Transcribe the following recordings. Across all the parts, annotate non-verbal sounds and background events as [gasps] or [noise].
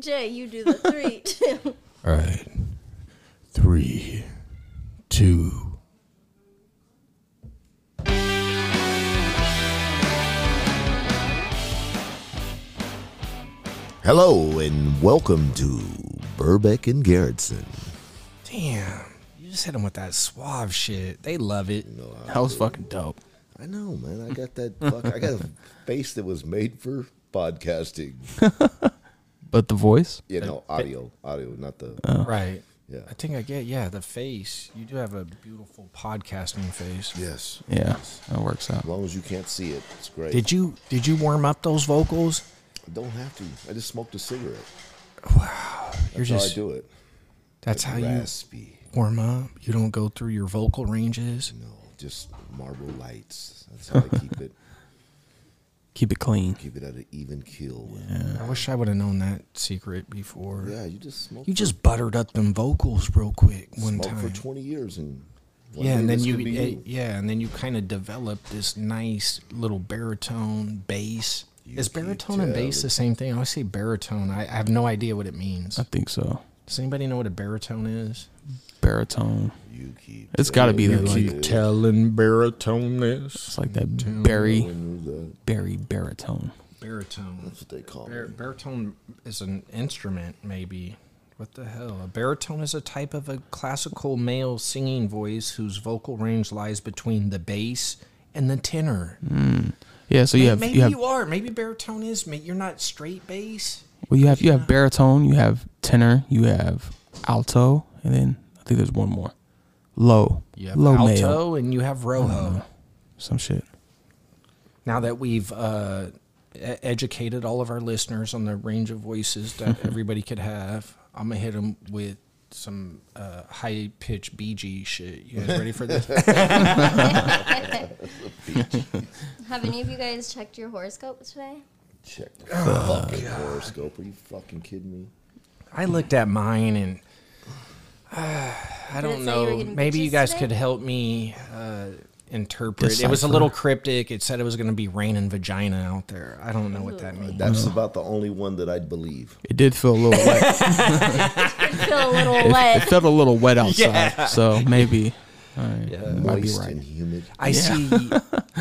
Jay, you do the three, [laughs] two. All right. Three, two. Hello and welcome to Burbeck and Garrettson. Damn. You just hit them with that suave shit. They love it. That was fucking dope. I know, man. I [laughs] got that. Fuck, I got a face that was made for podcasting. But the voice? You know, audio, audio, not the. Right. Yeah. I think I get, yeah, the face. You do have a beautiful podcasting face. Yes. Yeah, that works out. As long as you can't see it, it's great. Did you did you warm up those vocals? I don't have to. I just smoked a cigarette. You're That's how just I do it. that's how you Raspy. warm up. You don't go through your vocal ranges. No, just marble lights. That's how I keep it. Keep it clean. Keep it at an even keel. I wish I would have known that secret before. Yeah, you just smoke. You for- just buttered up them vocals real quick one smoke time. for twenty years and. one yeah, day and then this you, could be eh, yeah, and then you kind of develop this nice little baritone bass. Is can baritone and tell bass the same thing? I always say baritone. I, I have no idea what it means. Uh. I think so. Does anybody know what a baritone is? Baritone. You keep. It's got to be the Like like, telling baritone it's this. like that berry, telling you that. berry baritone. Baritone. That's what they call Bar- it. baritone is an instrument, maybe. What the hell? A baritone is a type of a classical male singing voice whose vocal range lies between the bass and the tenor. Yeah, so you have maybe you you, have are. Maybe baritone is. ma- You're not straight bass. well you have you have baritone, you have tenor, you have alto, and then I think there's one more. Low. You have low male. alto and you have rojo. Some shit. Now that we've uh, e- educated all of our listeners on the range of voices that everybody could have, I'm gonna hit them with some uh, high pitched BG shit. You guys ready for this? Have any of you guys checked your horoscope today? Check the Oh, fucking horoscope. Are you fucking kidding me? I looked at mine and [sighs] uh, Did I it don't say you were know. getting Maybe you bitches guys today? could help me uh, interpret. It was a Decipher. little cryptic. It said it was going to be rain and vagina out there. I don't know what that means. That's about the only one that I'd believe. It did feel a [laughs] little wet. I feel a little it wet. felt a little [laughs] wet outside. So maybe all right, you might be Moist right. and humid. I [laughs] see.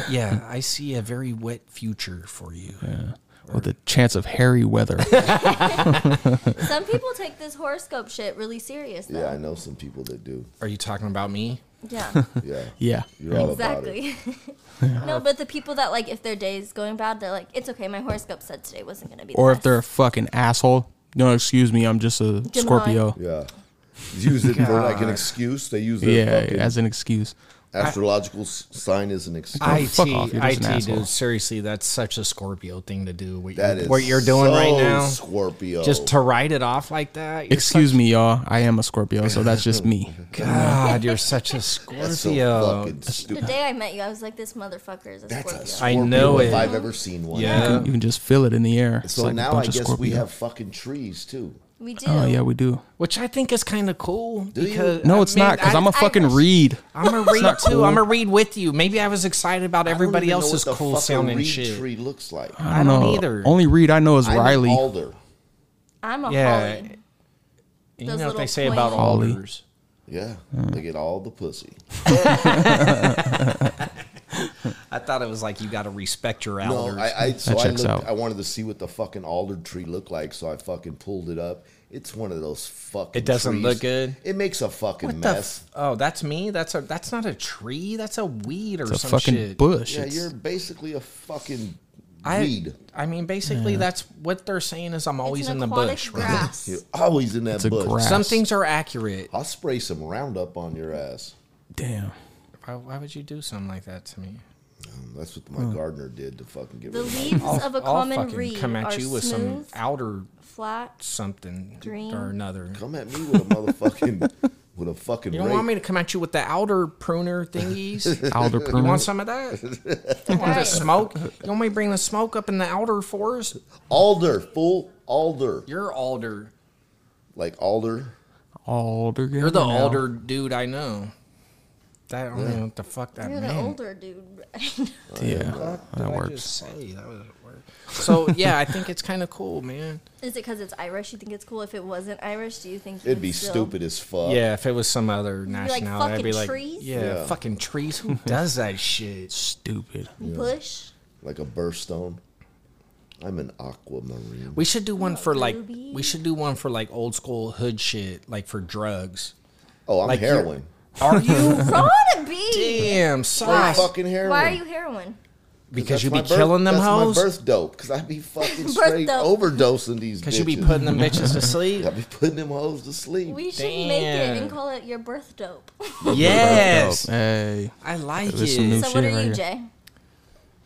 yeah, I see a very wet future for you. With a chance of hairy weather. [laughs] Some people take this horoscope shit really serious, Yeah, though. I know some people [laughs] that do. Are you talking about me? Yeah, Yeah. yeah. You're all about it. exactly. [laughs] no, but the people that like, if their day's going bad, they're like, it's okay. My horoscope said today wasn't gonna be. the Or if they're a best." fucking asshole. No, excuse me, I'm just a Scorpio. Yeah. Use it for like an excuse. They use their Yeah, fucking as an excuse. astrological s- sign as an excuse. IT, Oh, fuck off, you're just an IT, asshole. dude. Seriously, that's such a Scorpio thing to do. What, that you, is what you're doing so right now, Scorpio. just to write it off like that. You're Excuse me, y'all. I am a Scorpio, so that's just [laughs] me. such- God, you're such a Scorpio. That's so fucking The stupid. day I met you, I was like, this motherfucker is a That's a Scorpio. I Scorpio know if it. I've ever seen one. yeah. You can just feel it in the air. It's So like a now I bunch of guess Scorpio. we have fucking trees too. we do. Oh yeah, we do. which I think is kind of cool. you? because No, it's not because I'm a fucking reed. I'm a read not too. cool. I'm a read with you. Maybe I was excited about I don't everybody even know else's what the cool fucking sounding reed shit. Uh, Tree looks like. I I don't know. either. Only reed I know is I'm Riley. Alder. I'm a Yeah. Holly. you those know what they little say about pointy- Ollie. alders. Yeah, they get all the pussy. I thought it was like you got to respect your No, elders. I, I so That I checks looked. out. I wanted to see what the fucking alder tree looked like, so I fucking pulled it up. It's one of those fucking. It doesn't trees. look good? It makes a fucking what the mess. f- oh, that's me. That's a that's not a tree. That's a weed or It's a some fucking shit. bush. yeah, It's- you're basically a fucking I weed. I mean, basically, that's what they're saying is I'm always It's an in the aquatic bush. Right? [laughs] grass. You're always in that a bush. grass. Some things are accurate. I'll spray some Roundup on your ass. [laughs] damn. Why, why would you do something like that to me? Mm, That's what my gardener did to fucking get The rid of. my- leaves of a I'll common fucking reed come at are you with smooth, some outer flat. something Green. or another. Come at me with a motherfucking with a fucking. You don't rake. want me to come at you with the outer pruner [laughs] thingies? Alder you prune. want some of [laughs] that? You want the smoke? You want me to bring the smoke up in the outer forest? alder, fool, alder, You're alder. like alder. Alder. You're the alder dude I know. That, I don't know what the fuck that You're the meant. older dude. [laughs] Yeah, that What did I works. just say? That was a word. So yeah, I think it's kind of cool, man. Is it because it's Irish? You think it's cool? If it wasn't Irish, do you think you It'd would be still- stupid as fuck. Yeah, if it was some other like, nationality, I'd "Fucking be like, trees?" Yeah, Yeah. fucking trees. [laughs] Who does that shit? Stupid. Bush? Like a burstone. I'm an aquamarine. We should do one for like Ruby. we should do one for like old school hood shit, like for drugs. Oh, I'm Like you're- heroin. Are you? What's wrong to be? Damn, I'm sauce. fucking heroin. Why are you heroin? Because you be That's my birth- killing them that's hoes. my birth dope. Because I be [laughs] fucking Birth straight dope. overdosing these bitches. Because you be putting them bitches to [laughs] sleep. I be putting them hoes to sleep. We should make it Damn. and call it your birth dope. yes, Hey. I like There's some it. new- so shit what are right you, here. Jay?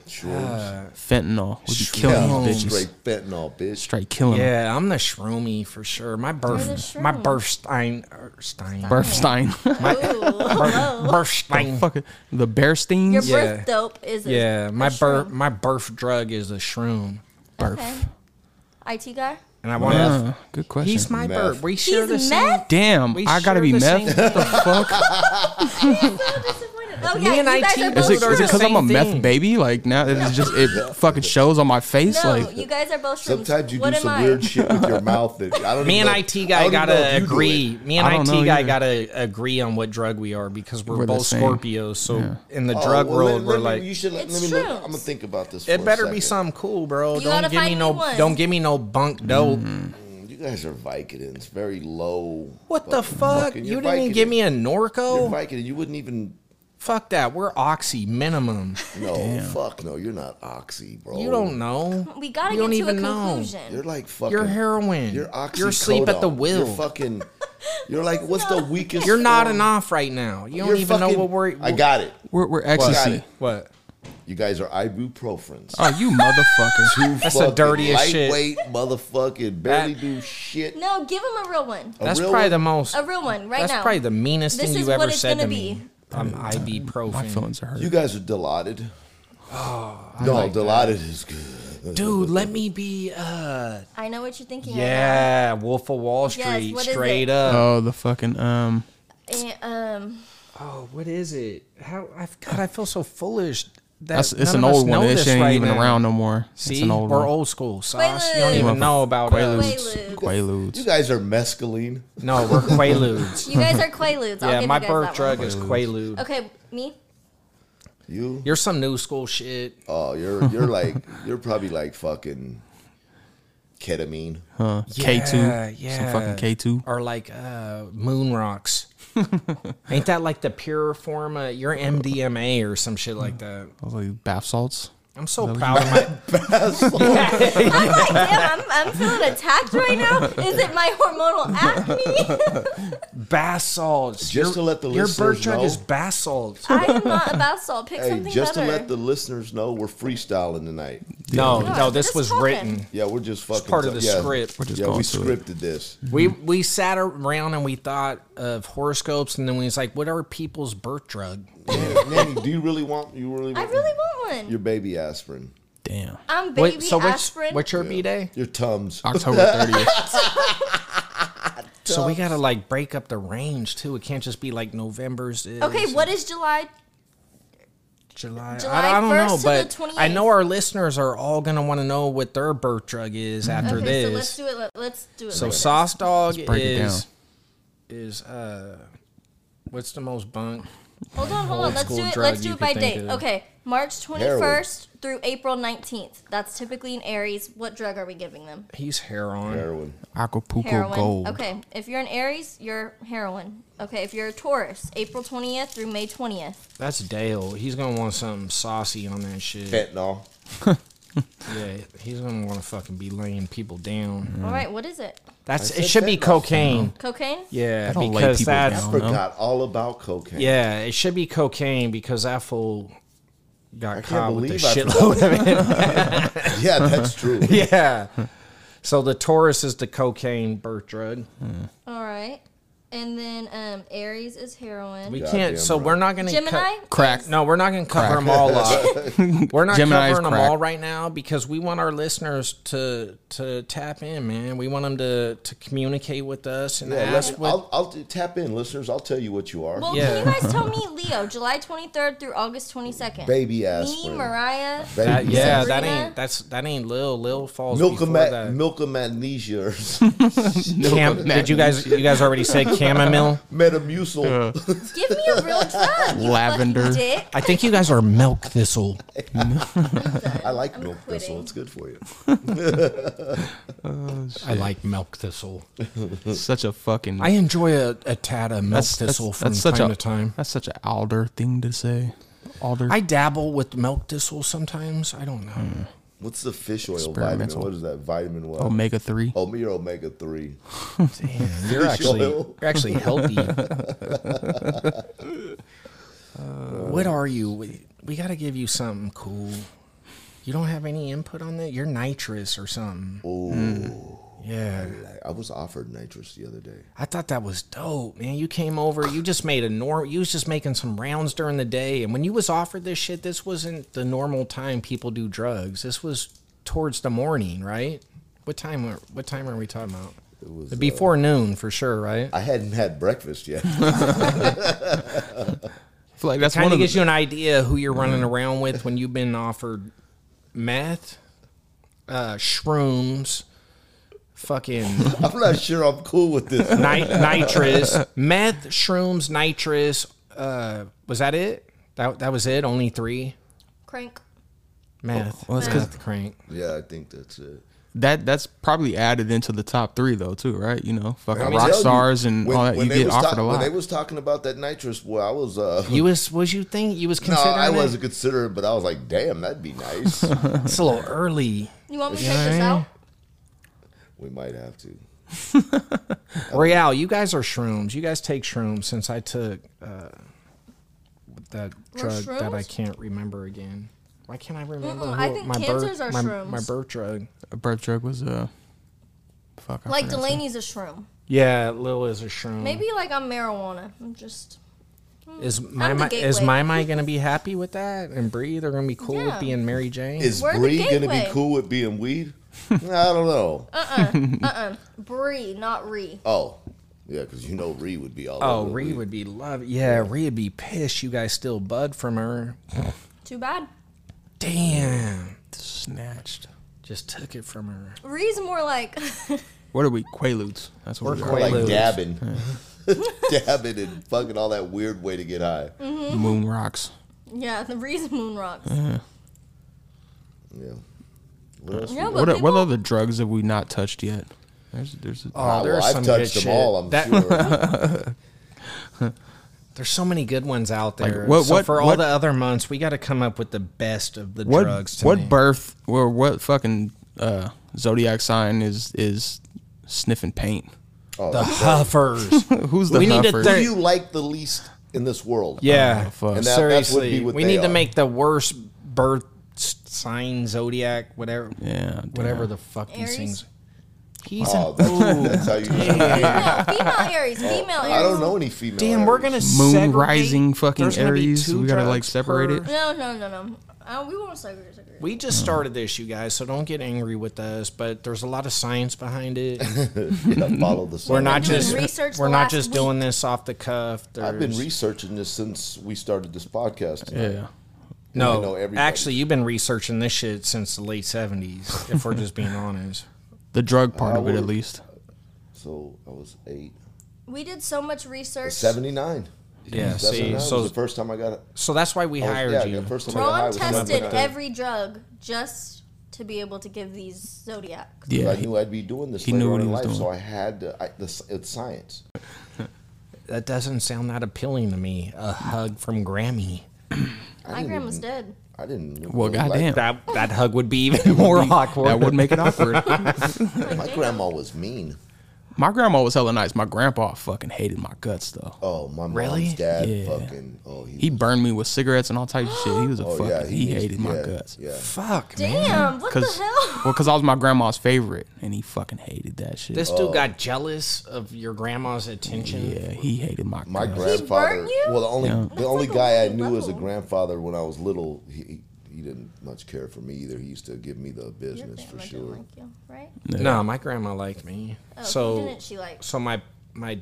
Shrooms. Uh, Fentanyl. We'd be Shrooms. killing Yeah, these bitches. straight fentanyl, bitch. Straight killing them. yeah, I'm the shroomy for sure. My birth, You're the my shroom. birthstein, er, stein, [laughs] Berfstein. Ooh, hello. birthstein. Fuck it. The Your Bearsteins. Yeah. birth dope is a- Yeah, a my birth, shroom. my birth drug is a shroom, Berf. Okay. IT guy? and I want to. Uh, good question. He's my Meth. birth. We share the He's same. meth? Damn, We I gotta share be the meth. same- What the [laughs] fuck? Disappointed. Oh, Me yeah, and you guys IT are Is both it is it shrooms. because I'm a Same meth thing. baby? Like now it's just [laughs] it fucking shows on my face. No, like you guys are both shrooms. Sometimes you what do am some I? weird shit with your mouth that I don't [laughs] Me even and know- IT guy I don't even know gotta if you do agree. it. Me I and don't IT know guy either. gotta agree on what drug we are because we're, We're the both same. Scorpios. So in the Oh, drug well, let- world, let we're me- like you should let, It's let me look. shrooms. I'm gonna think about this. for it a better be second. something cool, bro. You don't gotta give me find no new ones. don't give me no bunk dope. Mm-hmm. You guys are Vicodins, very low. What the fucking- fuck? fucking- You you're didn't even Vicodin. give me a You're Norco? Vicodin. You wouldn't even. fuck that. We're oxy minimum. No, fuck no. You're not oxy, bro. You don't know. [laughs] We gotta You don't get to a even know. conclusion. You're like fucking. You're heroin. You're oxy. You're sleep at the wheel. You're fucking. You're like, what's the weakest? You're not form? off right now. You don't You're even fucking- know what we're. I got it. we're we're Got [laughs] ecstasy. it. What? You guys are ibuprofens. Oh, you motherfucker. That's the dirtiest shit. Lightweight motherfucking barely do shit. No, give him a real one. A That's real probably one? the most. A real one right That's now. probably the meanest This thing is you ever what it's said to gonna me. I'm My ibuprofen. feelings are hurt. You guys are delighted. Oh, no, delighted is good. Dude, let me be. uh I know what you're thinking. right Yeah, Wolf of Wall Yes, Street, what is straight it? up. Oh, the fucking um. now. And, um, Oh, what is it? How I've God, I feel so foolish. That That's it's none an of us old one. know It this shit ain't right even now. around no more. See, it's an old we're one. old school, sauce. You don't Quaaludes. even know about us. Quaaludes. Quaaludes. You Quaaludes. guys are mescaline. No, [laughs] we're Quaaludes. you guys are Quaaludes. I'll yeah, give my you guys birth that drug one. is Quaalude. Okay, me? You, You're some new school shit. oh, you're you're like you're probably like fucking ketamine. Huh. K two. Yeah, yeah. Some fucking K two. Or like uh, moon [laughs] rocks. Ain't that like the pure form of your MDMA or some shit like that? I was like bath salts. I'm so proud of my. I'm like, damn, I'm, I'm feeling attacked right now. Is it my hormonal acne? basalts. Just to let the your listeners birth drug know- is basalts. I am not a bath salt. Pick Hey, something just better. to let the listeners know, we're freestyling tonight. No, Yeah. no, this Just was talking. written. Yeah, we're just fucking part of the yeah, script. We're just yeah, going we to it. scripted this. We we sat around and we thought of horoscopes, and then we was like, "What are people's birth drug?" Nanny, Nanny, do you really want? You really? I Want really want one. Your baby aspirin. Damn. I'm What- baby so what's aspirin. what's your b day? Your tums. October thirtieth. So we gotta like break up the range too. It can't just be like November's. Is okay, what is July? July? July I, I don't 1st know, to but the 28th. I know our listeners are all gonna want to know what their birth drug is after Okay, so let's this. do it. Let, let's do it. So like that. sauce dog break it is is uh, what's the most bunk? Hold on, hold old on. Let's school do it. drug Let's do you it by could think date. of. Okay, March Heroin. 21st through April 19th. That's typically in Aries. What drug are we giving them? He's heroin. Heroin. Acapulco Heroin. Gold. Okay, if you're an Aries, you're heroin. Okay, if you're a Taurus, April 20th through May 20th. That's Dale. He's gonna want something saucy on that shit. Fentanyl. Yeah, he's gonna want to fucking be laying people down. All right, what is it? That's Mm-hmm. said it. Should be that last cocaine. Cocaine? Yeah, That'll lay because people that's down. know. Forgot all about cocaine. yeah, it should be cocaine because that fool got can't caught with a believe I shitload of it. Yeah, that's [laughs] true. Mm-hmm. yeah. So the Taurus is the cocaine birth drug. All right. And then um, Aries is heroin. We Goddamn can't. So right. we're not going to Gemini. Crack. No, we're not going to cover them all up. [laughs] we're not Gemini's covering them crack. all right now because we want our listeners to to tap in, man. We want them to to communicate with us and Yeah, ask listen, what. I'll, I'll tap in, listeners. I'll tell you what you are. Well, Yeah. can you guys tell [laughs] me Leo, July 23rd through August 22nd? Baby Me, aspirin. Mariah. Baby that- Uh, yeah, Sabrina? that ain't that's that ain't Lil. Lil falls Milk before of, ma- that. milk of magnesia or Cam- did you guys you guys already say chamomile? [laughs] Metamucil. Give me a [laughs] real drug. You [laughs] Lavender. Fucking dick. I think you guys are milk thistle. I like milk quitting. thistle. It's good for you. I like milk thistle. [laughs] Such a fucking. I enjoy a, a tad of milk thistle from time a, to time. That's such an alder thing to say. Alder. I dabble with milk thistle sometimes. I don't know. Hmm. What's the fish oil vitamin? Experimental. What is that vitamin? What? omega three. Oh, your omega three. [laughs] Damn, you're actually oil. you're actually healthy. Uh, what are you? We, we got to give you something cool. You don't have any input on that. You're nitrous or something. Oh, Mm. Yeah, I was offered nitrous the other day. I thought that was dope, man. You came over. You just made a norm. You was just making some rounds during the day, and when you was offered this shit, this wasn't the normal time people do drugs. This was towards the morning, right? What time? Are, what time are we talking about? It was uh, Before noon, for sure, right? I hadn't had breakfast yet. [laughs] I feel like that's kind one of of gives the, you an idea who you're running Mm-hmm. around with when you've been offered meth, uh, shrooms, fucking [laughs] I'm not sure I'm cool with [laughs] this. nit- nitrous, meth, shrooms, nitrous. Uh, was that it? That that was it. Only three Crank. meth. well, that's 'cause- meth, crank. Yeah, I think that's it. that that's probably added into the top three though too, right? You know, fucking I'm rock telling you, stars and all that. You they get was offered ta- a When they lot. was talking about that nitrous, well, I was. uh [laughs] You was was you think you was No, considering? I it? wasn't considering, but I was like, "Damn, that'd be [laughs] nice." It's a little early. You want me to take this out? we might have to. Real, you guys are shrooms. You guys take shrooms since I took uh, that We're drug that I shrooms? can't remember again. Why can't I remember? Mm-mm, who- I think my cancers birth, are my, shrooms. My birth drug. A birth drug was uh, fuck. I Like forgot. Delaney's a shroom. Mm. Yeah, Lil is a shroom. Maybe like I'm marijuana. I'm just. is my, I'm the my is gateway. my my gonna be happy with that and Bree? They're gonna be cool Yeah. with being Mary Jane. Is We're the Bree gonna be gateway. Uh. cool with being [laughs] weed? I don't know. Bree, not Ree. Oh, yeah, because you know Ree would be all. oh, over Ree weed. would be love. Yeah, Ree would be pissed. You guys still bud from her. Too bad. Damn, snatched. just took it from her. Ree's more like. [laughs] What are we? Quaaludes. That's what We're we're, like Quaaludes. dabbing, [laughs] dabbing, and fucking all that weird way to get high. Moon rocks. yeah, the Ree's moon [laughs] rocks. Yeah. What else? No, but What are, people, what other drugs have we not touched yet? There's there's. A, Oh, well, there's I've some touched good them shit. all. I'm That- sure. [laughs] There's so many good ones out Like, there. what- so what- for all what- the other months, we got to come up with the best of the what drugs. To what name. birth or what fucking uh, zodiac sign is is sniffing paint? Oh, the [laughs] huffers? Who's the We need to huffer? think- who you like the least in this world? yeah, Oh, fuck. And that- that would be seriously, what we they need to are. make the worst birth s- sign, zodiac, whatever, Yeah, whatever damn. the fuck Aries? these things. He's Oh, an that's, that's how you. no, female Aries, female Aries. [laughs] I don't know any female. damn. We're gonna Aries. Moon segregate- rising fucking there's gonna be Aries, two we gotta, like, drugs separate per- it. Oh. No, no, no, no. Uh, we won't segregate. segregate. We just started this, you guys, so don't get angry with us. But there's a lot of science behind [laughs] it. [laughs] Yeah, follow the. We're sun. not doing just research we're the not last just doing this off the cuff. I've been There's- researching this since we started this podcast. tonight. Yeah. I know No, everybody. actually, you've been researching this shit since the late '70s. if we're just being [laughs] honest, The drug part I of it, at would- least. So I was eight, We did so much research. seventy nine. yeah. That's See, so was so the first time I got. so that's why we I was- hired Oh, yeah, you. The first time I got high Ron was when I tested went to- every drug just to be able to give these zodiac. Yeah. I knew I'd be doing this he later knew on what in he life, was so doing. I had to. I, this, it's science. That doesn't sound that appealing to me. A hug from Grammy. My didn't grandma's even- dead. I didn't. really well, like- goddamn. [laughs] That that hug would be even more awkward. That would make it awkward. my grandma was mean. [laughs] My grandma was hella nice. My grandpa fucking hated my guts though. Oh, my mom's Really? dad Yeah. fucking. Oh, he. He burned me with cigarettes and all types of shit. He was a [gasps] oh, fucking. yeah. he, was- hated my yeah, guts. Yeah. Fuck, man. Damn, what the Cause hell? well, cause I was my grandma's favorite, and he fucking hated that shit. This Oh. dude got jealous of your grandma's attention. yeah, he hated my. My guts. grandfather. burnt you? Well, the only That's the only like a guy I whole knew as a level. grandfather when I was little, he he didn't much care for me either. He used to give me the Your business for grandma didn't sure. like you, right? No, my grandma liked me. Oh, so didn't she like? so my my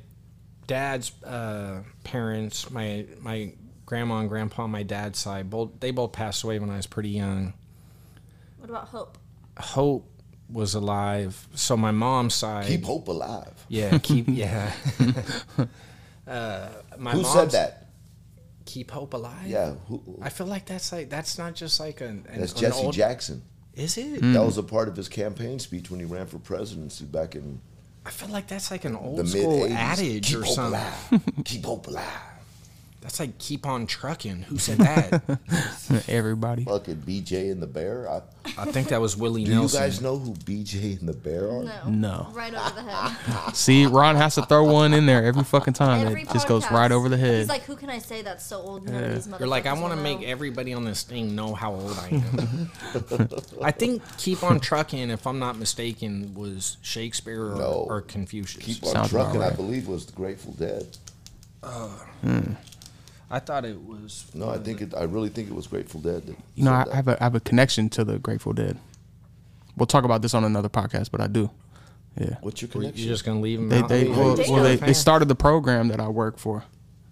dad's uh, parents, my my grandma and grandpa, on my dad's side, both they both passed away when I was pretty young. What about Hope? Hope was alive. So my mom's side, Keep hope alive. yeah, keep yeah. [laughs] uh, my Who mom's, said that? Keep hope alive. Yeah, who, I feel like that's like that's not just like an, an that's an Jesse Mm. old- Jackson. Is it? Mm. That was a part of his campaign speech when he ran for presidency back in I feel like that's like an the old mid school 80s. adage Keep or hope something. alive. Keep hope alive. That's like keep on trucking. Who said [laughs] that? Everybody. Fucking BJ and the Bear. I, I think that was Willie do you Nelson. guys know who BJ and the Bear are? No. No. Right over the [laughs] head. See, Ron has to throw one in there every fucking time. Every it just goes podcast, right over the head. He's like, who can I say that's so old? None of these motherfuckers You're like, I want want to make everybody on this thing know how old I [laughs] am. I think Keep on Trucking, if I'm not mistaken, was Shakespeare or, No. or Confucius. Keep on Sounds about trucking. I right. believe was the Grateful Dead. I thought it was. No, I think it. I really think it was Grateful Dead. That you know, I, said that. I have a I have a connection to the Grateful Dead. We'll talk about this on another podcast, but I do. Yeah. What's your You're connection? You, just going to leave him They out? they mean, well, they well, they, still they fan. started the program that I work for.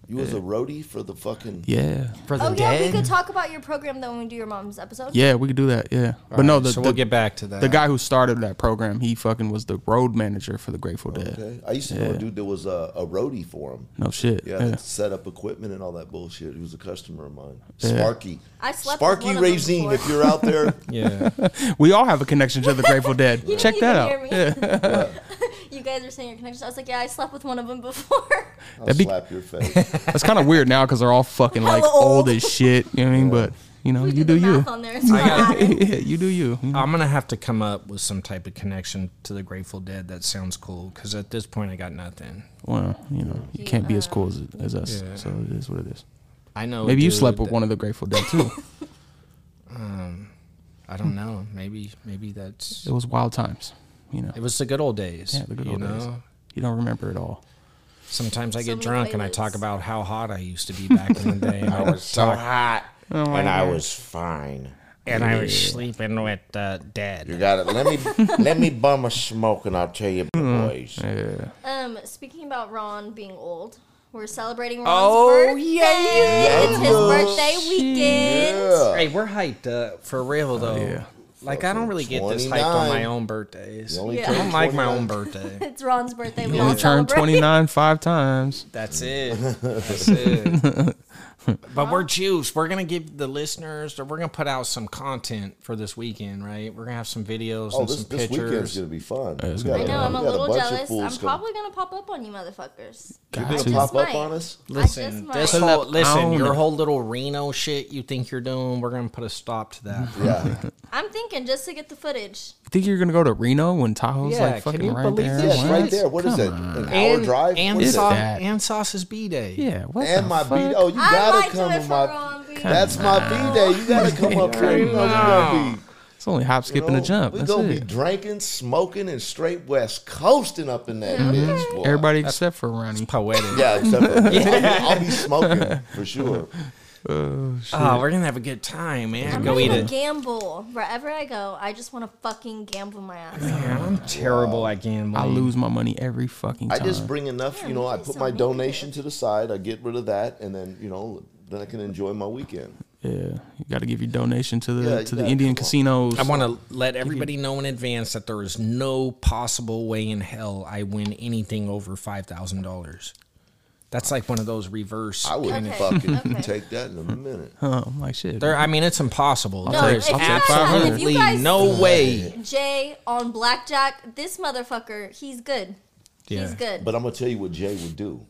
was a roadie for the fucking. Yeah. For the Oh yeah, we dead? could talk about your program though when we do your mom's episode. Yeah, we could do that. Yeah. but no, Alright, the, so the, we'll get back to that. the guy who started that program, he fucking was the road manager for the Grateful Dead. Okay. I used to know a dude that was a, a roadie for him. No shit. Yeah, Yeah. that set up equipment and all that bullshit. He was a customer of mine. Sparky. I slept with Sparky one of them Raisin, before. if you're out there. [laughs] Yeah. We all have a connection to the Grateful Dead. [laughs] You Check didn't that even hear out. me. [laughs] you guys are saying your connections. I was like, yeah, I slept with one of them before. I'll That'd be- slap your face. That's kind of weird now because they're all fucking like Hella old. old as shit. You know what I mean? But you know, We you did do the you. math on there. It's not [laughs] adding. yeah, you do you. I'm going to have to come up with some type of connection to the Grateful Dead that sounds cool because at this point I got nothing. Well, you know, you can't be as cool as, as us. Yeah. So it is what it is. I Oh, know. a Maybe you dude slept with that- one of the Grateful Dead [laughs] too. I don't know. Maybe maybe that's. it was wild times. You know, It was the good old days. yeah, the good you old know? days. You don't remember it all. Sometimes I So get many drunk and I playlists. talk about how hot I used to be back in the day. [laughs] And I was so hot, Oh and I was fine. and I was sleeping with uh, Dad. You got it. Let me [laughs] let me bum a smoke, and I'll tell you, Hmm. boys. Yeah. Um, speaking about Ron being old, we're celebrating Ron's Oh, birthday. yeah, It's his Oh, birthday weekend. Hey, we're hyped up for Oh, real though. yeah. Like I don't really get this hyped on 29. my own birthdays. You only Yeah. turn I don't like my 29. own birthday. It's Ron's birthday. We You all only turned celebrate. 29 five times. That's Mm. it. [laughs] That's it. But we're juiced. We're gonna give the listeners, or we're gonna put out some content for this weekend, right? We're gonna have some videos Oh, and this, some this weekend's pictures. going to be fun. We gonna I got know. I'm a we got little bunch of jealous. fools I'm coming. probably gonna pop up on you, motherfuckers. You Got gonna to. pop up might. on us? Listen, I this just might. whole, on listen, your it. whole little Reno shit you think you're doing, we're gonna put a stop to that. [laughs] Yeah. I'm thinking just to get the footage. You think you're gonna go to Reno when Tahoe's Yeah, like can fucking you right believe there? this Yeah, it's What? right there. What is that? An hour and, drive? and, What is Sau- that? that? and Sauce's B Day. Yeah. What And the my fuck? beat. Oh, you I gotta might do come it with for my. Ron. B. That's my B day. You [laughs] gotta come up here. You know we gonna be. It's only hop, skip, and a know, jump. We That's gonna be it. drinking, smoking, and straight west coasting up in that bitch. Boy. Mm-hmm. Everybody except for Ronnie. Poetic. Yeah, except [laughs] for me. I'll, be, I'll be smoking for sure. Oh, we're gonna have a good time, man. I'm Go gonna eat it. gamble wherever I go. I just want to fucking gamble my ass. off. Man, I'm terrible at gambling. I lose my money every fucking I time. just bring enough. You know, I you put so my negative. donation to the side. I get rid of that, and then you know, then I can enjoy my weekend. yeah, you got to give your donation to the Yeah, you to the gotta Indian come on. casinos. I want to let everybody know in advance that there is no possible way in hell I win anything over five thousand dollars. That's like one of those reverse. I would Okay. fucking Okay. take that in a minute. [laughs] Oh, I'm like shit. there, I mean, it's impossible. No, There's if you guys- if you absolutely guys- no way. Jay on blackjack. This motherfucker, he's good. He's Yeah. good. But I'm gonna tell you what Jay would do.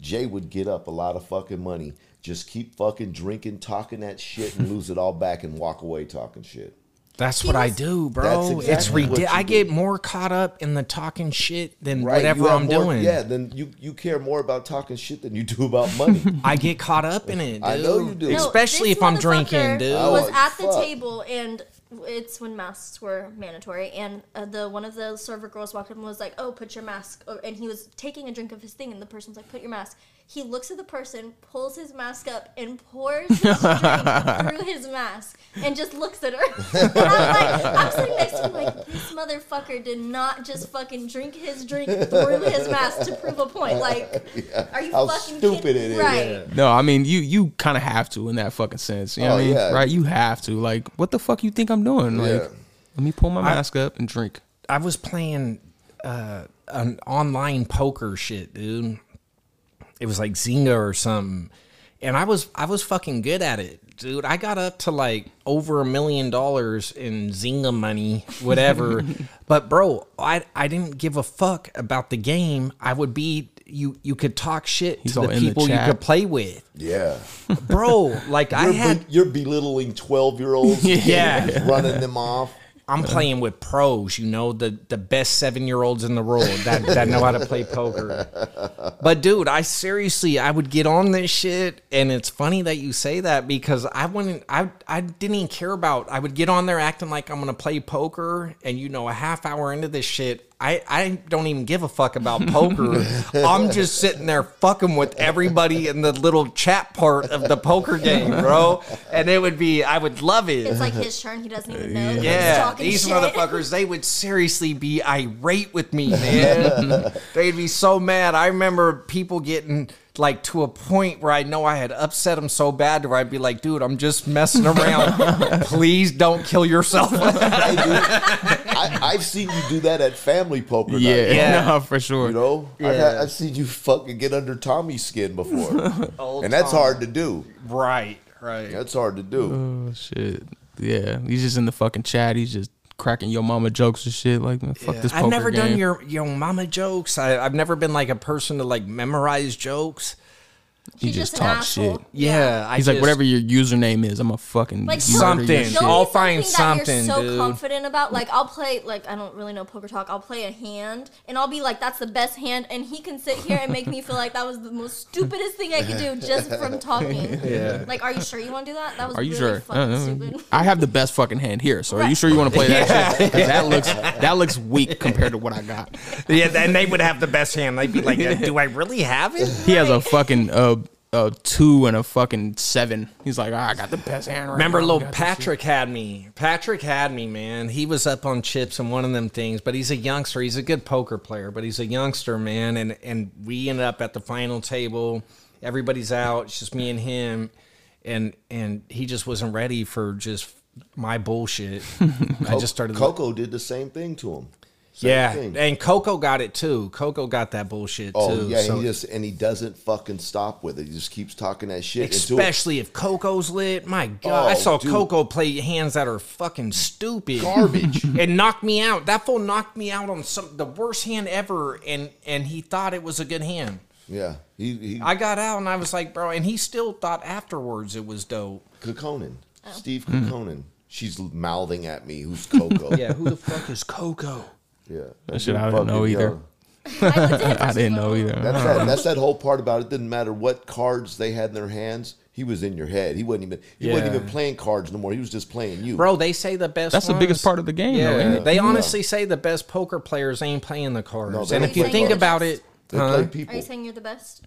Jay would get up a lot of fucking money, just keep fucking drinking, talking that shit, and lose it all back and walk away talking shit. That's He what I was- do, bro. That's it's exactly what you ridiculous. I do. get more caught up in the talking shit than Right? whatever You have I'm more- doing. Yeah, then you you care more about talking shit than you do about money. I get caught up in it. Dude. I know you do. No, Especially this if I'm motherfucker drinking, dude. Was Oh, at the fuck. table and it's when masks were mandatory and uh, the one of the server girls walked up and was like, "Oh, put your mask." o- And he was taking a drink of his thing and the person's like, "Put your mask." He looks at the person, pulls his mask up, and pours his [laughs] drink through his mask, and just looks at her. [laughs] and I'm like, I'm sitting next to him, like, this motherfucker did not just fucking drink his drink through his mask to prove a point. Like, [laughs] are you How fucking stupid kidding? it is. Right. No, I mean you you kind of have to in that fucking sense. You know what I Oh, mean? yeah. Right? You have to. Like, what the fuck you think I'm doing? Like, Yeah. let me pull my mask up and drink. I was playing uh, an online poker shit, dude. It was like Zynga or something, and I was I was fucking good at it, dude. I got up to like over a million dollars in Zynga money, [laughs] whatever. but bro, I I didn't give a fuck about the game. I would be you you could talk shit He's to all the in the people you chat. could play with, yeah. [laughs] bro. Like I You're, had be- you're belittling 12 [laughs] year olds. Yeah. Running them off. I'm playing with pros, you know, the, the best seven year olds in the world that, that know how to play poker. But dude, I seriously I would get on this shit and it's funny that you say that because I wouldn't I I didn't even care about I would get on there acting like I'm gonna play poker and you know a half hour into this shit. I, I don't even give a fuck about poker. I'm just sitting there fucking with everybody in the little chat part of the poker game, bro. And it would be, I would love it. It's like [laughs] his turn. He doesn't even know. He's Yeah, talking these shit. motherfuckers, they would seriously be irate with [laughs] me, man. They'd be so mad. I remember people getting like to a point where I know I had upset them so bad to where I'd be like, dude, I'm just [laughs] messing around. Please don't kill yourself. [laughs] Hey, dude, I, I've seen you do that at family poker. night. [laughs] Yeah. no, for sure. You know, I've, had, I've seen you fucking get under Tommy's skin [laughs] before, and that's hard to do. right, right. That's hard to do. Oh shit. Yeah, he's just in the fucking chat. He's just cracking your mama jokes and shit. Like, man, fuck this. Poker I've never done game. your your mama jokes. I, I've never been like a person to like memorize jokes. He You just just an talk asshole. shit. Yeah, I He's like, just- whatever your username is, I'm a fucking Like murder your Something. shit. Show me I'll find that something, you're so dude. confident about. Like I'll play. Like I don't really know poker talk. I'll play a hand, and I'll be like, "That's the best hand," and he can sit here and make me feel like that was the most stupidest thing I could do just [laughs] from talking. Yeah. Like, are you sure you want to do that? That was Are you really [laughs] sure? I, fucking don't know. stupid. I have the best fucking hand here. So are you Right. sure you want to play that [laughs] shit? 'Cause that looks that looks weak compared to what I got. [laughs] Yeah, and they would have the best hand. They'd be like, [laughs] "Do I really have it?" He has a fucking uh, a two and a fucking seven. He's like, "Ah, I got the best hand. Right Remember, now. little We got this Patrick had me. Patrick had me, man. He was up on chips and one of them things, but he's a youngster. He's a good poker player, but he's a youngster, man. And and we ended up at the final table. Everybody's out. It's just me and him, and and he just wasn't ready for just my [laughs] bullshit. I just started. Coco did the same thing to him. Same Mm. yeah, thing. and Coco got it too. Coco got that bullshit Oh too. yeah, so- he just and he doesn't fucking stop with it. He just keeps talking that shit. until Especially if Coco's lit. My God, I Oh, saw dude. Coco play hands that are fucking stupid. [laughs] Garbage. It knocked me out. That fool knocked me out on some the worst hand ever, and and he thought it was a good hand. yeah, he he I got out and I was like, bro, and he still thought afterwards it was dope. Kekkonen, Steve Kekkonen. She's mouthing at me. Who's Coco? Hmm. [laughs] Yeah, who the fuck is Coco? yeah. That shit I didn't know Fucking, either. yo. [laughs] I looked at him shit. I first, didn't like, know "Oh." either. [laughs] That's that, that's that whole part about it. Didn't matter what cards they had in their hands. He was in your head. He wasn't even. He wasn't Yeah. even playing cards no more. He was just playing you. Bro, they say the best. That's the biggest ones- part of the game, though, ain't Yeah, it? they honestly say the best poker players ain't playing the No, cards. they and don't if you play think cards. about it, They play people. Are you saying you're the best?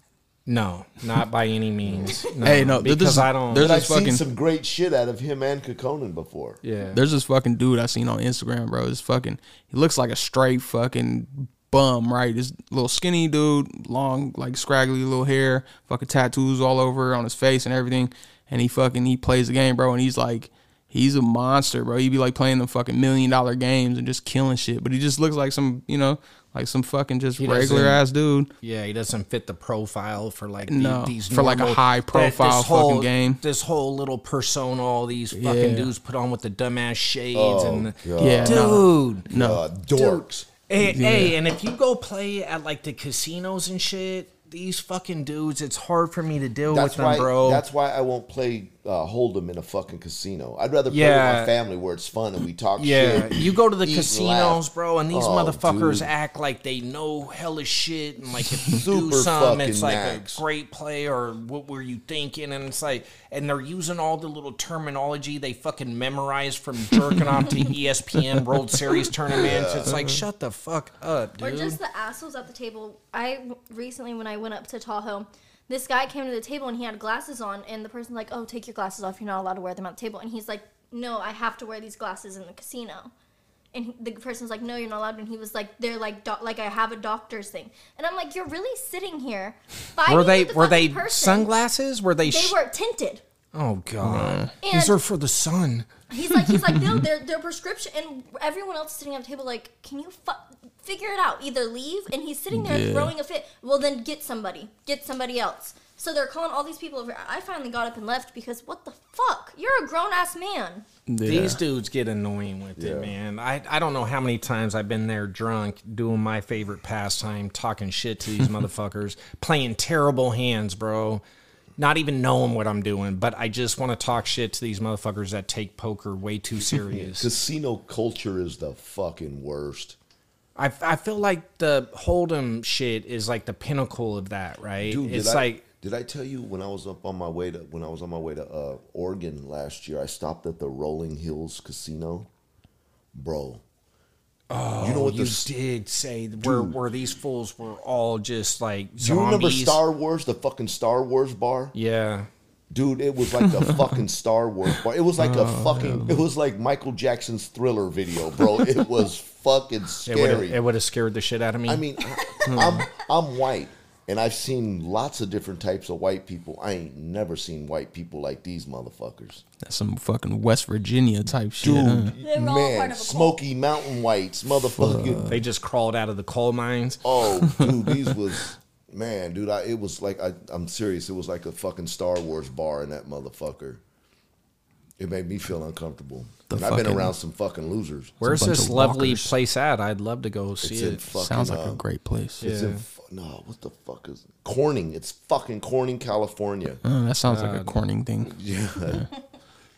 no, not by any means. No, Hey, no, there's because this- I don't. there's But I've this fucking seen some great shit out of him and Kekkonen before. yeah, There's this fucking dude I seen on Instagram, bro. This fucking he looks like a straight fucking bum, right? This little skinny dude, long like scraggly little hair, fucking tattoos all over on his face and everything. And he fucking he plays the game, bro, and he's like he's a monster, bro. He'd be like playing them fucking million dollar games and just killing shit. But he just looks like some, you know, like some fucking just He regular doesn't- ass dude. Yeah, he doesn't fit the profile for like the- No, these for, like, a normal- high that- this profile fucking whole- game. This whole little persona, all these fucking Yeah. dudes put on with the dumbass shades and Oh, the, Yeah. no. dude. No. Uh, dorks. Hey, hey, and if you go play at like the casinos and shit, these fucking dudes, it's hard for me to deal That's with them, why. bro. That's why I won't play uh, Hold'em in a fucking casino. I'd rather play with Yeah. my family where it's fun and we talk Yeah, shit. you go to the eat and casinos, laugh. bro, and these Oh, motherfuckers dude. act like they know hella shit, and like if you do Super something, it's like fucking a nags. great play or what were you thinking? And it's like, and they're using all the little terminology they fucking memorized from jerking off to [laughs] E ESPN World Series tournaments. It's like, shut the fuck up, Or dude. just the assholes at the table. I recently, when I went up to Tahoe, this guy came to the table and he had glasses on, and the person's like, "Oh, take your glasses off. You're not allowed to wear them at the table." And he's like, "No, I have to wear these glasses in the casino." And he- the person's like, "No, you're not allowed." And he was like, "They're like, doc like I have a doctor's thing." And I'm like, "You're really sitting here." fighting were with they the were they fucking person." sunglasses? Were they? They sh- were tinted. oh god, And- these are for the sun. He's like, he's like, [laughs] no, their their prescription, and everyone else sitting at the table, like, can you fu- figure it out? Either leave, and he's sitting there Yeah. throwing a fit. Well, then get somebody, get somebody else. So they're calling all these people over. I finally got up and left because what the fuck? You're a grown ass man. These dudes get annoying with it, man. I, I don't know how many times I've been there drunk, doing my favorite pastime, talking shit to [laughs] these motherfuckers, playing terrible hands, bro. Not even knowing what I'm doing, but I just want to talk shit to these motherfuckers that take poker way [laughs] too serious. Casino culture is the fucking worst. I, I feel like the hold'em shit is like the pinnacle of that, right? Dude, did it's I, like did I tell you when I was up on my way to when I was on my way to uh, Oregon last year? I stopped at the Rolling Hills Casino, bro. Oh, you know what you the s- did say where where these fools were all just like zombies. Do you remember Star Wars, the fucking Star Wars bar? yeah. Dude, it was [laughs] like the fucking Star Wars bar. It was like a Oh, fucking, it was like Michael Jackson's thriller video, bro. [laughs] It was It would fucking have scary. it Hmm. would have scared the shit out of me. I mean, I, I'm, I'm white, and I've seen lots of different types of white people. I ain't never seen white people like these motherfuckers. That's some fucking West Virginia type shit. Dude, huh? They were all part man, of a cult. Smoky Mountain Whites, motherfucking. They just crawled out of the coal mines. Oh, dude, these was man, dude. I, it was like I, I'm serious. It was like a fucking Star Wars bar in that motherfucker. It made me feel uncomfortable. The And I've been fucking- around some fucking losers. Where's bunch this of lovely walkers. place at? I'd love to go see It's in it. fucking. Sounds like uh, a great place. It's in fu- no, what the fuck is Corning? It's fucking Corning, California. Oh, that sounds like a Corning thing.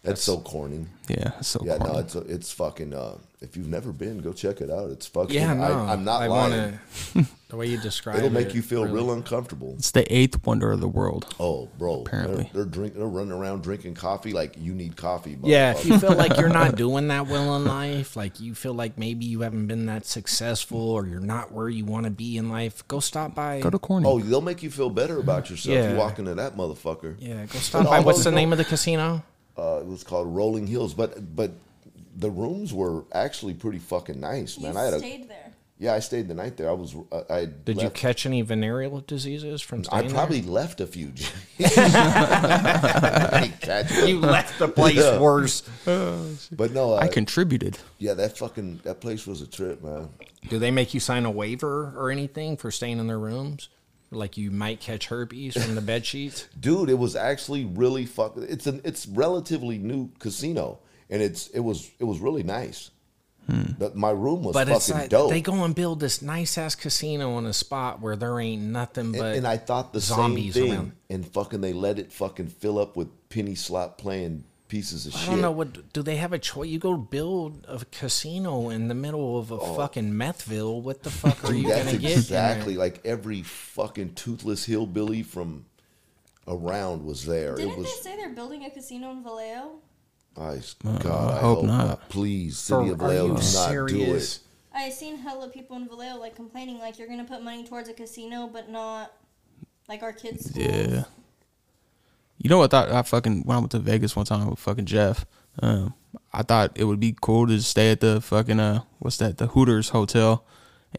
That's so Corning. Yeah, that's so Yeah, Corning. no, it's a, it's fucking. Uh, if you've never been, go check it out. It's fucking. yeah, no, I, I'm not lying. Wanna, [laughs] the way you describe It'll make it, you feel really- real uncomfortable. It's the eighth wonder of the world. Oh, bro, Apparently. they're, they're drinking, they're running around drinking coffee like you need coffee. Yeah, motherfucker. if you feel like you're not doing that well in life, like you feel like maybe you haven't been that successful or you're not where you want to be in life, go stop by. Go to Corning. Oh, they'll make you feel better about yourself. Yeah. You walk into that motherfucker. yeah, go stop But by. all What's those- the name of the casino? Uh, it was called Rolling Hills, but but the rooms were actually pretty fucking nice, man. I had a stayed there. yeah, I stayed the night there. I was uh, I had Did you left- catch any venereal diseases from I staying probably left a few. [laughs] [laughs] I didn't catch there? it. You left the place [laughs] Yeah. worse. but no, uh, I contributed. yeah, that fucking that place was a trip, man. Do they make you sign a waiver or anything for staying in their rooms? Like you might catch herpes from the bed [laughs] sheets? dude it was actually really fuck it's an it's relatively new casino and it's it was it was really nice The- my room was Hmm. But fucking it's like dope they go and build this nice ass casino in a spot where there ain't nothing and, but and i thought the same zombies thing around. and fucking they let it fucking fill up with penny slot playing pieces of I shit don't know what do they have a choice? You go build a casino in the middle of a fucking methville. What the fuck are you Oh. that's gonna get? in exactly there? like every fucking toothless hillbilly from around was there it Didn't was they say they're building a casino in Vallejo? I, Uh, god i, hope hope not. not, please city Are- of are Vallejo you do not do serious? it I seen hella people in Vallejo like complaining, like you're gonna put money towards a casino, but not like our kids. Yeah. You know, what I thought I fucking when I went to Vegas one time with fucking Jeff. Um, I thought it would be cool to just stay at the fucking uh, what's that? The Hooters hotel.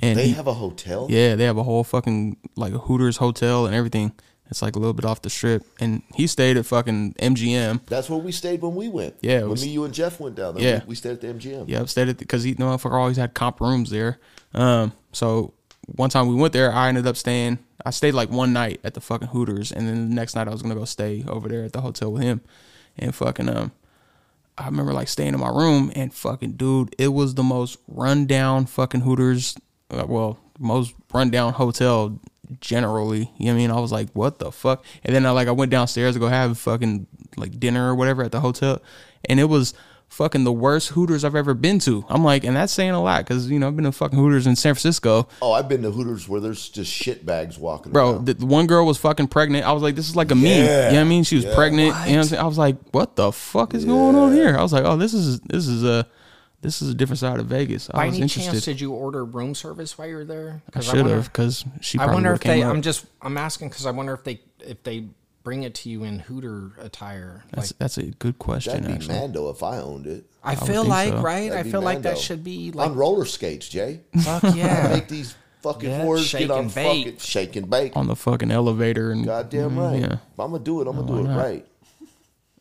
And they he- have a hotel yeah, they have a whole fucking like a Hooters hotel and everything. It's like a little bit off the strip. And he stayed at fucking MGM. That's where we stayed when we went. Yeah, it when was- me, you, and Jeff went down there. Yeah. we, we stayed at the MGM. Yeah, I've stayed at because he no motherfucker always had comp rooms there. Um, so one time we went there, I ended up staying. I stayed like one night at the fucking Hooters, and then the next night I was gonna go stay over there at the hotel with him, and fucking um, I remember like staying in my room and fucking dude, it was the most rundown fucking Hooters, uh, well, most rundown hotel generally. You know what I mean? I was like, what the fuck? And then I like I went downstairs to go have fucking like dinner or whatever at the hotel, and it was fucking the worst Hooters I've ever been to. I'm like, and that's saying a lot because you know I've been to fucking Hooters in San Francisco, Oh, I've been to Hooters where there's just shit bags walking bro. around. The, the one girl was fucking pregnant. I was like, this is like a meme. You know what I mean? She was pregnant. You know what I'm saying? I was like, what the fuck is going on here? I was like, oh, this is this is a this is a different side of Vegas. I By was any chance, interested. did you order room service while you were there? I 'Cause should wonder- have because she. I probably wonder would've if came they. up. I'm just. I'm asking because I wonder if they if they bring it to you in Hooter attire. Like That's that's a good question. That'd be Actually, Mando if I owned it. I would feel think like so. right. That'd I be feel like that Mando. should be like on roller skates, Jay. fuck [laughs] [laughs] yeah. Make these fucking Yeah, whores shake get on and bake. fucking shake and bake. on the fucking elevator and Goddamn Mm, right. Yeah, Oh If I'm gonna do it, I'm gonna do it right.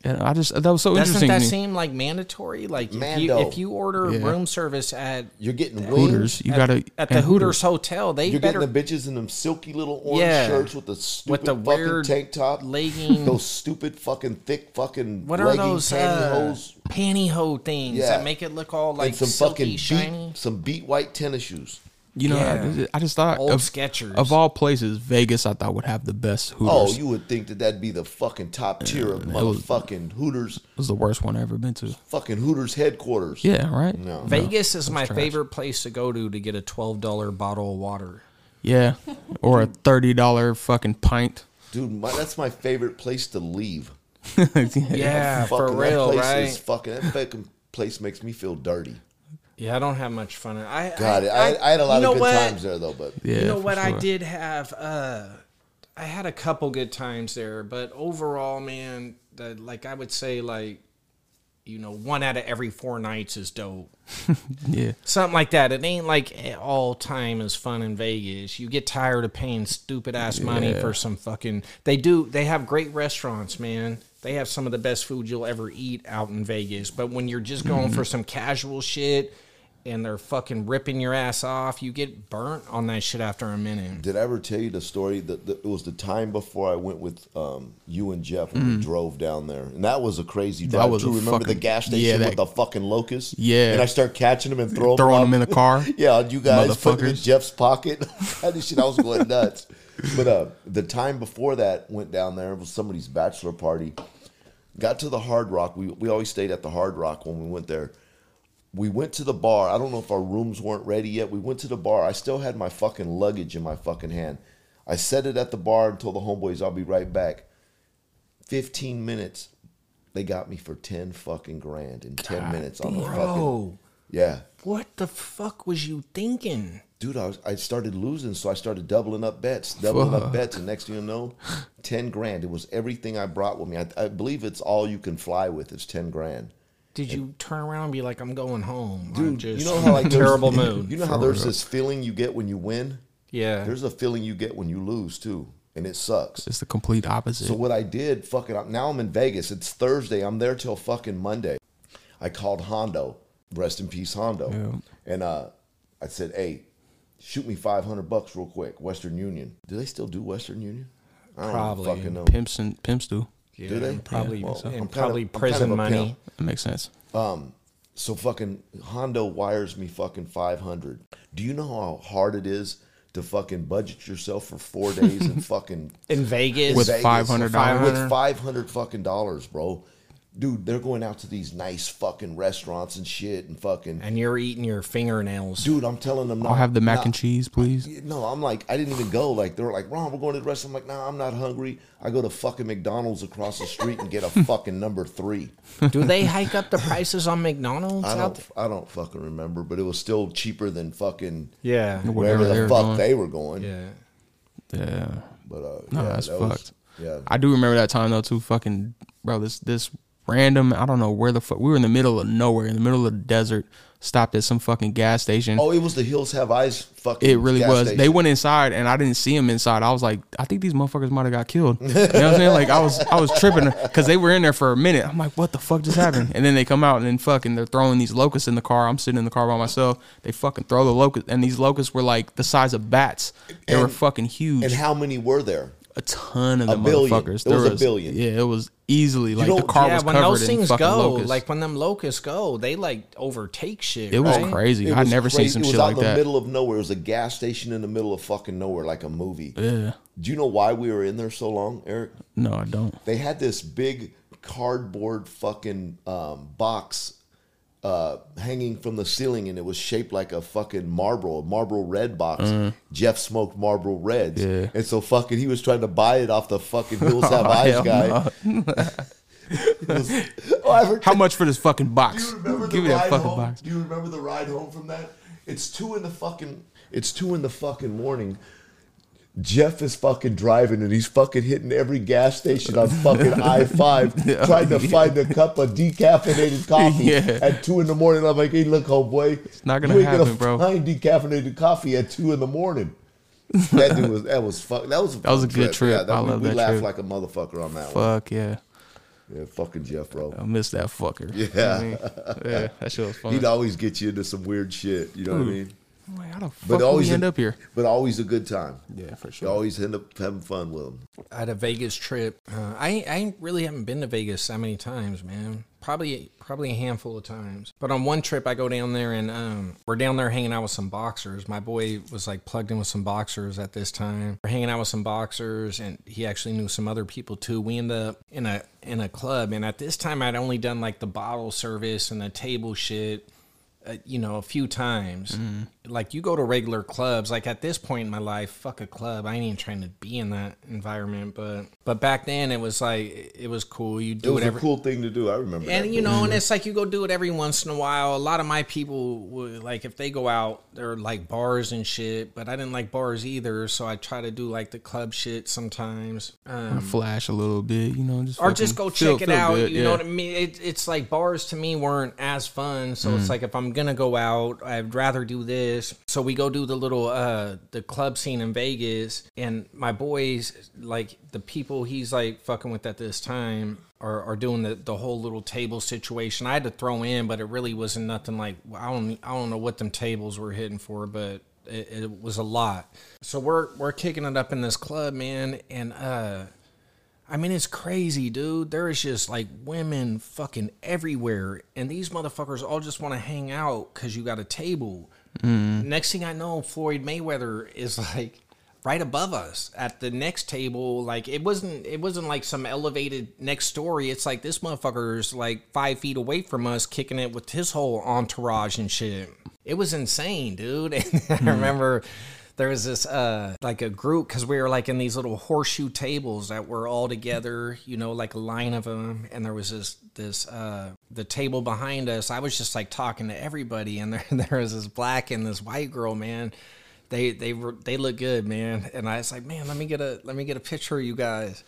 And I just that was so Doesn't interesting. that to me. seem like mandatory? Like if you, Mando. if you order Yeah. room service at You're getting wings. Hooters, you at, gotta at and the Hooters hotel, they You're better getting the bitches in them silky little orange Yeah. shirts with the stupid With the fucking weird tank top, legging- those stupid fucking thick fucking what are legging those pantyhose, pantyhose, uh, pantyhose things Yeah. that make it look all like and some silky, fucking shiny? beat, some beat white tennis shoes. You know, Yeah. I, just- I just thought Old of Skechers. of all places, Vegas I thought would have the best Hooters. Oh, you would think that that'd be the fucking top tier of motherfucking Hooters, it was the worst one I ever been to. fucking Hooters headquarters. Yeah, right. No. Vegas is my favorite place to go to to get a twelve dollar bottle of water. Yeah, or a thirty dollar fucking pint. dude, my, that's my favorite place to leave. Yeah, for that real, place right? is fucking that fucking place makes me feel dirty. yeah, I don't have much fun. I God, I, I, had a lot you know of good what? times there though, but Yeah, you know for what? I sure. did have. uh I had a couple good times there, but overall, man, the, like I would say, like you know, one out of every four nights is dope. Yeah, Something like that. It ain't like eh, all time is fun in Vegas. You get tired of paying stupid ass money for some fucking. They do. They have great restaurants, man. They have some of the best food you'll ever eat out in Vegas. But when you're just going Mm-hmm. for some casual shit and they're fucking ripping your ass off, you get burnt on that shit after a minute. Did I ever tell you the story? That the, it was the time before I went with um, you and Jeff when we drove down there, and that was a crazy drive. Mm. was too. a remember the fucking- gas station yeah, with that- the fucking locusts? Yeah. and I start catching them and throwing, Throwing them, them in the car? [laughs] yeah, and you guys put them in Motherfuckers. Jeff's pocket. [laughs] I just shit, I was going nuts. But uh, the time before that, went down there it was somebody's bachelor party. Got to the Hard Rock. We we always stayed at the Hard Rock when we went there we went to the bar. I don't know if our rooms weren't ready yet. We went to the bar. I still had my fucking luggage in my fucking hand. I set it at the bar and told the homeboys I'll be right back. 15 minutes. They got me for 10 fucking grand in 10 minutes on the fucking Bro, Yeah. what the fuck was you thinking? Dude, I was, I started losing, so I started doubling up bets, doubling up bets, and next thing you know, 10 grand. It was everything I brought with me. I, I believe it's all you can fly with is 10 grand. Did you turn around and be like, "I'm going home"? I'm Dude, just you know [laughs] how like there's- terrible mood. [laughs] You know how there's this feeling you get when you win? yeah. There's a feeling you get when you lose too, and it sucks. it's the complete opposite. So what I did, fucking, I'm- now I'm in Vegas. It's Thursday. I'm there till fucking Monday. I called Hondo, rest in peace, Hondo, and uh, I said, "Hey, shoot me 500 bucks real quick, Western Union. Do they still do Western Union? I don't Probably. fucking know. pimps and pimps do. yeah, do they? and Probably Yeah, well, I'm and kind of- probably I'm kind of prison a money. pimp. Um, That makes sense. So fucking Hondo wires me fucking 500. Do you know how hard it is to fucking budget yourself for four days [laughs] and fucking in Vegas. With Vegas. $500. With five hundred fucking dollars, bro. Dude, they're going out to these nice fucking restaurants and shit and [laughs] fucking. and you're eating your fingernails. Dude, I'm telling them. I'll have the mac not- and cheese, please. No, I'm like, I didn't even go. Like, they were like, Ron, we're going to the restaurant. I'm like, nah, I'm not hungry. I go to fucking McDonald's across the street and [laughs] get a fucking number three. Do [laughs] they hike up the prices on McDonald's out I don't, there? I don't fucking remember, but it was still cheaper than fucking Yeah. wherever Wherever they the were fuck going. they were going. Yeah. Yeah. But uh, No, yeah, that's that fucked. was- yeah, I do remember that time though too. Fucking bro, this this random. I don't know where the fuck we were in the middle of nowhere, in the middle of the desert. Stopped at some fucking gas station. Oh, it was the Hills Have Eyes fucking. It really gas was. They station. went inside, and I didn't see them inside. I was like, I think these motherfuckers might have got killed. You know what I'm saying? Like I was, I was tripping because they were in there for a minute. I'm like, what the fuck just happened? And then they come out and then fucking they're throwing these locusts in the car. I'm sitting in the car by myself. They fucking throw the locust, and these locusts were like the size of bats. They were And- fucking huge. And how many were there? a ton of A them billion. motherfuckers. It was a billion. Yeah, it was easily like the don't- car yeah, was when covered those in things fucking go, locusts. like when them locusts go, they like overtake shit. it was right? crazy. It I'd was never crazy. seen some it was shit out like in the that. middle of nowhere. It was a gas station in the middle of fucking nowhere, like a movie. Yeah. Do you know why we were in there so long, Eric? No, I don't. They had this big cardboard fucking um, box uh, hanging from the ceiling, and it was shaped like a fucking Marlboro, a Marlboro Red box. Jeff smoked Marlboro Reds, Mm-hmm. Yeah. and so fucking he was trying to buy it off the fucking Hills [laughs] Have Eyes hell guy. no. [laughs] [laughs] It was- oh, I heard How much for this fucking do you box? remember Give the me that ride fucking home? box. Do you remember the ride home from that? It's two in the fucking. It's two in the fucking morning. Jeff is fucking driving and he's fucking hitting every gas station [laughs] on fucking I five, trying to find a cup of decaffeinated coffee Yeah. at two in the morning. I'm like, hey, look, homeboy, it's not gonna happen, bro." Find decaffeinated coffee at two in the morning. That dude was that was fuck. That was a That was fun a good trip. Yeah, I we, love we that laughed trip. like a motherfucker on that one. Fuck yeah. Yeah, fucking Jeff, bro. I miss that fucker. You know what Yeah. I mean? [laughs] yeah, that shit was fun. Hmm. He'd always get you into some weird shit. You know what I mean? I'm like, how the fuck But did always we end a- up here? But always a good time. Yeah, for You always end up having fun with them. I had a Vegas trip. Uh, I I really haven't been to Vegas that many times, man. Probably probably a handful of times. But on one trip, I go down there and um, we're down there hanging out with some boxers. My boy was like plugged in with some boxers at this time. We're hanging out with some boxers, and he actually knew some other people too. We end up in a in a club, and at this time, I'd only done like the bottle service and the table shit uh, you know, a few times. Mm-hmm. Like you go to regular clubs. Like at this point in my life, fuck a club. I ain't even trying to be in that environment. But but back then it was like it was cool. You It do was whatever. a cool Mm-hmm. thing to do. I remember. and that. you know, and it's like you go do it every once in a while. A lot of my people would like if they go out, they're like bars and shit. But I didn't like bars either, so I try to do like the club shit sometimes. Um, Flash a little bit, you know, just or just fucking go feel- check it feel out. good, you yeah. know what I mean? It, it's like bars to me weren't as fun, so Mm-hmm. it's like if I'm gonna go out, I'd rather do this. So we go do the little uh the club scene in Vegas, and my boys like the people he's like fucking with at this time. Are, are doing the, the whole little table situation. I had to throw in, but it really wasn't nothing like I don't I don't know what them tables were hitting for, but it, it was a lot. So we're we're kicking it up in this club, man, and uh I mean, it's crazy, dude. There is just like women fucking everywhere, and these motherfuckers all just want to hang out because you got a table. Next thing I know, Floyd Mayweather is like right above us at the next table. Like it wasn't, it wasn't like some elevated next story. It's like this motherfucker's like five feet away from us, kicking it with his whole entourage and shit. It was insane, dude. [laughs] And I remember there was this uh like a group because we were like in these little horseshoe tables that were all together you know like a line of them and there was this this uh the table behind us i was just like talking to everybody and there, [laughs] there was this black and this white girl man they they were they look good man and i was like man let me get a let me get a picture of you guys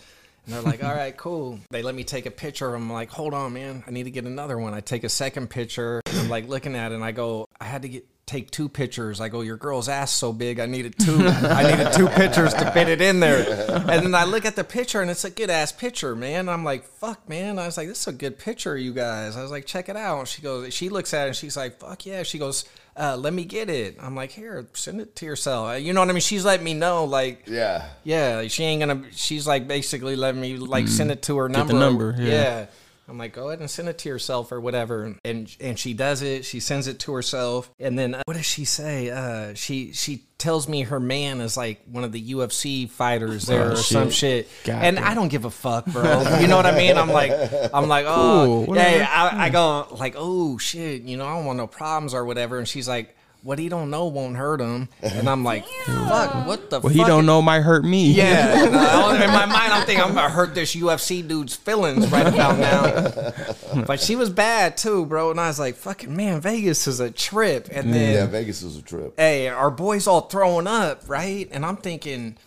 and they're like, all right, cool. They let me take a picture. I'm like, hold on, man. I need to get another one. I take a second picture. And I'm like looking at it and I go, I had to get take two pictures. I go, your girl's ass so big. I needed two. I needed two pictures to fit it in there. And then I look at the picture and it's a good ass picture, man. I'm like, fuck, man. I was like, this is a good picture, you guys. I was like, check it out. And she goes, she looks at it and she's like, fuck yeah. She goes, uh, let me get it. I'm like, here, send it to yourself. You know what I mean? She's letting me know, like, yeah, yeah, like, she ain't gonna. She's like basically letting me like send it to her number. Mm. number, yeah. I'm like, go ahead and send it to yourself or whatever, and and she does it. She sends it to herself, and then uh, what does she say? Uh, she she tells me her man is like one of the UFC fighters there Oh, or some shit, and I don't give a fuck, bro. You know what I mean? I'm like, I'm like, oh, Cool, yeah. I, I go like, oh shit, you know, I don't want no problems or whatever, and she's like. What he don't know won't hurt him, and I'm like, fuck, what the? Well, he fuck don't know might hurt me. yeah. And I- in my mind, I'm thinking I'm gonna hurt this UFC dude's feelings right about now. But she was bad too, bro. And I was like, "Fucking man, Vegas is a trip." And then, yeah. Vegas was a trip. hey, our boys all throwing up, right? And I'm thinking.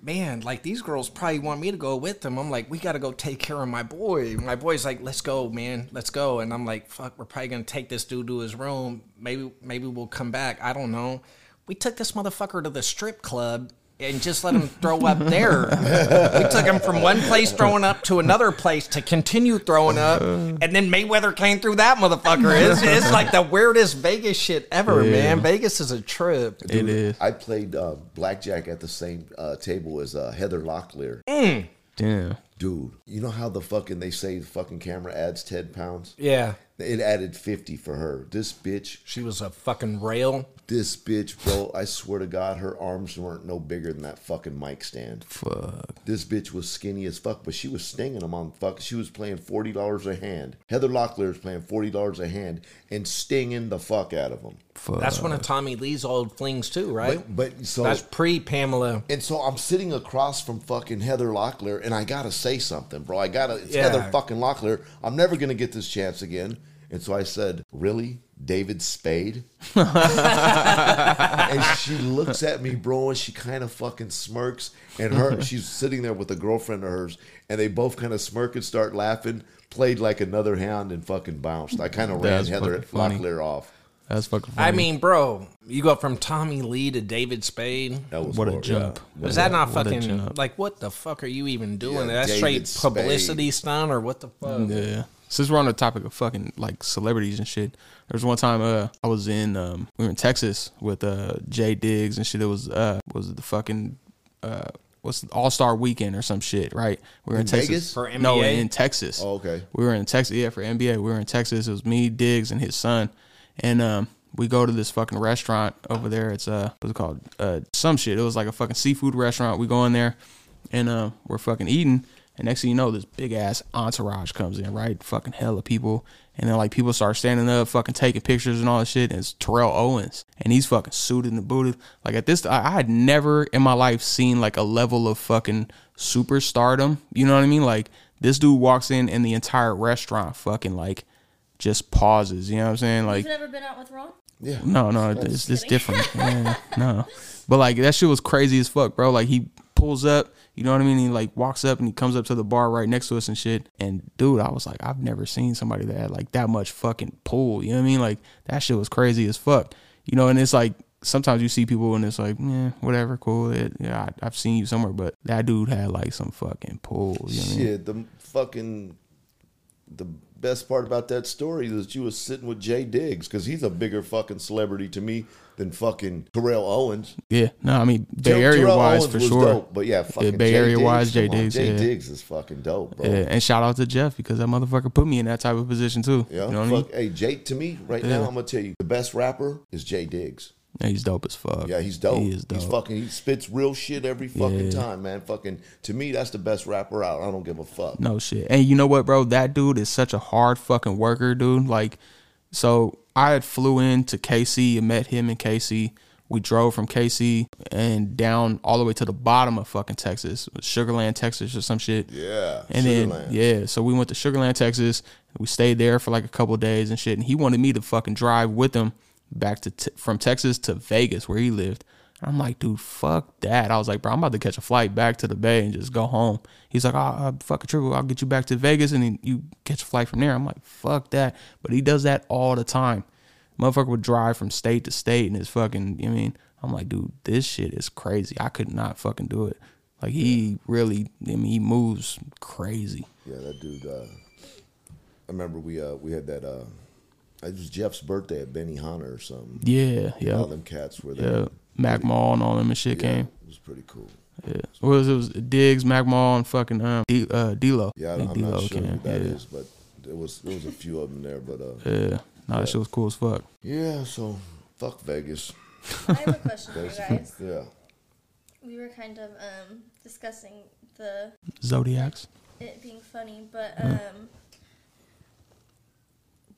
Man, like these girls probably want me to go with them. I'm like, we got to go take care of my boy. My boy's like, let's go, man, let's go. And I'm like, fuck, we're probably gonna take this dude to his room. Maybe, maybe we'll come back. I don't know. We took this motherfucker to the strip club and just let him throw up there. we took him from one place throwing up to another place to continue throwing up, and then Mayweather came through that motherfucker. It's, it's like the weirdest Vegas shit ever, man. Vegas is a trip. [laughs] It is. I played uh, blackjack at the same uh, table as uh, Heather Locklear. Damn. Dude, you know how the fucking they say the fucking camera adds ten pounds? Yeah, It added fifty for her. This bitch she was a fucking rail. This bitch, bro, I swear to God, her arms weren't no bigger than that fucking mic stand. Fuck. This bitch was skinny as fuck, but she was stinging them on fuck. She was playing forty dollars a hand. Heather Locklear was playing forty dollars a hand and stinging the fuck out of them. Fuck. That's one of Tommy Lee's old flings too, right? But, but so That's pre Pamela. and so I'm sitting across from fucking Heather Locklear, and I gotta say something, bro. I gotta it's Yeah. Heather fucking Locklear. I'm never gonna get this chance again. And so I said, "Really, David [laughs] Spade?" and she looks at me, bro, and she kind of fucking smirks. And her, she's sitting there with a girlfriend of hers, and they both kind of smirk and start laughing. Played like another hound and fucking bounced. I kind of ran That's Heather fucking funny. Locklear off. That's fucking funny. I mean, bro, you go from Tommy Lee to David Spade. That was What a horrible. jump. Is that not what a fucking jump. like what the fuck are you even doing? Yeah, That's straight David Spade. publicity stunt or what the fuck? Yeah. Since we're on the topic of fucking like celebrities and shit, there was one time uh I was in um we were in Texas with uh Jay Diggs and shit. It was uh what was it the fucking uh what's All Star Weekend or some shit, right? We were in, Texas Vegas? For No, NBA? in Texas. Oh, okay. We were in Texas. Yeah, for NBA, we were in Texas. It was me, Diggs, and his son, and um. We go to this fucking restaurant over there. It's uh, what's it called? Uh, some shit. It was like a fucking seafood restaurant. We go in there, and uh, we're fucking eating. And next thing you know, this big ass entourage comes in, right? Fucking hella people. And then like people start standing up, fucking taking pictures and all that shit. And it's Terrell Owens, and he's fucking suited and booted. Like at this, I, I had never in my life seen like a level of fucking superstardom. You know what I mean? Like this dude walks in, and the entire restaurant fucking like just pauses. You know what I'm saying? Like You've never been out with [laughs] Ron? no, no, it's, it's different. Yeah, no, but like that shit was crazy as fuck, bro. Like he pulls up, you know what I mean? He like walks up and he comes up to the bar right next to us and shit. And dude, I was like, I've never seen somebody that had like that much fucking pull. You know what I mean? Like that shit was crazy as fuck. You know, and it's like sometimes you see people and it's like, yeah, whatever, cool. It, yeah, I, I've seen you somewhere, but that dude had like some fucking pull. You know what I mean? Shit, the fucking the best part about that story is that you was sitting with Jay Diggs because he's a bigger fucking celebrity to me than fucking Terrell Owens. Yeah, no, I mean Bay Ter- Area Terrell wise Owens for was sure. dope, but yeah, fucking Bay Jay Area Diggs, wise, Jay come on, Diggs, Jay yeah. Diggs is fucking dope, bro. Yeah, and shout out to Jeff because that motherfucker put me in that type of position too. Yeah, you know what I mean? fuck, hey Jake. To me, right now, I'm gonna tell you the best rapper is Jay Diggs. Yeah, he's dope as fuck. Yeah, he's dope. He is dope. He's fucking. He spits real shit every fucking time, man. Fucking to me, that's the best rapper out. I don't give a fuck. No shit. And you know what, bro? That dude is such a hard fucking worker, dude. Like, so I had flew in to KC and met him in KC. We drove from KC and down all the way to the bottom of fucking Texas, Sugarland, Texas, or some shit. Yeah, And Sugarland. then yeah, so we went to Sugarland, Texas. We stayed there for like a couple of days and shit. And he wanted me to fucking drive with him back to t- from Texas to Vegas where he lived. I'm like, dude, fuck that. I was like, bro, I'm about to catch a flight back to the Bay and just go home. He's like, oh, uh, fuck a trip. I'll get you back to Vegas and then you catch a flight from there. I'm like, fuck that. But he does that all the time. Motherfucker would drive from state to state and it's fucking, I mean, I'm like, dude, this shit is crazy. I could not fucking do it. Like he really, I mean, he moves crazy. Yeah, that dude. Uh, I remember we uh, we had that. Uh, it was Jeff's birthday at Benny Hanna or something. Yeah, yeah, All them cats were there. yeah. Mac Mall and all them and shit Yeah, came. It was pretty cool. Yeah, what was it? it was Diggs, Mac Mall, and fucking um, D, uh, D-Lo. Yeah, I, I think I'm not D-Lo sure who came, that yeah. is, but there was there was a few of them there. But uh, Yeah, no, that shit was cool as fuck. yeah, so fuck Vegas. I have a question for you guys. Yeah, We were kind of um, discussing the Zodiacs. it being funny, but Hmm. um,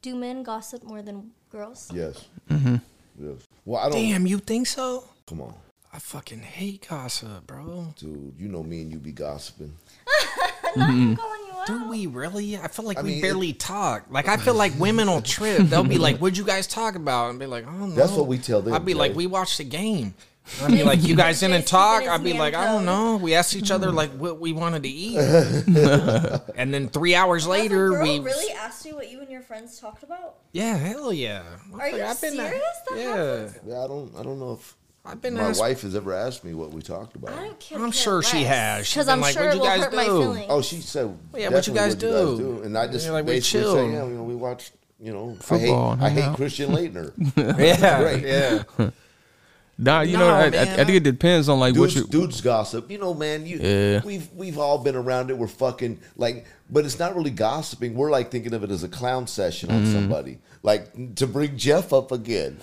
do men gossip more than girls? yes, Mm-hmm. yes. Well, I don't. Damn, you think so? Come on, I fucking hate gossip, bro. dude. You know me and you be gossiping. Hmm. I'm calling you out. Do we really? I feel like I we mean, it- barely talk. Like I feel [laughs] like women will trip. They'll be like, "What'd you guys talk about?" And be like, "Oh no." That's what we tell them, I'd be like, Jay. "We watched the game." And I'd be [laughs] like, "You guys didn't Jason's talk." in I'd be his like, "I man don't know." We asked each other like what we wanted to eat, [laughs] and then three hours Has a later, girl we really asked you what you and your friends talked about? yeah, hell yeah. Are you serious? That yeah, happens? Yeah, I don't. I don't know if I've been my asked. [laughs] wife has ever asked me what we talked about. I don't care. I'm sure she has. She's Because been I'm like, sure "What'd it you will guys hurt my do?" feelings. Oh, she said. yeah, what you definitely guys do? And I just You're like, we basically chill. say, yeah, you know, we watch, you know, Football and I hang [laughs] hate, I hate out. Christian Leitner. yeah, Great. yeah. Nah, you No, know, I, I, man, I think it depends on like Dudes, what you. dudes gossip. You know, man, you Yeah. we've we've all been around it. We're fucking like but it's not really gossiping. We're like thinking of it as a clown session Mm-hmm. on somebody. Like to bring Jeff [laughs] up again.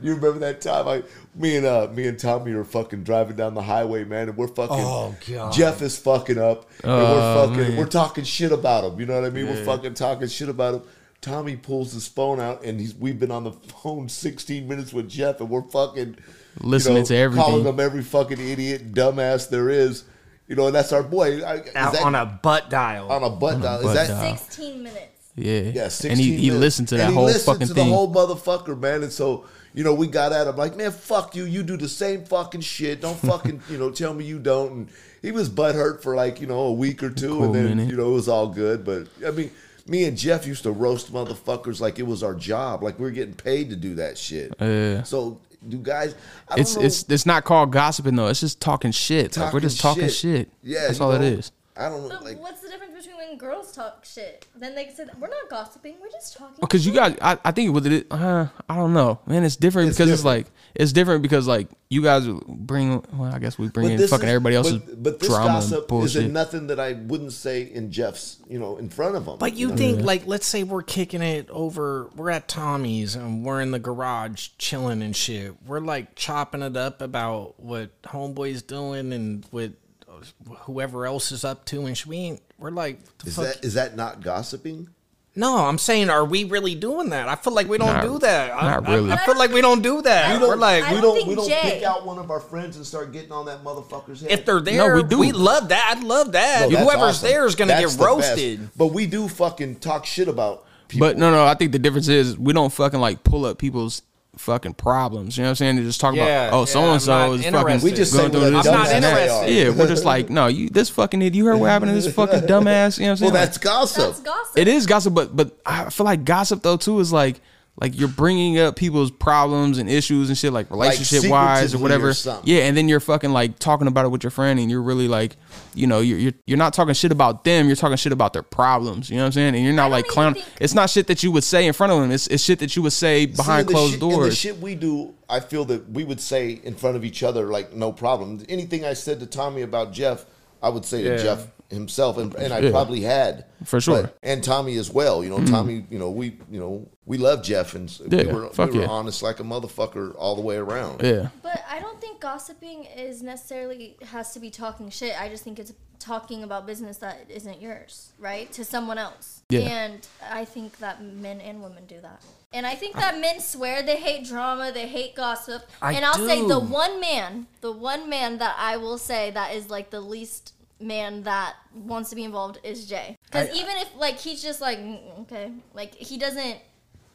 you remember that time I me and uh me and Tommy were fucking driving down the highway, man, and we're fucking Oh, God. Jeff is fucking up. And Oh, we're fucking man. we're talking shit about him. You know what I mean? We're fucking talking shit about him. Tommy pulls his phone out, and he's we've been on the phone 16 minutes with Jeff, and we're fucking you Listening know, to everything. calling him every fucking idiot, and dumbass there is. You know, and that's our boy. I, is Out that- on a butt dial. on a butt dial. Is butt that dial. Sixteen minutes. Yeah. yeah, 16 and he, he minutes. listened to that And he whole listened fucking to thing. The whole motherfucker, man. And so, you know, we got at him like, man, fuck you. You do the same fucking [laughs] shit. Don't fucking, you know, tell me you don't. And he was butthurt for like, you know, a week or two. Cool and then, minute. you know, it was all good. But, I mean, me and Jeff used to roast motherfuckers like it was our job. Like we were getting paid to do that shit. Yeah. So, do guys, I don't it's know- it's it's not called gossiping though. It's just talking shit. like we're talking just talking shit. Yeah. that's you all it know, is. I don't know. But Like, what's the difference between when girls talk shit? Then they said we're not gossiping. We're just talking. Because you guys, I, I think with it, uh, I don't know, man. It's different It's because it's different. like it's different because like you guys bring. Well, I guess we bring in this fucking is- everybody else's but, but this drama and gossip bullshit. isn't nothing that I wouldn't say in Jeff's, you know, in front of him. But you think, like, let's say we're kicking it over, we're at Tommy's and we're in the garage chilling and shit. We're like chopping it up about what Homeboy's doing and what uh, whoever else is up to, and sh- we ain't, we're like, what the is fuck? that is that not gossiping? no, I'm saying, are we really doing that? I feel like we don't Not- do that. I- not I, really. I, feel like we don't do that. We we're don't- like, I we don't think we don't Jay- pick out one of our friends and start getting on that motherfucker's head. if they're there, we we, do. love that. I love that. No, that's Whoever's awesome. there is gonna get That's the best. roasted. But we do fucking talk shit about people. But no, no, I think the difference is we don't fucking like pull up people's fucking problems. You know what I'm saying? They just talk Yeah, about oh, yeah, so and I'm so not is fucking. interested. We just going say what through a this. I'm not and that. interested. Yeah, we're just like no, you this fucking idiot. You heard what happened to this [laughs] fucking dumbass? You know what I'm well, saying? that's gossip. That's gossip. it is gossip, but but I feel like gossip though too is like like you're bringing up people's problems and issues and shit like relationship wise or secretively whatever. or something. yeah, and then you're fucking like talking about it with your friend and you're really like, you know, you're you're, you're not talking shit about them. You're talking shit about their problems. You know what I'm saying? And you're not don't like even clown. think- It's not shit that you would say in front of them. It's it's shit that you would say behind See, and the closed shit- and doors. the shit we do, I feel that we would say in front of each other, like no problem. Anything I said to Tommy about Jeff, I would say to Jeff himself, and, and I Yeah. probably had For sure. But- and Tommy as well. You know, Mm. Tommy. You know, we you know we love Jeff, and s- we Yeah, were, fuck we were yeah. honest like a motherfucker all the way around. yeah. But I don't think gossiping is necessarily has to be talking shit. I just think it's talking about business that isn't yours, right? To someone else. Yeah. And I think that men and women do that. And I think that men swear they hate drama, they hate gossip. I and I'll say the do. one man, the one man that I will say that is like the least man that wants to be involved is Jay. Cuz I- even if like he's just like "Mm, okay, like he doesn't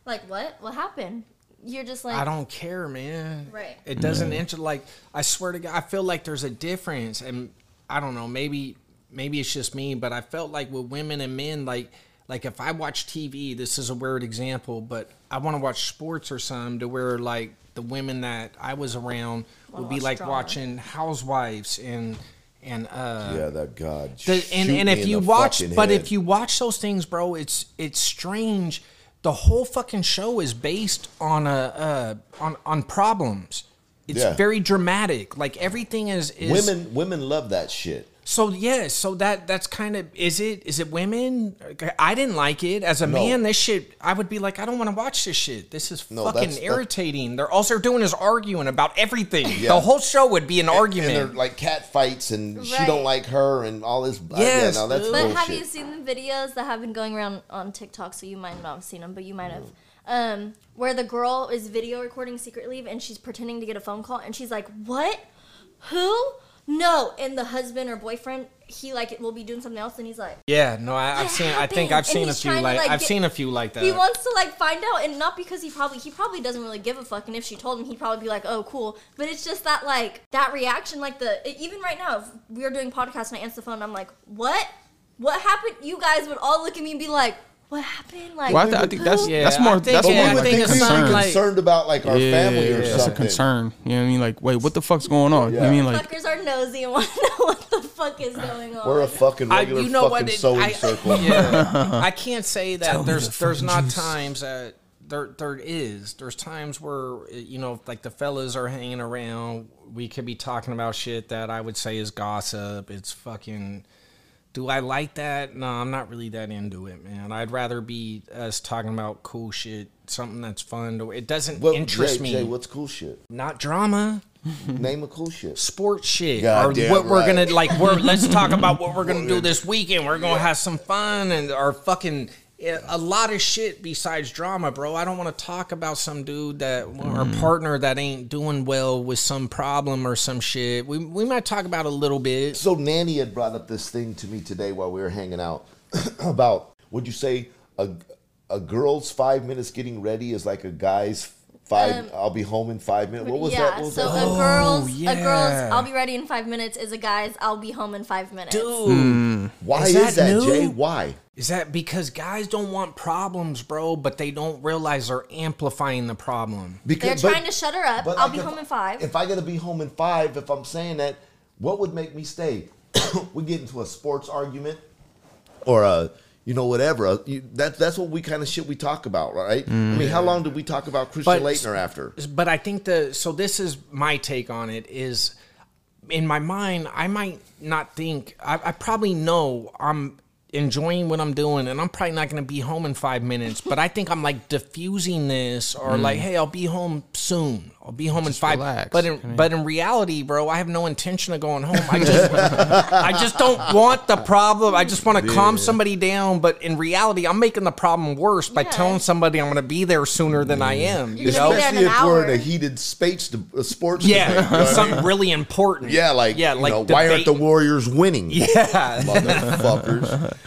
like what? What happened? You're just like I don't care, man. Right. It doesn't enter like I swear to God, I feel like there's a difference, and I don't know. Maybe maybe it's just me, but I felt like with women and men, like like if I watch TV, this is a weird example, but I want to watch sports or something to where like the women that I was around would be watch like drama. watching Housewives and and uh Yeah, that God. the, and, shoot and me if in you the watch, fucking but head. if you watch those things, bro, it's it's strange. The whole fucking show is based on a uh, on on problems. It's Yeah. very dramatic. Like everything is, is women women love that shit. So yeah, so that that's kind of is it is it women? I didn't like it as a man. This shit, I would be like, I don't want to watch this shit. This is No, fucking that's- that- irritating. They're all they're doing is arguing about everything. Yeah. The whole show would be an argument. And they're like cat fights, and she Right. don't like her, and all this. uh, Yes, yeah, no, that's dude. But bullshit. have you seen the videos that have been going around on TikTok? So you might not have seen them, but you might have. Um, where the girl is video recording secretly and she's pretending to get a phone call and she's like, "What? Who? No!" And the husband or boyfriend, he like will be doing something else, and he's like, Yeah, no, I, I've What seen. I think happened? I've And seen a he's few trying to, like, like, I've get- seen a few like that. he wants to like find out, and not because he probably he probably doesn't really give a fuck, and if she told him, he'd probably be like, "Oh, cool." But it's just that like that reaction, like the e, even right now, if we were doing podcasts and I answer the phone, I'm like, "What? What happened?" You guys would all look at me and be like, "What happened?" Like, Well, I, th- I think that's who? Yeah, that's I more think that's But Yeah, more we would like a think think it's we'd be concern. something like- concerned about like our family or that's something. a concern. You know what I mean? Like, wait, what the fuck's going on? You know what I mean? Like, fuckers are nosy and [laughs] want to know what the fuck is going on. We're a fucking I, regular you know fucking what? It, sewing I, [laughs] circle. yeah, I can't say that there's there's not times that there there is there's times where you know like the fellas are hanging around we could be talking about shit that i would say is gossip it's fucking do i like that no i'm not really that into it man i'd rather be us talking about cool shit something that's fun to it doesn't What interest Jay, me Mm-hmm. Jay, what's cool shit? not drama Name a cool shit. sports shit or Goddamn what we're right. gonna like we're let's talk about what we're gonna do this weekend we're gonna have some fun and our fucking eh, a lot of shit besides drama bro i don't want to talk about some dude that or partner that ain't doing well with some problem or some shit we, we might talk about a little bit So Nanny had brought up this thing to me today while we were hanging out [clears throat] about would you say a a girl's five minutes getting ready is like a guy's five? Um, I'll be home in five minutes. What was yeah, that? What was so that? Oh, a girl's a yeah. girl's I'll be ready in five minutes is a guy's I'll be home in five minutes. dude Why is that is, that, new? Jay? Why? Is that because guys don't want problems, bro, but they don't realize they're amplifying the problem? They're Because trying to shut her up. but I'll like be if- home in five. If I gotta be home in five, if I'm saying that, what would make me stay? [coughs] we get into a sports argument, or a you know whatever. A, you, that that's what we kind of shit we talk about, right? I mean, how long did we talk about Christian But- Leitner after? but I think the so this is my take on it is in my mind I might not think I, I probably know I'm enjoying what I'm doing and I'm probably not going to be home in five minutes but I think I'm like diffusing this or like hey I'll be home soon I'll be home in five relax. but in, but in reality bro I have no intention of going home I just I just don't want the problem I just want to calm somebody down but in reality I'm making the problem worse by Yeah. telling somebody I'm going to be there sooner than I am you You're gonna know be there in Especially an if we're in hour. a heated space, to, a sports. debate, [laughs] [laughs] you know Yeah, what I mean? something really important. Yeah, like yeah, like you know, why aren't the debate- Warriors [laughs] winning? yeah. [laughs] motherfuckers.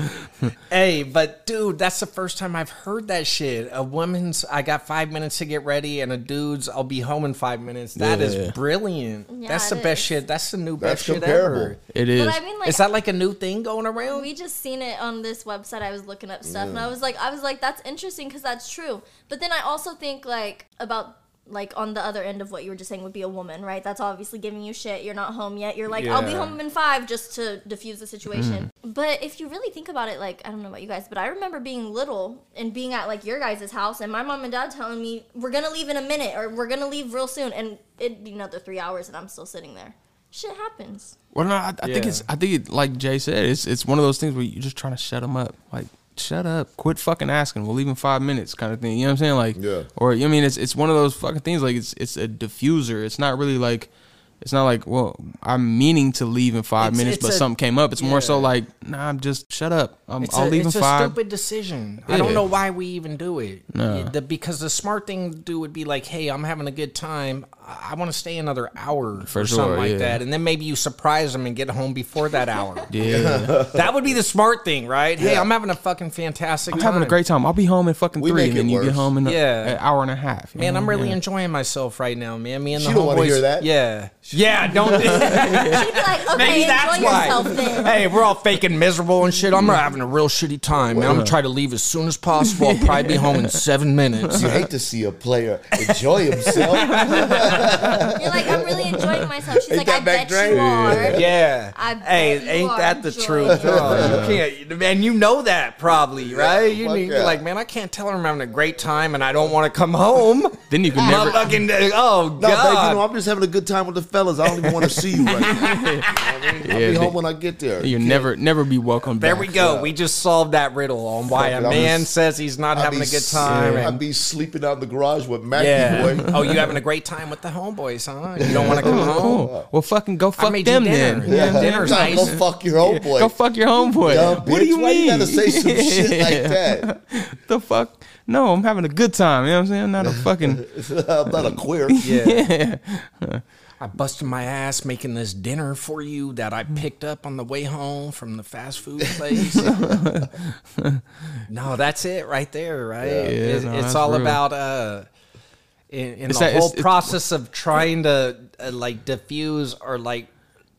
Hey, but dude, that's the first time I've heard that shit. A woman's I got five minutes to get ready, and a dude's I'll be home in five minutes. That is Yeah. brilliant. Yeah, that's the it best is. shit. That's the new That's best shit comparable. ever. It is. but I mean like is that like a new thing going around? we just seen it on this website i was looking up stuff and i was like i was like that's interesting because that's true but then i also think like about like on the other end of what you were just saying would be a woman right that's obviously giving you shit you're not home yet you're like i'll be Yeah. Mm-hmm. home in five just to diffuse the situation but if you really think about it like i don't know about you guys but i remember being little and being at like your guys' house and my mom and dad telling me we're gonna leave in a minute or we're gonna leave real soon and it'd be another three hours and i'm still sitting there shit [laughs] happens Well, no, I, I think Yeah. it's. I think it, like Jay said, it's it's one of those things where you're just trying to shut them up. Like, shut up, quit fucking asking. We'll leave in five minutes, kind of thing. You know what I'm saying? Like, Yeah. Or you know what I mean, it's it's one of those fucking things. Like, it's it's a diffuser. It's not really like, it's not like, well, I'm meaning to leave in five It's- minutes, it's but a- something came up. It's more so yeah. like, nah, I'm just shut up. I'm, It's I'll a, leave in it's a five. stupid decision. I don't Yeah. know why we even do it. No. The- because the smart thing to do would be like, hey, I'm having a good time. I, want to stay another hour For or sure, something like yeah. that. And then maybe you surprise them and get home before that hour. [laughs] Yeah, [laughs] that would be the smart thing, right? Hey, I'm having a fucking fantastic I'm time. having a great time. I'll be home in fucking We three, make and then it you get worse. home in a- Yeah. an hour and a half. You Man, know? I'm really Yeah. enjoying myself right now, man. Me and the She don't wanna homeboys- hear that. Yeah, [laughs] yeah, don't. she'd be like okay [laughs] Maybe enjoy that's yourself why. [laughs] then Hey, we're all faking miserable and shit. I'm having a real shitty time, man. I'm gonna try to leave as soon as possible. I'll probably be [laughs] home in seven minutes. You hate to see a player [laughs] enjoy himself. You're like, I'm really enjoying myself. She's Ain't like, that I bet back drain? you are. Yeah. I bet hey, you ain't are that the enjoying truth? it. Oh, you can't, man. You know that probably, right? You fuck need, you're yeah. like, man, I can't tell her I'm having a great time and I don't want to come [laughs] home. [laughs] Then you can never. Motherfucking, oh god. No, babe, you know, I'm just having a good time with the fellas. I don't even want to see you right now. You know what I mean? I'll Yeah, be they- home when I get there. You'll never, never be welcome There back. we go. We just solved that riddle on why a Fuck it, I'm man just- says he's not I'd having be a good s- time. I'd and- be sleeping out in the garage with [laughs] Mackie yeah. boy. oh, you having a great time with the homeboys, huh? You [laughs] don't want to come Oh, home? cool. Well, fucking go Uh-huh. I fuck made them you dinner. then. [laughs] Yeah. Yeah. Dinner's Nah, nice. Go fuck your old boy. Go fuck your homeboy. Dumb what do bitch. you Why mean? you [laughs] gotta [laughs] say some shit like that? the fuck? No, I'm having a good time. You know what I'm saying? [laughs] I'm not a fucking. [laughs] I'm not a queer. Yeah. I busted my ass making this dinner for you that I picked up on the way home from the fast food place. no, that's it right there, right? It- no, it's that's all real. about uh in, in It's the that- it's- whole it's- process of trying to uh, like diffuse or like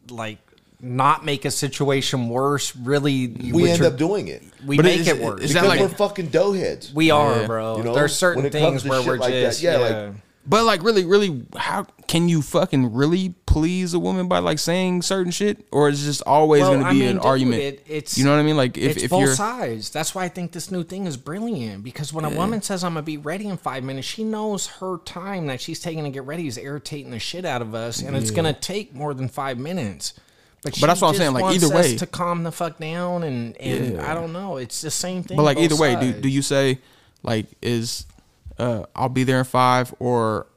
like not make a situation worse really We what end you're- up doing it. we But make is- it worse is that Because like- we're fucking doughheads. we are Yeah. bro You know, there's certain when it things comes to where shit we're like that, just yeah, like- But like, really, really, how can you fucking really please a woman by like saying certain shit, or is it just always Well, going to I be mean, an dude, argument? it- it's- you know what I mean? Like if it's if both you're sides. That's why I think this new thing is brilliant because when a woman says I'm gonna be ready in five minutes, she knows her time that she's taking to get ready is irritating the shit out of us, and it's gonna take more than five minutes. But, she that's what I'm just saying, like, wants either us way. to calm the fuck down, and, and I don't know, it's the same thing. But like both either way, do sides. do you say like is uh I'll be there in five or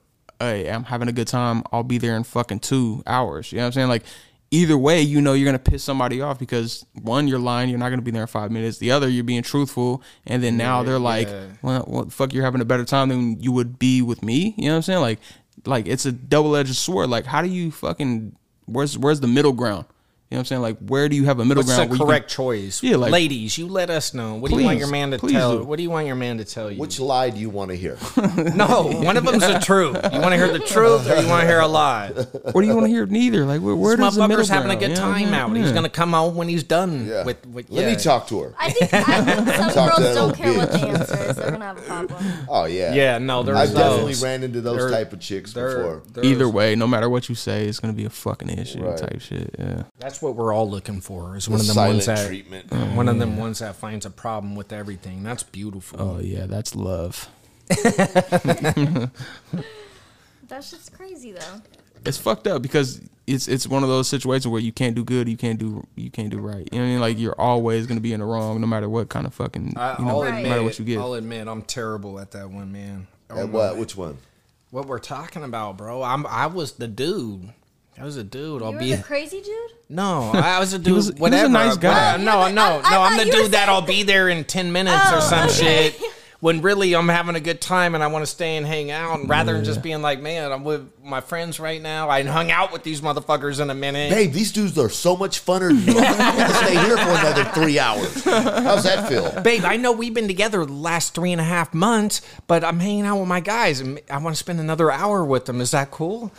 hey, I'm having a good time, I'll be there in fucking two hours. You know what I'm saying? Like either way, you know you're gonna piss somebody off because one, you're lying, you're not gonna be there in five minutes. The other, you're being truthful, and then now they're like, Well what the fuck you're having a better time than you would be with me? You know what I'm saying? Like like it's a double edged sword. Like how do you fucking where's where's the middle ground? You know what I'm saying? Like where do you have a middle What's ground? the where you can- correct choice? Yeah, like- ladies, you let us know. What do you want Please, your man to please tell? do. What do you want your man to tell you? Which lie do you want [laughs] to hear? no, one of [laughs] them's the truth. You want to hear the truth, or you want to hear a lie? What do you want to hear? Neither. Like, where, where This does the middle motherfucker's having a ground, good you know what I time mean? out. He's gonna come home when he's done with. with Let yeah. me talk to her. I think, I think some Talk girls to that don't old care what the bitch. answer is. They're gonna have a problem. Oh yeah, Yeah, no, there's I've definitely those. ran into those They're- type of chicks There- before. there's- Either way, no matter what you say, it's gonna be a fucking issue Right. type shit. Yeah. that's what we're all looking for. Is one The of them silent ones that treatment. one of them ones that finds a problem with everything. That's beautiful. Mm. Oh yeah, that's love. That's just crazy though. It's fucked up because it's it's one of those situations where you can't do good, you can't do you can't do right. You know what I mean? Like you're always gonna be in the wrong, no matter what kind of fucking I, you know, will Right. admit, no matter what you get. I'll admit, I'm terrible at that one, man. I At don't what? know Which one? What we're talking about, bro? I'm I was the dude. I was a dude. I'll You were be the crazy dude. No, I was a dude. was- he was a whatever. nice guy. Well, no, Yeah, but no, I- I no. thought I'm the you were dude that'll saying- be there in ten minutes or Oh, some okay. [laughs] shit. When really I'm having a good time and I want to stay and hang out, and rather than just being like, man, I'm with my friends right now. I hung out with these motherfuckers in a minute. Babe, these dudes are so much funner than [laughs] you. I'm gonna stay here for another three hours. How's that feel? Babe, I know we've been together the last three and a half months, but I'm hanging out with my guys and I want to spend another hour with them. Is that cool?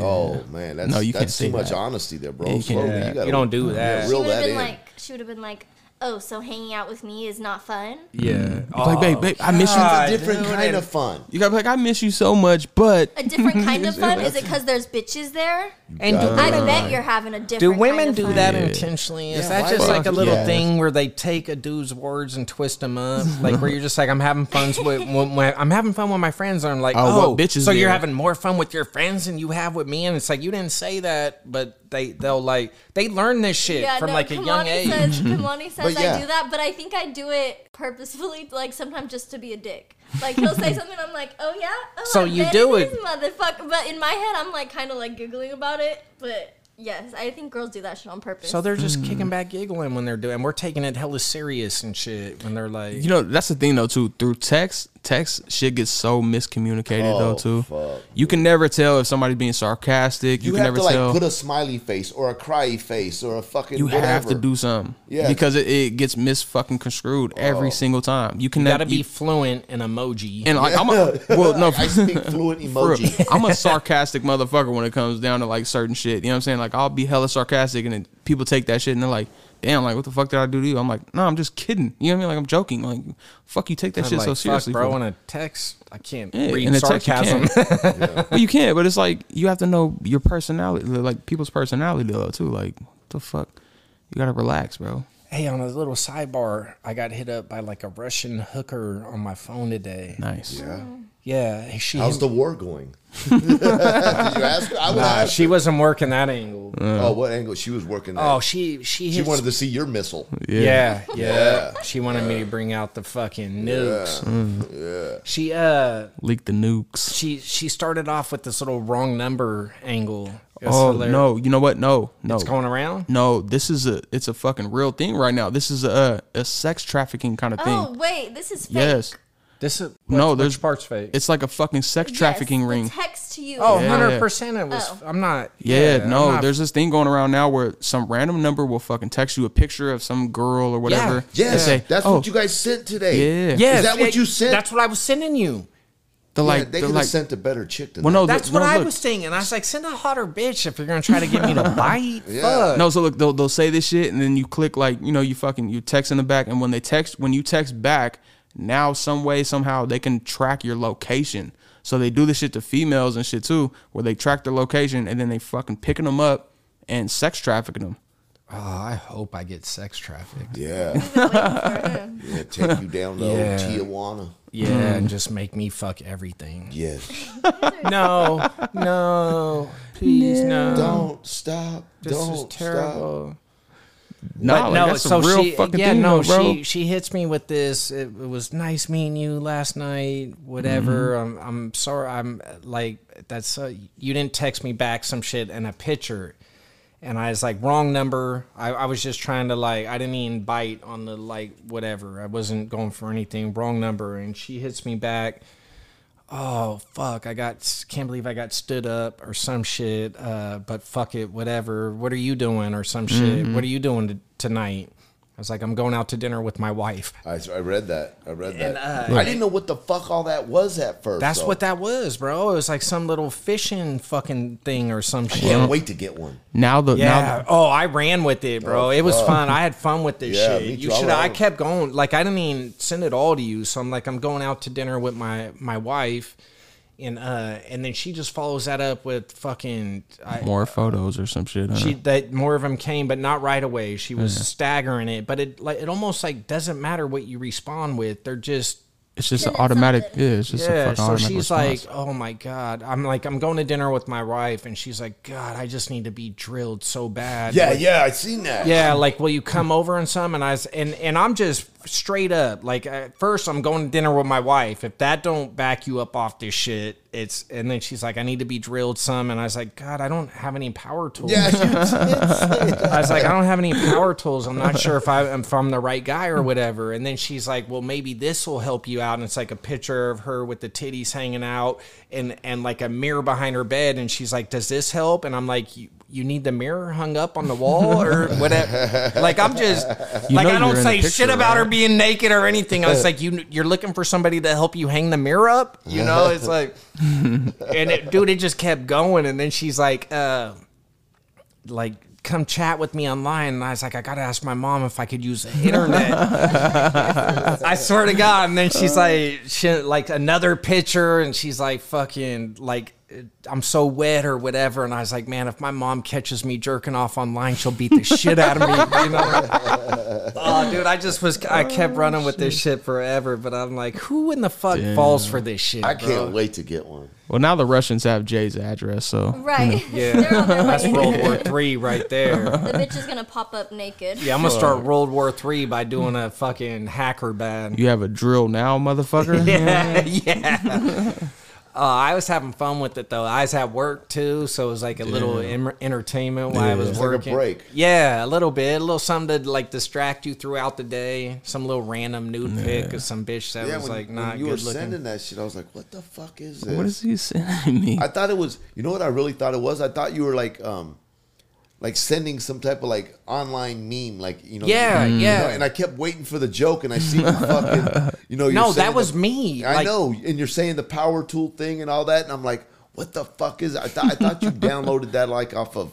Oh man, that's No, you that's can't too say much that. honesty there, bro. Yeah, you can't Slowly, do that. you, gotta, You don't do that. yeah, She reel would have that been in. like, she would have been like, oh, so hanging out with me is not fun. Yeah. Oh, like, babe, babe, I miss you. God. Different Dude, kind and- of fun. You gotta be like, I miss you so much, but A different kind of fun. Is it because there's bitches there? and do I bet you're having a different. Do women kind of do fun. that intentionally? Is Yeah, that why just would- like a little Yes. thing where they take a dude's words and twist them [laughs] up, like where you're just like, I'm having fun with, with my, I'm having fun with my friends, and I'm like, Oh, what oh, bitch is so you're there?" having more fun with your friends than you have with me, and it's like you didn't say that, but they they'll like they learn this shit Yeah, from no, like a Kamani young age. [laughs] Says, Kamani says yeah. I do that, but I think I do it purposefully, like sometimes just to be a dick. Like he'll [laughs] say something, I'm like, oh yeah, oh, So I you bet do is, it. motherfucker. But in my head, I'm like kind of like giggling about it. But yes, I think girls do that shit on purpose. So they're just Mm. kicking back, giggling when they're doing, and we're taking it hella serious and shit when they're like, you know that's the thing though too through text text shit gets so miscommunicated Oh, though too fuck. you can never tell if somebody's being sarcastic you, You, can have never to like tell put a smiley face or a cryy face or a fucking. you whatever. have to do something Yeah. Oh. because it, it gets mis fucking construed every single time you can gotta nev- be you- fluent in emoji. and like I'm [laughs] a [laughs] well no I speak fluent [laughs] for real, emoji. [laughs] I'm a sarcastic motherfucker when it comes down to like certain shit. You know what I'm saying? Like I'll be hella sarcastic, and then people take that shit and they're like, "Damn, like what the fuck did I do to you?" I'm like, "No, I'm just kidding." You know what I mean? Like I'm joking. Like fuck, you take that I'm shit like, so "Fuck, seriously, bro. for?" In a text, I can't Yeah, read in a text you sarcasm. [laughs] can't. Well, you can't, but it's like you have to know your personality, like people's personality though too. Like what the fuck, you gotta relax, bro. Hey, on a little sidebar, I got hit up by like a Russian hooker on my phone today. Nice. Yeah. Yeah, she How's the war going? [laughs] Did you ask? her? I would Nah, ask. she wasn't working that angle. uh. Oh, what angle? She was working. That. Oh, she she she hits- wanted to see your missile. yeah, yeah Yeah. She wanted me to bring out the fucking nukes. yeah. She uh Leak the nukes. she she started off with this little wrong number angle. It was oh hilarious. no, you know what? No, no. It's going around. no, this is a it's a fucking real thing right now. This is a a sex trafficking kind of oh thing. wait, this is fake. Yes. This is No, which- there's- which part's fake. It's like a fucking sex Yes, trafficking the ring. Text to you. oh, Yeah. 100% it was. Oh. I'm not. Yeah, I'm no, not- there's this thing going around now where some random number will fucking text you a picture of some girl or whatever. Yeah, and say, that's oh, what you guys sent today. Yeah. Yeah, Is that what it- you sent? That's what I was sending you. They're Yeah, like, they they are could have like, sent a better chick than well, no, that. That's th- what Oh, no, I look. was thinking. I was like, send a hotter bitch if you're gonna try to get [laughs] me to bite. Fuck. No, so look, they'll, they'll say this shit, and then you click like you know you fucking you text in the back, and when they text when you text back, now some way somehow they can track your location. So they do this shit to females and shit too, where they track their location and then they fucking picking them up and sex trafficking them. Oh, I hope I get sex trafficked. Yeah. [laughs] yeah take you down to Yeah. old Tijuana. Yeah, and just make me fuck everything. Yes. No, no, please, no. Don't stop. Um, This don't is terrible. No, But like, no, that's so a real she, fucking yeah, thing, no, though, bro. she she hits me with this. It, it was nice meeting you last night. Whatever. Mm-hmm. I'm I'm sorry. I'm uh, like that's uh, you didn't text me back some shit and a picture, and I was like wrong number. I, I was just trying to like I didn't even bite on the like whatever. I wasn't going for anything. Wrong number, and she hits me back. Oh fuck! I got can't believe I got stood up or some shit. Uh, but fuck it, whatever. What are you doing or some shit? What are you doing t- tonight? I was like, I'm going out to dinner with my wife. I, I read that. I read that. And, I didn't know what the fuck all that was at first. That's though. what that was, bro. It was like some little fishing fucking thing or some shit. Can't wait to get one. now the Yeah. now Oh, I ran with it, bro. Oh, it was fuck. fun. I had fun with this Yeah, me shit. You too. I should. was- I kept going. Like I didn't even send it all to you. So I'm like, I'm going out to dinner with my my wife, and uh, and then she just follows that up with fucking. I, the, more photos or some shit. Huh? she that more of them came, but not right away. She was staggering it, but it like it almost like doesn't matter what you respond with. They're just it's just Then an it's automatic. something. Yeah, it's just a yeah. fucking So automatic she's response. like, "Oh my god!" I'm like, "I'm going to dinner with my wife," and she's like, "God, I just need to be drilled so bad." Yeah, Like, yeah, I seen that. yeah, like will you come over and some? And I was, and and I'm just straight up like at first I'm going to dinner with my wife. If that don't back you up off this shit, it's and then she's like, I need to be drilled some, and I was like, God, I don't have any power tools. Yeah, you did say that. I was like, I don't have any power tools. I'm not sure if I am from the right guy or whatever. And then she's like, Well, maybe this will help you out. And it's like a picture of her with the titties hanging out and and like a mirror behind her bed. And she's like, Does this help? And I'm like, You, you need the mirror hung up on the wall or whatever. like I'm just You like know I you're don't in say the picture, shit about her right? being naked or anything. I was like, You you're looking for somebody to help you hang the mirror up? You know, it's like and it, dude, it just kept going. And then she's like, uh, like, come chat with me online. And I was like, I gotta ask my mom if I could use the [laughs] internet. I swear to God. And then she's like, she, like another picture, and she's like, fucking, like. I'm so wet or whatever, and I was like, "Man, if my mom catches me jerking off online, she'll beat the shit out of me." You know? [laughs] oh, dude, I just was, I Oh, kept running with this shit forever, but I'm like, who in the fuck falls for this shit? [laughs] I bro? can't wait to get one. well, now the Russians have Jay's address, so Right. [laughs] Yeah. They're [laughs] on their That's way. World [laughs] War Three right there. The bitch is gonna pop up naked. Yeah, I'm gonna start World War Three by doing a fucking hacker band. [laughs] you have a drill now, [laughs] motherfucker. Yeah, yeah. Uh, I was having fun with it though. I was at work too, so it was like a little em- entertainment while I was It's like a working. break. Yeah, a little bit, a little something to like distract you throughout the day. Some little random nude pic of some bitch that Yeah, was when, like when not you good were looking. sending that shit, I was like, "What the fuck is this?" What is he [laughs] sending me? I thought it was. You know what I really thought it was? I thought you were like, um, like sending some type of like online meme, like you know. Yeah, you know, yeah. and I kept waiting for the joke, and I see you fucking. [laughs] You no, know. you're saying that was the- me. I Like, know, and you're saying the power tool thing and all that, and I'm like, what the fuck is? It? I thought I [laughs] thought you downloaded that like off of.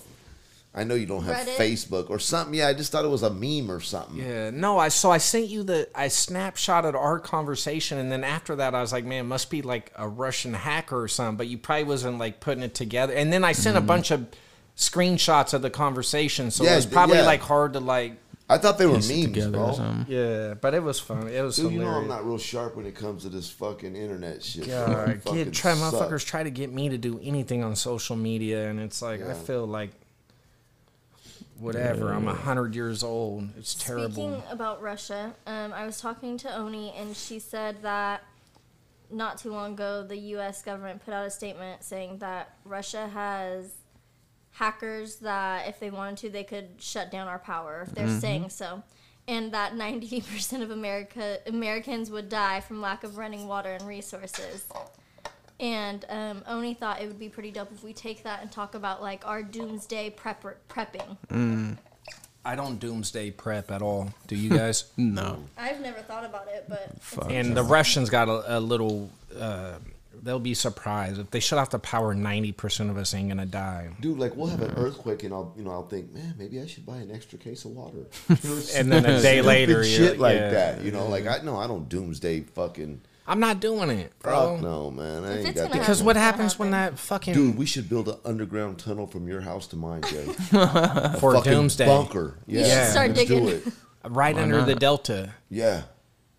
I know you don't have Reddit? Facebook or something. Yeah, I just thought it was a meme or something. Yeah, no, I so I sent you the I snapshotted our conversation and then after that I was like, man, must be like a Russian hacker or something, but you probably wasn't like putting it together. And then I sent a bunch of screenshots of the conversation, so it Yeah, was probably yeah. like hard to like I thought they were Piece it memes, together or bro. something. Yeah, but it was fun. It was Dude, you know hilarious. I'm not real sharp when it comes to this fucking internet shit. bro. [laughs] God, It fucking kid, try sucks. motherfuckers try to get me to do anything on social media, and it's like I Yeah. feel like whatever. I'm a hundred years old. It's terrible. Speaking about Russia, um, I was talking to Oni, and she said that not too long ago, the U.S. government put out a statement saying that Russia has hackers that, if they wanted to, they could shut down our power if they're saying so, and that 90% of America Americans would die from lack of running water and resources. And um, Oni thought it would be pretty dope if we take that and talk about like our doomsday prepper prepping. I don't doomsday prep at all. Do you [laughs] guys? No, I've never thought about it, but it's And the Russians got a, a little. Uh, they'll be surprised if they shut off the power. Ninety percent of us ain't gonna [laughs] die. Dude, like we'll have an earthquake, and I'll, you know, I'll think, man, maybe I should buy an extra case of water. You know, And then a day [laughs] stupid later, you're shit like yeah. that, you know, like I no, I don't doomsday fucking I'm not doing it, bro. Fuck no, man. I it's ain't got gonna that. Because what Happens, happens when happen. that fucking Dude, we should build an underground tunnel from your house to [laughs] mine, Jay. for Fucking doomsday bunker. Yeah, should start let's do digging. it. right under the delta, Yeah,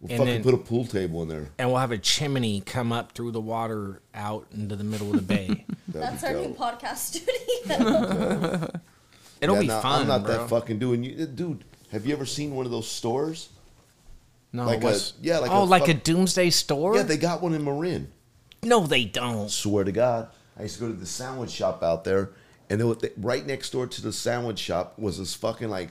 we'll And fucking then- put a pool table in there. and we'll have a chimney come up through the water out into the middle of the [laughs] bay. That'd That's be our dope. new podcast [laughs] studio. It'll Yeah, be nah, fun, I'm not bro. that fucking doing you, dude. Have you ever seen one of those stores? no, like a- what's- yeah, like oh, a like a fuck- doomsday store. Yeah, they got one in Marin. no, they don't. Swear to God, I used to go to the sandwich shop out there, and then what they, right next door to the sandwich shop was this fucking like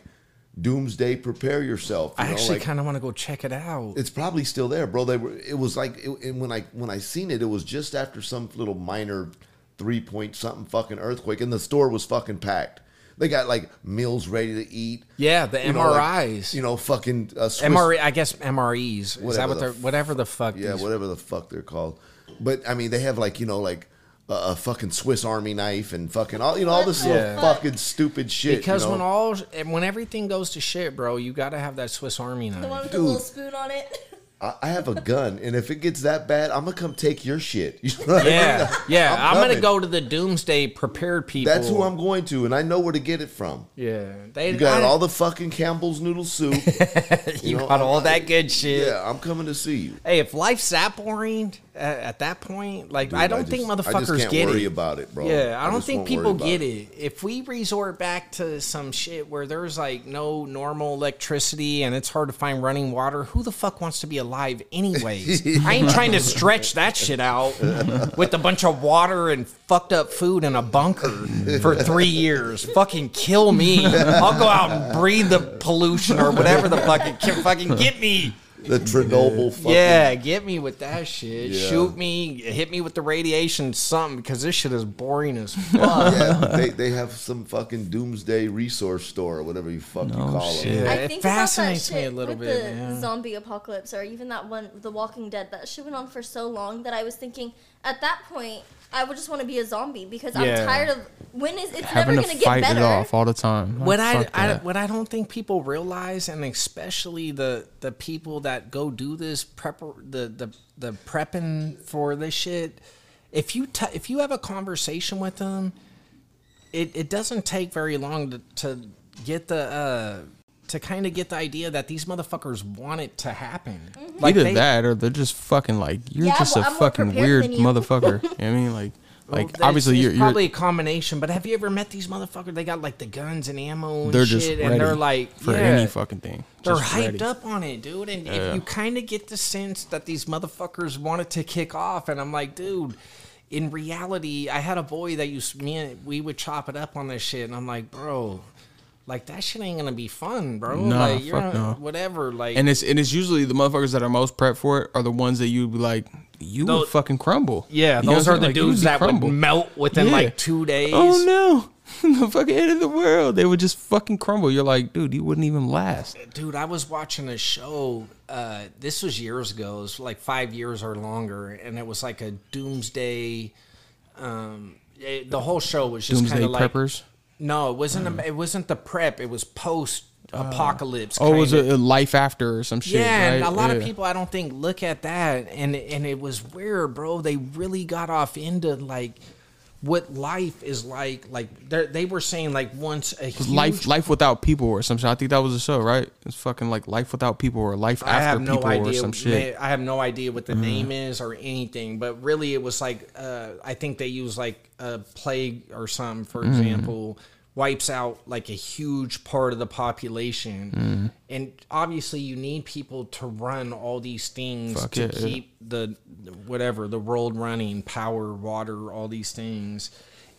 doomsday prepare yourself. you I know, actually like- kind of want to go check it out. it's probably still there, bro. They were. It was like, it, and when I when I seen it, it was just after some little minor three point something fucking earthquake, and the store was fucking packed. They got like meals ready to eat. Yeah, the You know, like, MRIs. you know, fucking uh, Swiss, MRE, E, I guess MREs. Is that Whatever what the they're f- whatever the fuck? Yeah, these- whatever the fuck they're called. But I mean, they have like you know like a, a fucking Swiss Army knife and fucking all you know all this What the little fuck? fucking stupid shit. Because you know? when all and when everything goes to shit, bro, you got to have that Swiss Army the one knife. with the little Dude. spoon on it. I, I have a gun, and if it gets that bad, I'm gonna come take your shit. [laughs] You know what I mean? Yeah, yeah. I'm I'm, gonna coming. go to the Doomsday prepared people. That's who I'm going to, and I know where to get it from. Yeah, they You got I- all the fucking Campbell's noodle soup. [laughs] You, know, got all I- that good shit. yeah, I'm coming to see you. Hey, if life's that boring at, at that point, like I don't think just- motherfuckers I just can't get worry it. about it, bro. Yeah, I don't just think won't worry people about get it. If we resort back to some shit where there's like no normal electricity and it's hard to find running water, who the fuck wants to be alive [laughs] anyways? I ain't trying to stretch that shit out with a bunch of water and fucked up food in a bunker for three years. Fucking kill me. I'll go out and breathe the pollution or whatever the fuck it can fucking get me. The Chernobyl fucking. Yeah, get me with that shit. Yeah. Shoot me, hit me with the radiation, something, because this shit is boring as fuck. [laughs] Yeah, they, they have some fucking doomsday resource store or whatever you fuck you call shit. it. it fascinates me a little with bit, The yeah. zombie apocalypse, or even that one, The Walking Dead. That shit went on for so long that I was thinking, at that point, I would just want to be a zombie because Yeah. I'm tired of when is it's Having never to gonna fight get better. it off all the time. Like, What I, fuck I that. what I don't think people realize, and especially the the people that go do this prep the the the prepping for this shit. If you t- if you have a conversation with them, it, it doesn't take very long to, to get the uh, to kind of get the idea that these motherfuckers want it to happen. Mm-hmm. Either they- that or they're just fucking like you're Yeah, just a well, I'm more fucking prepared weird than you. [laughs] motherfucker. you know what I mean? Like like Well, obviously it's, you're, it's you're probably a combination. But have you ever met these motherfuckers? They got like the guns and ammo and they're shit, just ready and they're like for yeah, any fucking thing. They're Just hyped ready. up on it, dude. And if you kind of get the sense that these motherfuckers wanted to kick off, and I'm like, dude. In reality, I had a boy that used me and we would chop it up on this shit, and I'm like, bro, like that shit ain't gonna be fun, bro. Nah, like you're fuck not- no. whatever, like And it's and it's usually the motherfuckers that are most prepped for it are the ones that you'd be like, you Those- would fucking crumble. yeah, You know those what are I'm the saying? Like, you dudes be that crumble. would melt within Yeah. like two days. Oh no, [laughs] the fucking end of the world. They would just fucking crumble. You're like, dude, you wouldn't even last. dude i was watching a show uh this was years ago it was like five years or longer and it was like a doomsday um it- the whole show was just Doomsday kind of like preppers. Hmm. no it wasn't a, it wasn't the prep it was post apocalypse Oh, it was it life after or some shit? yeah, and right? a lot of Yeah. people I don't think look at that, and and it was weird, bro. They really got off into like what life is like. Like they're- they were saying, like once a huge life life without people or some shit. I think that was a show, right? It's fucking like life without people or life I after have no people idea. or some shit. Mm-hmm. ma- I have no idea what the name is or anything, but really it was like uh, I think they use like a plague or something, for Mm. example, wipes out like a huge part of the population. Mm. And obviously you need people to run all these things Fuck to yeah, yeah. keep the whatever, the world running, power, water, all these things.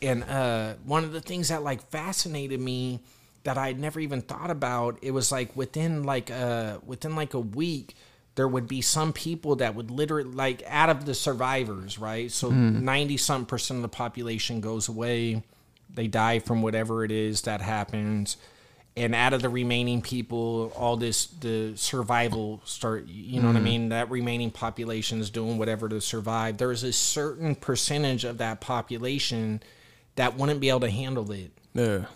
And uh, one of the things that like fascinated me that I had never even thought about. It was like within like uh within like a week there would be some people that would literally like out of the survivors, right? So 90 some percent of the population goes away. They die from whatever it is that happens. And out of the remaining people, all this the survival start you know what I mean? That remaining population is doing whatever to survive. There's a certain percentage of that population that wouldn't be able to handle it Yeah.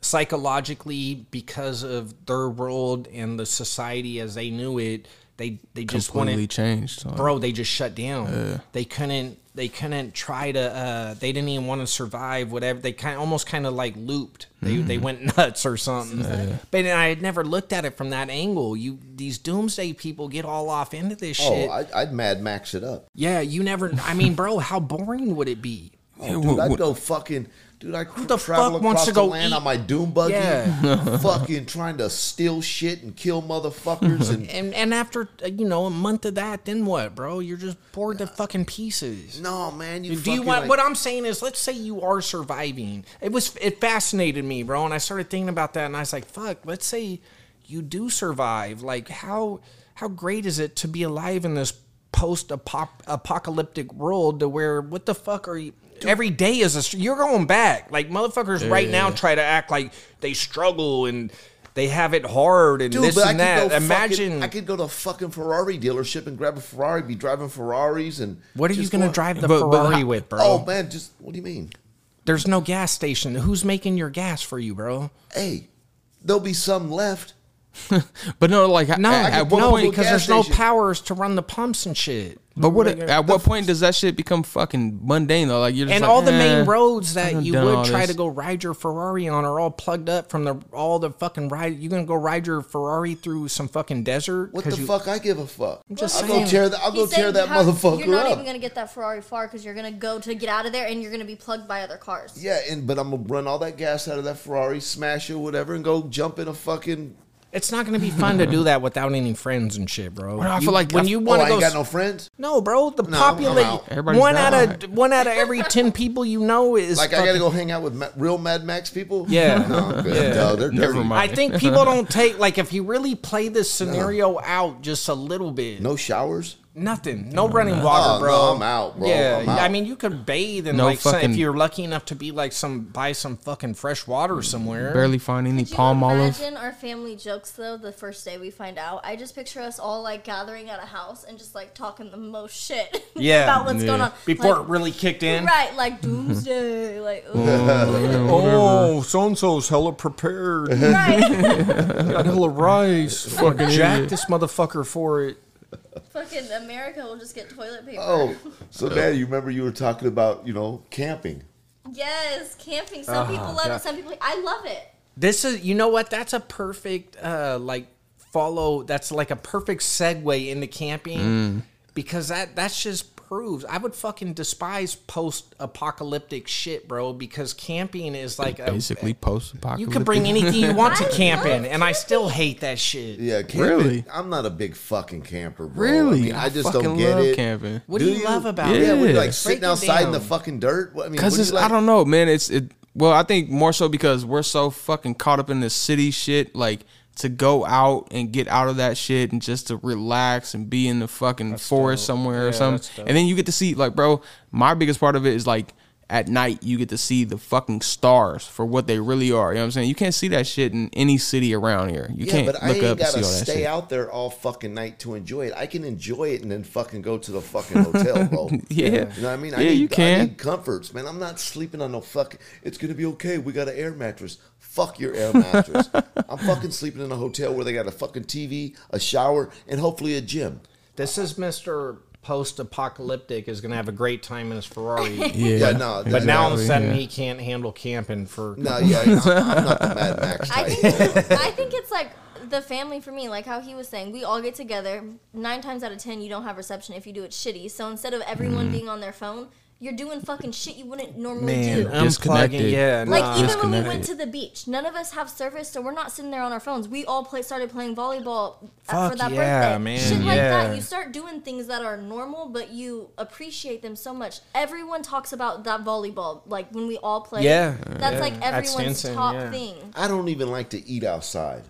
psychologically because of their world and the society as they knew it They they just completely wanted changed. So. bro they just shut down they couldn't they couldn't try to uh they didn't even want to survive whatever they kind almost kind of like looped they they went nuts or something but i had never looked at it from that angle you these doomsday people get all off into this Oh, shit I, I'd Mad Max it up. yeah you never i mean bro how boring would it be Oh, dude, I'd go fucking. Dude, I the travel fuck across wants to the go land eat- on my doom buggy, Yeah. fucking trying to steal shit and kill motherfuckers and [laughs] and and after uh, you know a month of that then what bro you're just bored to fucking pieces No, man. You Do you fucking, want like- what I'm saying is let's say you are surviving. It was it fascinated me, bro, and I started thinking about that and I was like, fuck, let's say you do survive. Like how how great is it to be alive in this post apocalyptic world to where what the fuck are you Every day is a str- you're going back. Like motherfuckers right now try to act like they struggle and they have it hard and this but and that. fucking- Imagine I could go to a fucking Ferrari dealership and grab a Ferrari, be driving Ferraris, and what are you just going to going- drive the But- but Ferrari how- with, bro? Oh man, just what do you mean? There's no gas station. Who's making your gas for you, bro? Hey, there'll be some left. But no, like no, I at, could at what go point? to a because gas there's no station. powers to run the pumps and shit. But what? At what point does that shit become fucking mundane though? Like you're just And like, all the eh, main roads I that done you done all would try this. to go ride your Ferrari on are all plugged up from the all the fucking ride. You're gonna go ride your Ferrari through some fucking desert. What 'cause the you- fuck? I give a fuck. just I'll go saying. tear that. I'll go He's saying tear that how- motherfucker You're not up. even gonna get that Ferrari far because you're gonna go to get out of there and you're gonna be plugged by other cars. yeah, and but I'm gonna run all that gas out of that Ferrari, smash it, whatever, and go jump in a fucking. It's not gonna be fun to do that without any friends and shit, bro. I You- feel like when I- you Oh, want I to go. ain't got s- no friends. no, bro. The No, I'm- I'm population. out. Everybody's One out out. of [laughs] one out of every ten people you know is Like I gotta fucking- go hang out with ma- real Mad Max people. Yeah. [laughs] no, I'm good. Yeah. No, they're Never dirty. mind. I think people don't take like if you really play this scenario out just a little bit. No showers. Nothing. No running water, Oh, bro. no, I'm out, bro. Yeah, I'm out. I mean, you could bathe and No like some, if fucking- you're lucky enough to be like some buy some fucking fresh water somewhere. barely find any Could you palm olive. imagine our family jokes though the first day we find out? I just picture us all like gathering at a house and just like talking the most shit [laughs] Yeah. about what's going Yeah. on Before Like, it really kicked in. right like doomsday like Oh, so and so's hella prepared. right [laughs] Got hella rice. Fucking jack this motherfucker for it. fucking America will just get toilet paper. Oh, so now you remember you were talking about you know camping. Yes, camping. Some people love it. Some people I love it. This is, you know what? That's a perfect, uh, like, follow. That's like a perfect segue into camping Mm. because that that's just proves I would fucking despise post apocalyptic shit, bro. Because camping is like a, Basically, you post-apocalyptic. could bring [laughs] anything [laughs] you want to I love camping, and I still hate that shit. Yeah, camping. Really? I'm not a big fucking camper, bro. Really? I, mean, I I just don't fucking get love it. camping. What do, you, love about Yeah, Yeah. it? when you like Break sitting it outside in the down. fucking dirt. What, I mean, Because what do it's you like? I don't know, man. It's it. Well, I think more so because we're so fucking caught up in this city shit. Like to go out and get out of that shit and just to relax and be in the fucking forest somewhere or Yeah, that's something. dope. And then you get to see like, bro. My biggest part of it is like at night you get to see the fucking stars for what they really are. You know what I'm saying? You can't see that shit in any city around here. You Yeah, can't but I look ain't up and see gotta all that stay shit. out there all fucking night to enjoy it. I can enjoy it and then fucking go to the fucking hotel, bro. [laughs] Yeah. you know what I mean. I Yeah, need, you can. I need comforts, man. I'm not sleeping on no fucking. It's gonna be okay. We got an air mattress. Fuck your [laughs] air mattress. I'm fucking sleeping in a hotel where they got a fucking TV, a shower, and hopefully a gym. This is Mister Post Apocalyptic is gonna have a great time in his Ferrari, [laughs] Yeah, Yeah, no. but now all of a Exactly, sudden yeah. he can't handle camping for no, yeah, I'm, I'm [laughs] not the Mad Max I type. think [laughs] it's, I think it's like the family for me, like how he was saying, we all get together. Nine times out of ten, you don't have reception if you do it shitty. So instead of Mm-hmm. everyone being on their phone, you're doing fucking shit you wouldn't normally do. unplugging, Disconnected. Yeah, like nah. even when we went disconnected. to the beach, none of us have service, so we're not sitting there on our phones. We all play, started playing volleyball at- for Fuck that yeah, birthday. man, Shit like yeah. that. You start doing things that are normal, but you appreciate them so much. Everyone talks about that volleyball, like when we all play. [laughs] Yeah, that's yeah. like At everyone's Stinson, top yeah. thing. I don't even like to eat outside.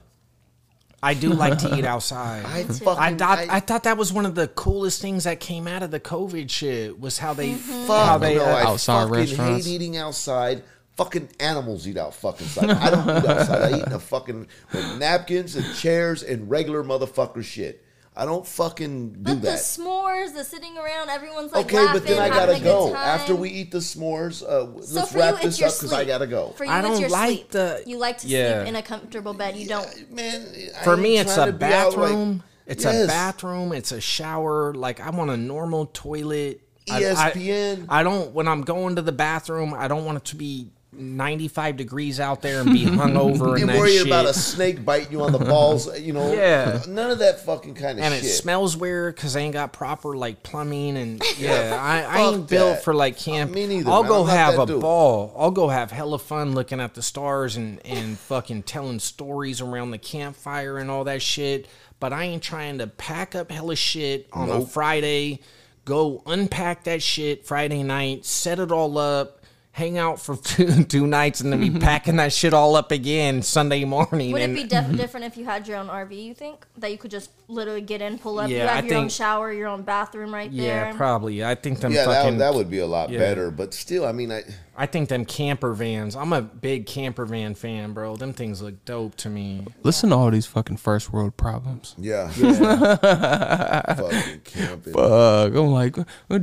I do like to eat outside. I too. fucking I thought I, I thought that was one of the coolest things that came out of the COVID shit was how they how Mm-hmm. fuck they no, uh, I Outside fucking restaurants. hate eating outside. Fucking animals eat out fucking side. I don't eat outside. I eat in a fucking with napkins and chairs and regular motherfucker shit. I don't fucking do But the that. s'mores, the sitting around, everyone's like Okay, laughing, but then I having a gotta good go time. after we eat the s'mores. Uh, So let's for wrap you, this it's your up because I sleep. gotta go. For you, I it's don't your like sleep. the- you like to Yeah. sleep in a comfortable bed. You don't. Uh, Man, I For me, ain't it's trying a to be out like- bathroom. It's a Yes. bathroom. It's a shower. Like I want a normal toilet. I- I- E ESPN. I, don't. When I'm going to the bathroom, I don't want it to be 95 degrees out there and [laughs] be hungover You're and that worried shit. about a snake biting you on the balls, uh, you know? Yeah. None of that fucking kind of and it shit. smells weird because I ain't got proper like plumbing [laughs] and yeah, I, I Fuck ain't built that. Uh, for like camp. me neither, I'll man. go I'm not have that a dude. ball. I'll go have hella fun looking at the stars and and [laughs] fucking telling stories around the campfire and all that shit. But I ain't trying to pack up hella shit on a Friday. Go unpack that shit Friday night. Set it all up. Hang out for [laughs] two, two nights and then [laughs] be packing that shit all up again Sunday morning. Would it and be def- different if you had your own RV? You think that you could just literally get in, pull up, you Yeah, have I your own think- shower, your own bathroom right yeah, there. probably. I think them yeah, fucking that, that would be a lot yeah. better. But still, I mean, I, I think them camper vans. I'm a big camper van fan, bro. Them things look dope to me. Listen to all these fucking first world problems. [laughs] yeah. fucking camping. Fuck. I'm like,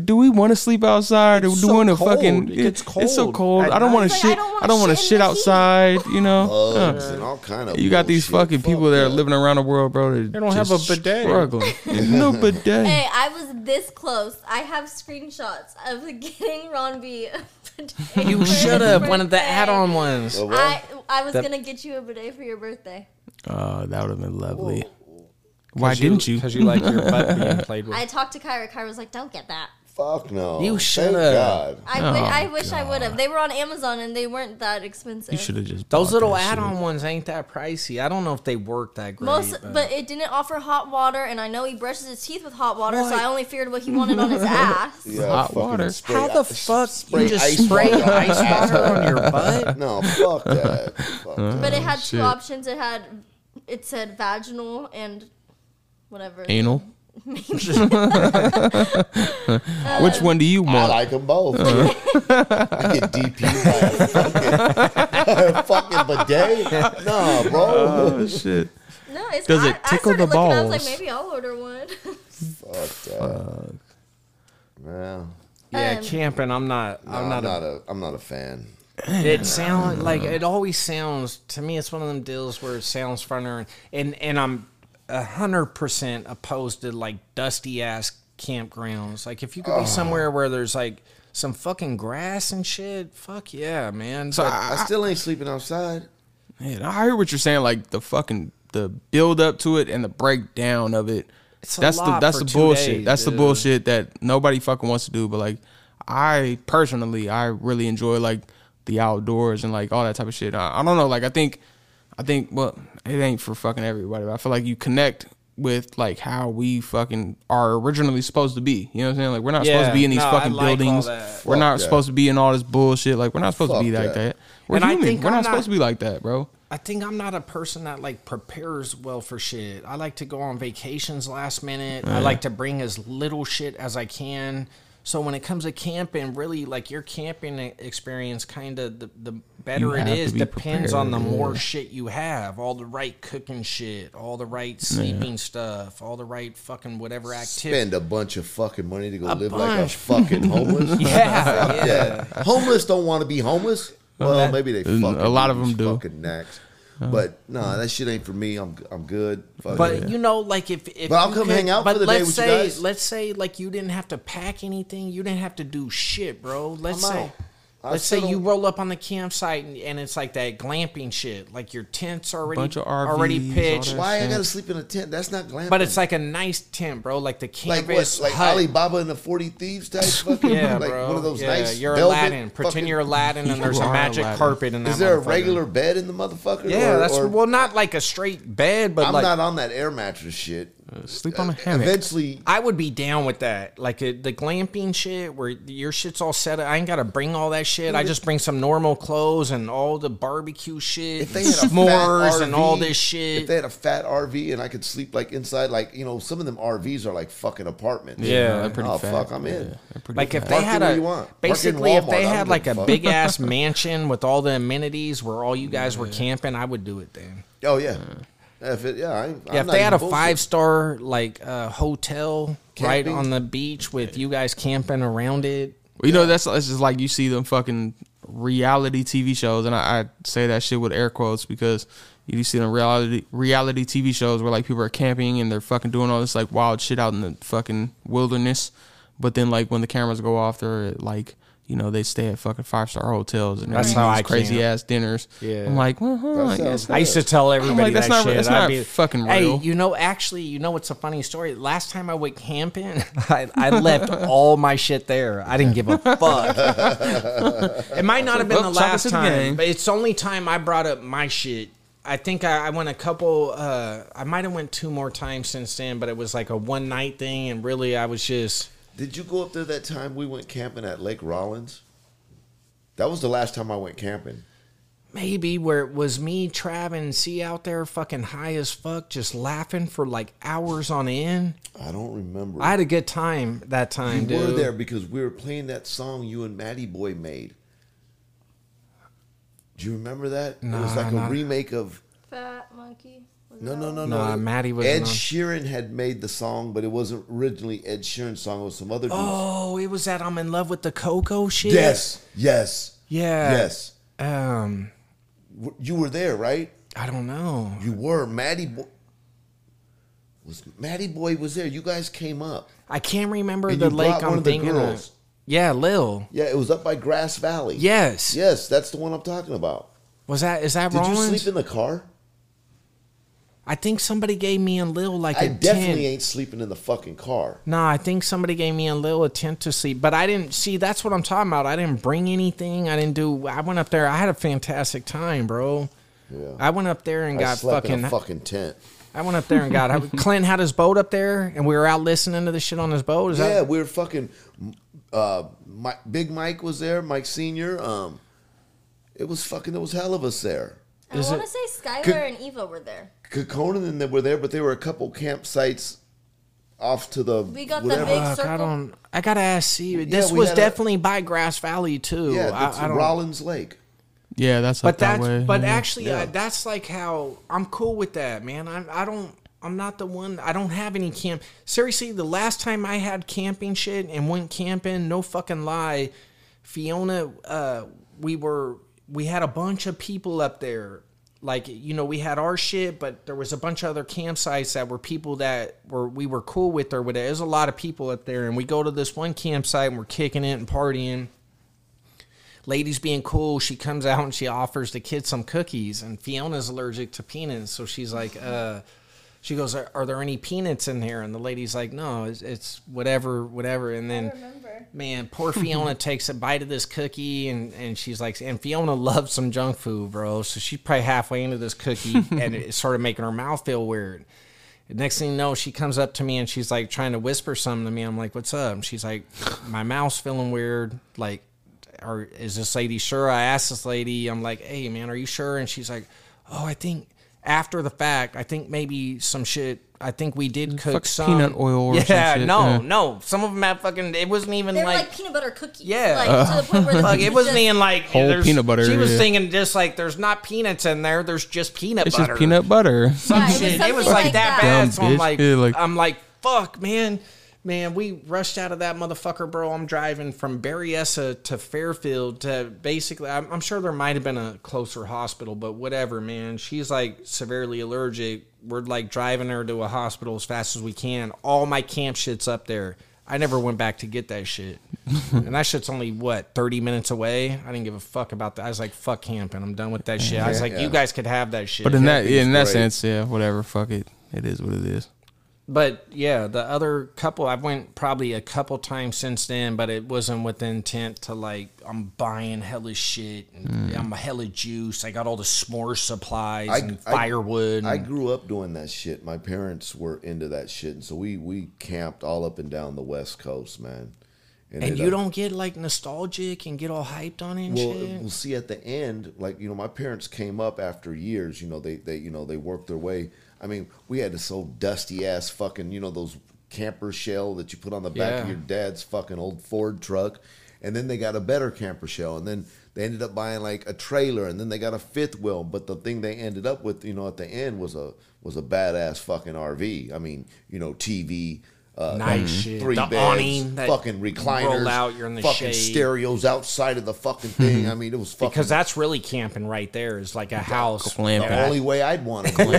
do we want to sleep outside? Or do so we want to cold. fucking? It gets It's so cold cold. at Oh, I don't want night. to It's like, I shit. don't wanna I don't want to shit in shit the heat. outside. You know. Bugs and all kind of You got these bullshit. fucking Fuck people that are yeah. living around the world, bro. They don't have a bidet. [laughs] Struggling. no bidet. Hey, I was this close. I have screenshots of [laughs] getting Ron B. a bidet for [laughs] You his should have one of the birthday. add-on ones. Oh, well, I I was That- gonna get you a bidet for your birthday. Oh, that would have been lovely. Why didn't you? Because you like your butt [laughs] being played with. I talked to Kyra. Kyra was like, "Don't get that." fuck no. You Thank shoulda. God. I, Oh, wi- I wish I would have. They were on Amazon and they weren't that expensive. You should have just. Those bought little that shit. add-on ones ain't that pricey. I don't know if they work that great. Most, but- but it didn't offer hot water, and I know he brushes his teeth with hot water, so What? I only figured what he wanted on [laughs] his ass. Yeah, Hot fucking water. spray- how the fuck spray you just ice spray water on ice water on your butt? [laughs] [laughs] No, fuck that. Uh-huh. Fuck that. But it had shit. two options. It had, it said vaginal and whatever. Anal. [laughs] Which one do you I want? like them both. Uh-huh. [laughs] I get DP by a fucking, [laughs] a fucking bidet. No, bro. oh shit. No, it's. Does I, it tickle I started the looking, I was like, balls? maybe I'll order one. Fuck that. Yeah. Yeah, Um, camping. I'm not. I'm not. a, a, I'm not a fan. it sound like it always sounds to me. It's one of them deals where it sounds funner, and and I'm a hundred percent opposed to like dusty ass campgrounds. Like if you could be somewhere where there's like some fucking grass and shit, fuck yeah, man. But I, still ain't sleeping outside. Man, I hear what you're saying. Like the fucking the build up to it and the breakdown of it. It's a that's the lot that's for the two bullshit. days, that's dude. the bullshit that nobody fucking wants to do. But like, I personally, I really enjoy like the outdoors and like all that type of shit. I, I don't know. Like, I think, I think, well, it ain't for fucking everybody. But I feel like you connect with like how we fucking are originally supposed to be. You know what I'm saying? Like, we're not supposed Yeah, to be in these no, I fucking like all buildings. that. We're not that. supposed to be in all this bullshit. Like, we're not supposed to be Fuck like that. that. We're And I human. think We're I'm not not- supposed to be like that, bro. I think I'm not a person that like prepares well for shit. I like to go on vacations last minute. I like to bring as little shit as I can. So when it comes to camping, really like your camping e- experience, kind of the, the better it have to is be depends on the prepared, more yeah. shit you have, all the right cooking shit, all the right sleeping stuff, all the right fucking whatever activity. [laughs] Spend a bunch of fucking money to go live like a bunch. [laughs] fucking homeless. Yeah, yeah. yeah. Homeless don't want to be homeless. Well, maybe they fucking a lot do, of 'em these do. Uh-huh. Fucking knacks. But no, that shit ain't for me. I'm I'm good. Fuck But it. you know, like if, if But Oh, I'll you come hang out but for the day let's with you say, guys. Let's say like you didn't have to pack anything, you didn't have to do shit, bro. Let's I'm say. out. I Let's say still you don't- roll up on the campsite and, and it's like that glamping shit. Like your tent's already Bunch of RVs, already all pitched, that why I gotta sleep in a tent? That's not glamping. but it's like a nice tent, bro. Like the like canvas what, like hut. Alibaba and the Forty Thieves type [laughs] fucking, yeah, like bro. one of those yeah, nice. you're velvet Aladdin. Pretend fucking- you're Aladdin, and [laughs] You there's a are magic Aladdin. carpet in that. Is there a motherfucker. regular bed in the motherfucker? Yeah, Or- that's or- well, not like a straight bed, but I'm like not on that air mattress shit. Sleep on a hammock. Uh, Eventually, I would be down with that. Like uh, the glamping shit where your shit's all set up. I ain't got to bring all that shit. I just bring some normal clothes and all the barbecue shit, if they and had a fat s'mores and RV, all this If shit. they had a fat RV and I could sleep like inside, like you know, some of them RVs are like fucking apartments. Yeah, they're pretty oh fat. fuck, I'm in. like if Park they it had where a you want. Park in basically if Walmart, they I had don't like give a a fuck. big [laughs] ass mansion with all the amenities where all you guys were camping, I would do it then. Oh yeah, if it, yeah, I, ain't- I'm Yeah, not if they had even a bullshit. five star like uh, hotel Camping? right on the beach with you guys camping around it. Well, you know that's it's just like you see them fucking reality TV shows, and I, I say that shit with air quotes because you do see them reality reality TV shows where like people are camping and they're fucking doing all this like wild shit out in the fucking wilderness, but then like when the cameras go off, they're at, like you know they stay at fucking five star hotels and That's they're how eating I these crazy camp. ass dinners. Yeah. I'm like, well, huh, I That guess sounds I used to good. tell everybody like, that that's not- shit. that's I'd not be- fucking real. Hey, you know, actually, you know what's a funny story? Last time I went camping, [laughs] I, I left all my shit there. I didn't give [laughs] a fuck. it might not have been "Well, the chuck it last to the time, game." but it's the only time I brought up my shit. I think I, I went a couple. Uh, I might have went two more times since then, but it was like a one night thing, and really, I was just. Did you go up there that time we went camping at Lake Rollins? That was the last time I went camping. maybe where it was me, Trav, and C out there fucking high as fuck, just laughing for like hours on end. I don't remember. I had a good time that time, we dude. were there because we were playing that song you and Matty Boy made. Do you remember that? it was Nah, like a not- remake of Fat monkey. Was no, that no, one? no, no. Nah, Matty wasn't Ed on. Sheeran had made the song, but it wasn't originally Ed Sheeran's song. It was some other dude's. Oh, it was that I'm in love with the cocoa shit. yes, yes, Yeah. yes. Um, W- You were there, right? I don't know. You were Matty Boy. Was Matty Boy was there? You guys came up. I can't remember And the you lake brought one I'm of the thinking of. girls. Yeah, Lil. Yeah, it was up by Grass Valley. Yes. Yes, that's the one I'm talking about. Was that is that Did Rollins? you sleep in the car? I think somebody gave me and Lil like a I definitely tent. ain't sleeping in the fucking car. No, I think somebody gave me a little attempt to sleep, but I didn't see. That's what I'm talking about. I didn't bring anything. I didn't do. I went up there. I had a fantastic time, bro. Yeah. I went up there and I got slept in fucking. a fucking tent. I went up there and got. [laughs] Clint had his boat up there, and we were out listening to the shit on his boat. Is Yeah, that, we were fucking. Uh, my, Big Mike was there. Mike Senior. Um, it was fucking. It was hell of us there. I Is want it- to say Skylar Could- and Eva were there. Kokonan and they were there, but there were a couple campsites off to the. We got the whatever. big- Fuck, I circle. don't. I gotta ask. See, this we was had a- definitely by Grass Valley too. Yeah, I, it's I don't. Rollins Lake. yeah, that's but up that that's way. but yeah. actually Yeah. uh, that's like how i'm cool with that man I'm, i don't i'm not the one i don't have any camp seriously the last time i had camping shit and went camping no fucking lie fiona uh we were we had a bunch of people up there like you know we had our shit but there was a bunch of other campsites that were people that were we were cool with or whatever there's a lot of people up there and we go to this one campsite and we're kicking it and partying ladies being cool, she comes out and she offers the kids some cookies. And Fiona's allergic to peanuts, so she's like, uh, she goes, are, "Are there any peanuts in here?" And the lady's like, "No, it's, it's whatever, whatever." And then, man, [laughs] poor Fiona takes a bite of this cookie, and and she's like, and Fiona loves some junk food, bro. So she's probably halfway into this [laughs] cookie, and it started making her mouth feel weird. Next thing you know, she comes up to me and she's like trying to whisper something to me. I'm like, "What's up?" And she's like, "My mouth's feeling weird. Like, are is this lady sure?" I asked this lady. I'm like, "Hey, man, are you sure?" And she's like, "Oh, I think after the fact, I think maybe some shit. I think we did cook Mm, Fuck some peanut oil [laughs] or yeah, some shit, no, yeah. no. Some of them had fucking. It wasn't even They were like." like peanut butter cookies. Yeah. Like, to the point where the [laughs] like, it cookies wasn't just- even like Whole there's- peanut butter, She was yeah. thinking just like there's not peanuts in there. There's just peanut it's butter. just peanut butter. Yeah, it was Shit, it was something like, that, bad. Dumb So I'm bitch. like, Yeah, like- I'm like, fuck, man, man. We rushed out of that motherfucker, bro. I'm driving from Berryessa to Fairfield to basically. I'm, I'm sure there might have been a closer hospital, but whatever, man. She's like severely allergic. We're like driving her to a hospital as fast as we can. All my camp shit's up there. I never went back to get that [laughs] shit. and that shit's only what, 30 minutes away? I didn't give a fuck about that. I was like, fuck camping. I'm done with that shit. I was like, you guys could have that shit. But in that Camping's yeah, in that great. sense, yeah, whatever. Fuck it. It is what it is. But yeah, the other couple I've went probably a couple times since then, but it wasn't with the intent to like I'm buying hella shit and I'm a hella juice. I got all the s'more supplies Hmm. I- and I- firewood. I and- grew up doing that shit. My parents were into that shit, and so we we camped all up and down the West Coast, man. and it, you uh, don't get like nostalgic and get all hyped on it and Well, shit. we'll see at the end. Like you know, my parents came up after years. You know, they they you know they worked their way. I mean, we had this old dusty ass fucking you know those camper shell that you put on the back Yeah. of your dad's fucking old Ford truck, and then they got a better camper shell, and then they ended up buying like a trailer, and then they got a fifth wheel. But the thing they ended up with, you know, at the end was a was a badass fucking RV. I mean, you know, TV. Uh, Nice like shit. Three The beds, awning that fucking recliners, roll out, you're in the fucking shade. stereos outside of the fucking thing. I mean, it was fucking Mm-hmm. Because that's really camping right there is like a house. Clamping. that- the only way I'd want to clamp.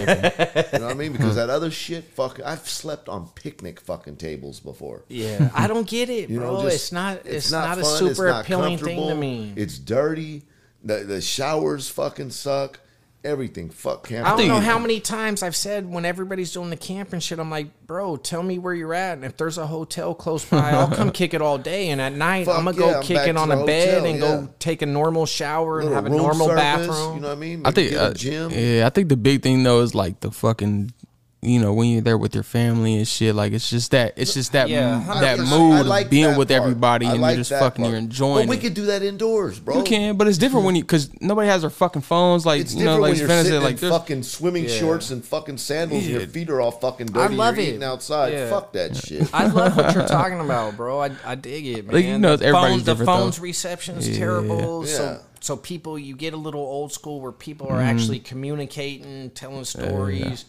you know what I [laughs] mean? Because that other shit, fuck, I've slept on picnic fucking tables before. Yeah, I don't get it, You know, bro. just- it's not. It's, not, a fun, super it's not appealing thing to comfortable, me. It's dirty. The, the showers fucking suck. Everything fuck camping. I don't think- know how many times I've said when everybody's doing the camp and shit, I'm like, bro, tell me where you're at. And if there's a hotel close by, I'll come [laughs] kick it all day. And at night, Fuck I'm going to yeah, go I'm kick back it to on the a bed hotel, and yeah. go take a normal shower and Little have a room normal service, bathroom. You know what I mean? I think Get a uh, gym. Yeah, I think the big thing though is like the fucking you know when you're there with your family and shit. Like it's just that it's just that Yeah, m- I- that I- I mood like of being that with part. everybody I and like you're just that fucking part. you're enjoying But we it. could do that indoors, bro. you can, but it's different when you because nobody has their fucking phones. Like It's you know, different like when you're Spence sitting said, like in there's- fucking swimming shorts and fucking sandals and your feet are all fucking dirty. love you're it. eating outside. Yeah. Fuck that shit. [laughs] I love what [laughs] you're talking about, bro. I, I dig it, man. Like, you know, the, everybody's phone, the different, though. phone's reception is terrible. Yeah. Mm. So so people, you get a little old school where people are actually communicating, telling stories.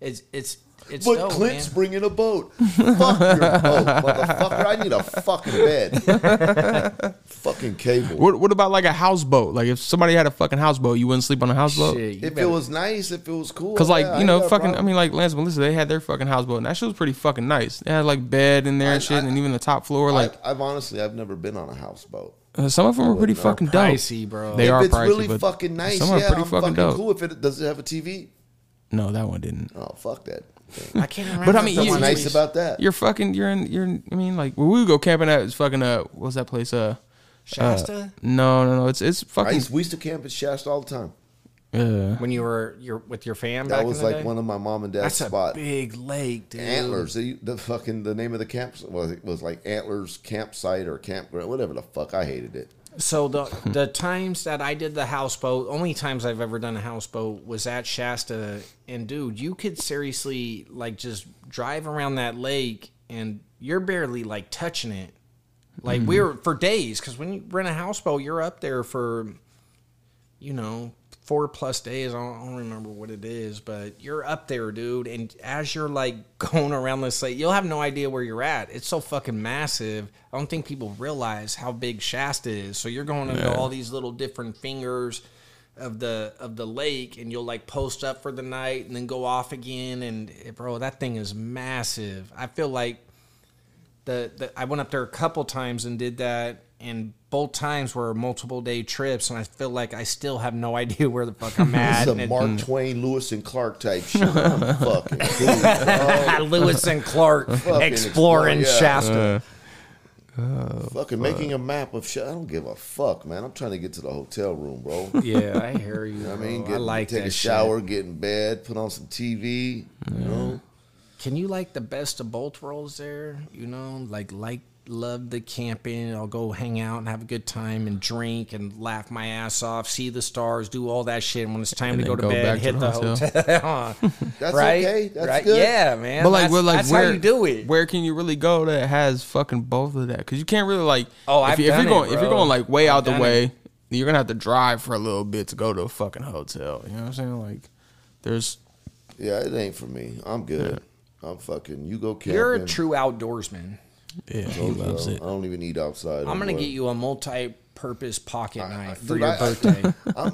It's it's it's But dope, Clint's man. bringing a boat. Fuck your boat, motherfucker. I need a fucking bed. [laughs] fucking cable. what what about like a houseboat? Like if somebody had a fucking houseboat, you wouldn't sleep on a houseboat. Shit, you if better- it was nice, if it was cool. Cause like yeah, I you ain't got know a fucking I problem. mean like Lance and Melissa they had their fucking houseboat and that shit was pretty fucking nice. They had like bed in there and I- shit I- and even the top floor like I, have honestly, I've never been on a houseboat. uh, some of them were pretty they're fucking dope. pricey, bro. They if are it's pricey, really but fucking nice, some are yeah, pretty I'm fucking fucking, dope. cool. If it does it have a TV, No, that one didn't. oh [laughs] fuck that. I can't remember. But I mean, the you- What's one nice we- about that? You're fucking. You're in. You're. in- I mean, like when we would go camping at it's fucking. Uh, what was that place? Uh, Shasta no, no, no. It's it's I fucking. used, we used to camp at Shasta all the time. Yeah. when you were your with your fam. That back was in the like day? one of my mom and dad's That's a spots. big lake, dude. Antlers. The, the fucking the name of the camp was it was like Antlers campsite or campground, whatever the fuck. I hated it. So the the times that I did the houseboat, only times I've ever done a houseboat was at Shasta. And dude, you could seriously like just drive around that lake, and you're barely like touching it. Like we were for days, because when you rent a houseboat, you're up there for, you know, four plus days. I don't, I don't remember what it is, but you're up there, dude. And as you're like [laughs] going around this lake, you'll have no idea where you're at. It's so fucking massive. I don't think people realize how big Shasta is. So you're going into all these little different fingers of the of the lake and you'll like post up for the night and then go off again and eh, bro that thing is massive i feel like the, the I went up there a couple times and did that, and both times were multiple day trips, and I feel like I still have no [laughs] idea where the fuck I'm It's at. a and it- Mark Twain, Lewis and Clark type shit. I'm fucking cool, [laughs] bro. [laughs] Lewis and [laughs] Clark exploring exploring, yeah. Shasta. Uh. Fucking making a map of shit. I don't give a fuck, man. I'm trying to get to the hotel room, bro. yeah, I hear you. [laughs] [laughs] I mean, Oh, I get, like take that a shower, get in bed, put on some TV. You know, shit. Can you like the best of both worlds there? You know, like like love the camping. I'll go hang out and have a good time and drink and laugh my ass off, see the stars, do all that shit. And when it's time to then go to go back bed, to hit the the hotel. [laughs] Uh-huh. that's right? okay. That's right? good. Yeah, man. But like, that's, well, like that's where how you do it. Where can you really go that has fucking both of that? Because you can't really like. Oh, if, I've you- if done you're going it, if you're bro. going like way I've out the done way, you're gonna have to drive for a little bit to go to a fucking hotel. You know what I'm saying? Like, there's Yeah, it ain't for me. I'm good. I'm fucking. You go camping. You're a true outdoorsman. yeah, he Told you, loves I it. don't even eat outside. I'm gonna anymore. get you a multi-purpose pocket knife for dude, your I- I- [laughs] birthday. I'm,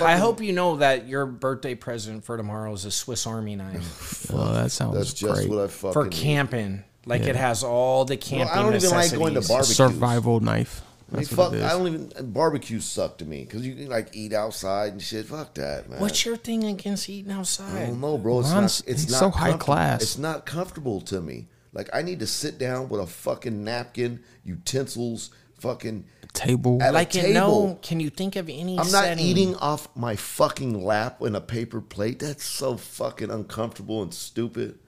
I hope you know that your birthday present for tomorrow is a Swiss Army [laughs] knife Well, that sounds that's just great. what I fucking. for need. camping. Like it has all the camping. I don't even like going to necessities. barbecues. Survival knife. I mean, That's fuck, what it I is. don't even barbecues suck to me because you can like eat outside and shit. Fuck that, man. What's your thing against eating I outside? don't know, bro. It's Ron's- not. It's he's not so high comfortable. class. It's not comfortable to me. Like I need to sit down with a fucking napkin, utensils, fucking. Table. At Like a you table. know, can you think of any? I'm not setting? eating off my fucking lap in a paper plate. That's so fucking uncomfortable and stupid.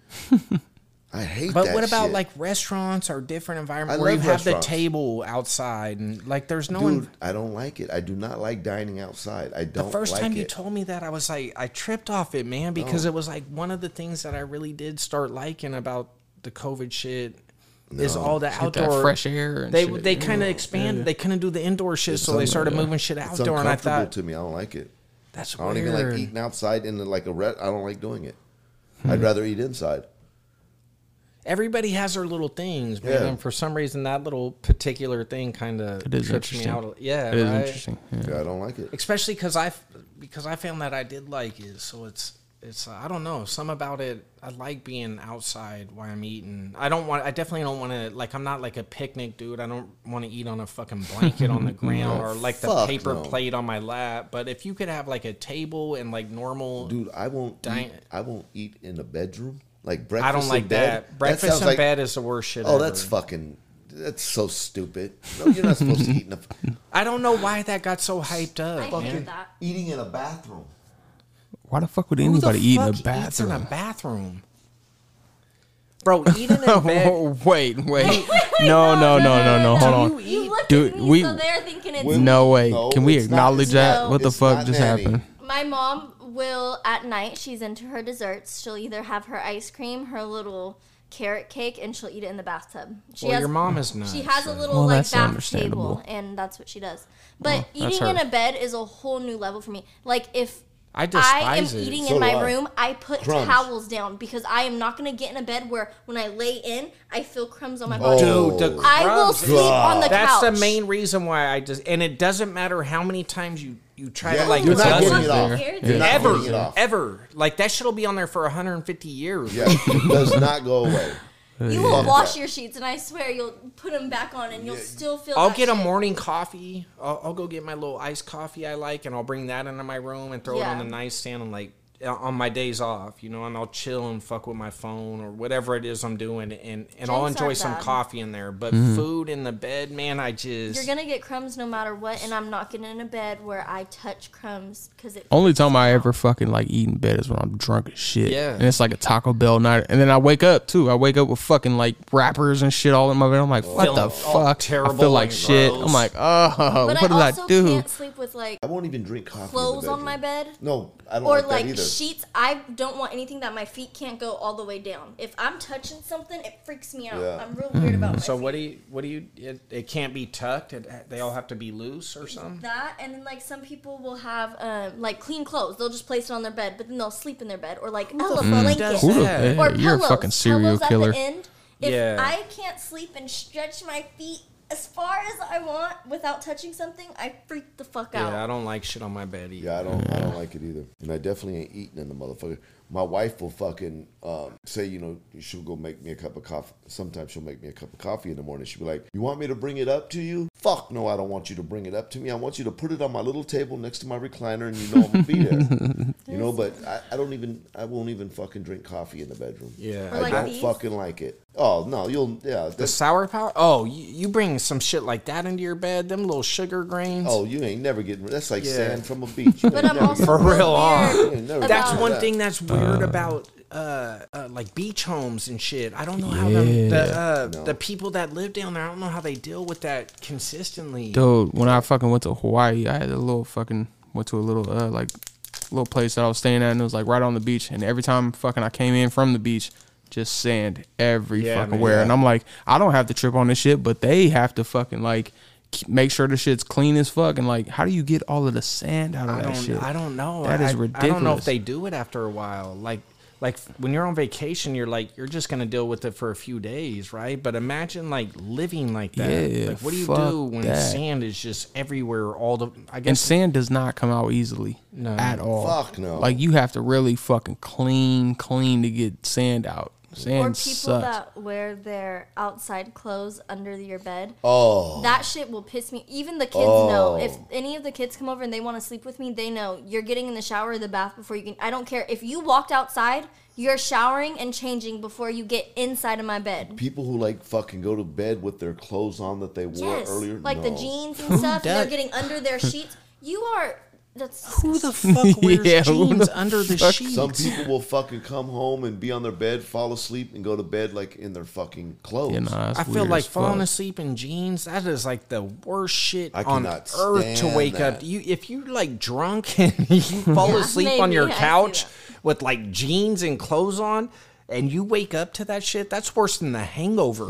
I hate But that. what about shit. like restaurants or different environments I where you love have the restaurants. table outside and like there's no one Dude, I don't like it. I do not like dining outside. I don't. The first like time it. you told me that, I was like, I tripped off it, man, because it was like one of the things that I really did start liking about the COVID shit is all the that outdoor fresh air and they shit, they yeah. kind of expanded. They couldn't do the indoor shit, so they started moving shit it's outdoor, and I uncomfortable thought to me. I don't like it. that's I don't weird. even like Hmm. eating outside in like a red. I don't like doing it. I'd rather eat inside. everybody has their little things, man. Yeah. And for some reason, that little particular thing kind of It is trips interesting. me out. a- Yeah, It is right? interesting. Yeah. Yeah, I don't like it. Especially because I f- because I found that I did like is so it's it's I don't know some about it. I like being outside while I'm eating. I don't want. I definitely don't want to like. I'm not like a picnic dude. I don't want to eat on a fucking blanket [laughs] on the ground or like the fuck paper no. plate on my lap. But if you could have like a table and like normal Dude, I won't Dang eat, it. I won't eat in the bedroom. Like breakfast I don't like in bed. that. Breakfast sounds in like- bed is the worst shit. Oh, that's ever. fucking that's so stupid. No, you're not supposed to eat [laughs] in a I don't know why that got so hyped I up. man. hate that. eating in a bathroom. Why the fuck would Who the anybody eat in a fuck eats in a bathroom? bathroom, bro. Eating in [laughs] bed. [laughs] Oh, wait, wait. Wait, wait, [laughs] No, no, no, no, no. Do Hold you on. eat- You looked Dude, at me, we- so they're thinking it's No way. No, Can we it's not- acknowledge it's that? not- what the it's fuck not just nanny. happened? My mom will at night. She's into her desserts. She'll either have her ice cream, her little carrot cake, and she'll eat it in the bathtub. She Well, has your mom is nuts. she has a little Well, like that's bath understandable. table, and that's what she does. But that's eating in her. a bed is a whole new level for me. Like if I I am despise it. eating So in my do I. room, I put Crumbs. towels down because I am not going to get in a bed where when I lay in, I feel crumbs on my body. Dude, the Oh. I will crumbs. sleep on the That's couch. the main reason why I just, and it doesn't matter how many times you you try Yeah, to like you're not buzz getting it. it off. There. You're not ever, getting it off. ever like that shit'll be on there for 150 years. [laughs] Yeah, it does not go away. You will Yeah. wash your sheets, and I swear you'll put them back on, and you'll still feel. I'll that get a shit. morning coffee. I'll, I'll go get my little iced coffee I like, and I'll bring that into my room and throw it on Yeah. the nightstand and like uh, on my days off, you know, and I'll chill and fuck with my phone or whatever it is I'm doing, and and I'll Drinks enjoy aren't some bad. coffee in there. But food in the bed, man, I just You're gonna get crumbs no matter what, and I'm not getting in a bed where I touch crumbs because it. Only time I ever fucking like eat in bed is when I'm drunk as shit. Yeah. And it's like a Taco Bell night. And then I wake up too. I wake up with fucking like wrappers and shit all in my bed. I'm like, what Feeling the all fuck? I feel terrible like and shit. gross. I'm like, oh, But what I did also I do? can't sleep with like I won't even drink coffee. in the clothes on bedroom. my bed. No, I don't Or like, that like either. sheets, I don't want anything that my feet can't go all the way down. If I'm touching something, it freaks me out. Yeah. I'm real weird about my So feet. what do you what do you it, it can't be tucked it, they all have to be loose or something? that and then like some people will have um, like clean clothes they'll just place it on their bed but then they'll sleep in their bed or like hella blankets Who Who the- Yeah. hey, or You're a pillows. fucking serial Pillows killer. At the end, if Yeah. I can't sleep and stretch my feet as far as I want without touching something, I freak the fuck out. Yeah, I don't like shit on my bed either. Yeah, I don't. I don't like it either, and I definitely ain't eating in the motherfucker. My wife will fucking um, say, you know, she'll go make me a cup of coffee. Sometimes she'll make me a cup of coffee in the morning. She'll be like, "You want me to bring it up to you? Fuck no, I don't want you to bring it up to me. I want you to put it on my little table next to my recliner, and you know I'm gonna be [laughs] there. you know, but I, I don't even. I won't even fucking drink coffee in the bedroom. Yeah. Or I like don't these? fucking like it. Oh no, you'll yeah. The That's, sour power? Oh, you, you bring some shit like that into your bed? Them little sugar grains? oh, you ain't never getting. That's like Yeah. sand from a [laughs] beach. You But ain't [laughs] I'm never also For real real, ah. huh? weird getting- you ain't never That's getting one that. thing that's weird about uh, uh like beach homes and shit. I don't know how them, the uh, the people that live down there. I don't know how they deal with that consistently. Dude, when I fucking went to Hawaii, I had a little fucking went to a little uh like little place that I was staying at and it was like right on the beach and every time fucking I came in from the beach, just sand every Yeah, fucking man, where. yeah. And I'm like, I don't have to trip on this shit, but they have to fucking like k- make sure the shit's clean as fuck and like how do you get all of the sand out of I that don't. shit? I don't know. That I, I is don't know if ridiculous. they do it after a while. Like, like when you're on vacation, you're like you're just gonna deal with it for a few days, right? But imagine like living like that. Yeah, like, what do you fuck do when that. sand is just everywhere? All the I And guess sand does not come out easily at all. Fuck no. Oh. Like you have to really fucking clean, clean to get sand out. Sand Or people sucks. that wear their outside clothes under your bed. Oh. That shit will piss me. Even the kids Oh. know. If any of the kids come over and they want to sleep with me, they know you're getting in the shower or the bath before you can. I don't care. If you walked outside, you're showering and changing before you get inside of my bed. people who like fucking go to bed with their clothes on that they wore Yes, earlier. like the No. jeans and stuff. and does? they're getting under their sheets. You are. That's who the fuck wears [laughs] Yeah, who jeans the under the fuck- sheets? Some people will fucking come home and be on their bed, fall asleep, and go to bed like in their fucking clothes. Yeah, nah, that's I feel weird like as falling fuck. asleep in jeans. That is like the worst shit I on cannot earth to stand wake up. that. You if you're like drunk [laughs] and you fall Yeah, asleep on maybe, your I see couch that. with like jeans and clothes on, and you wake up to that shit. That's worse than the [laughs] hangover.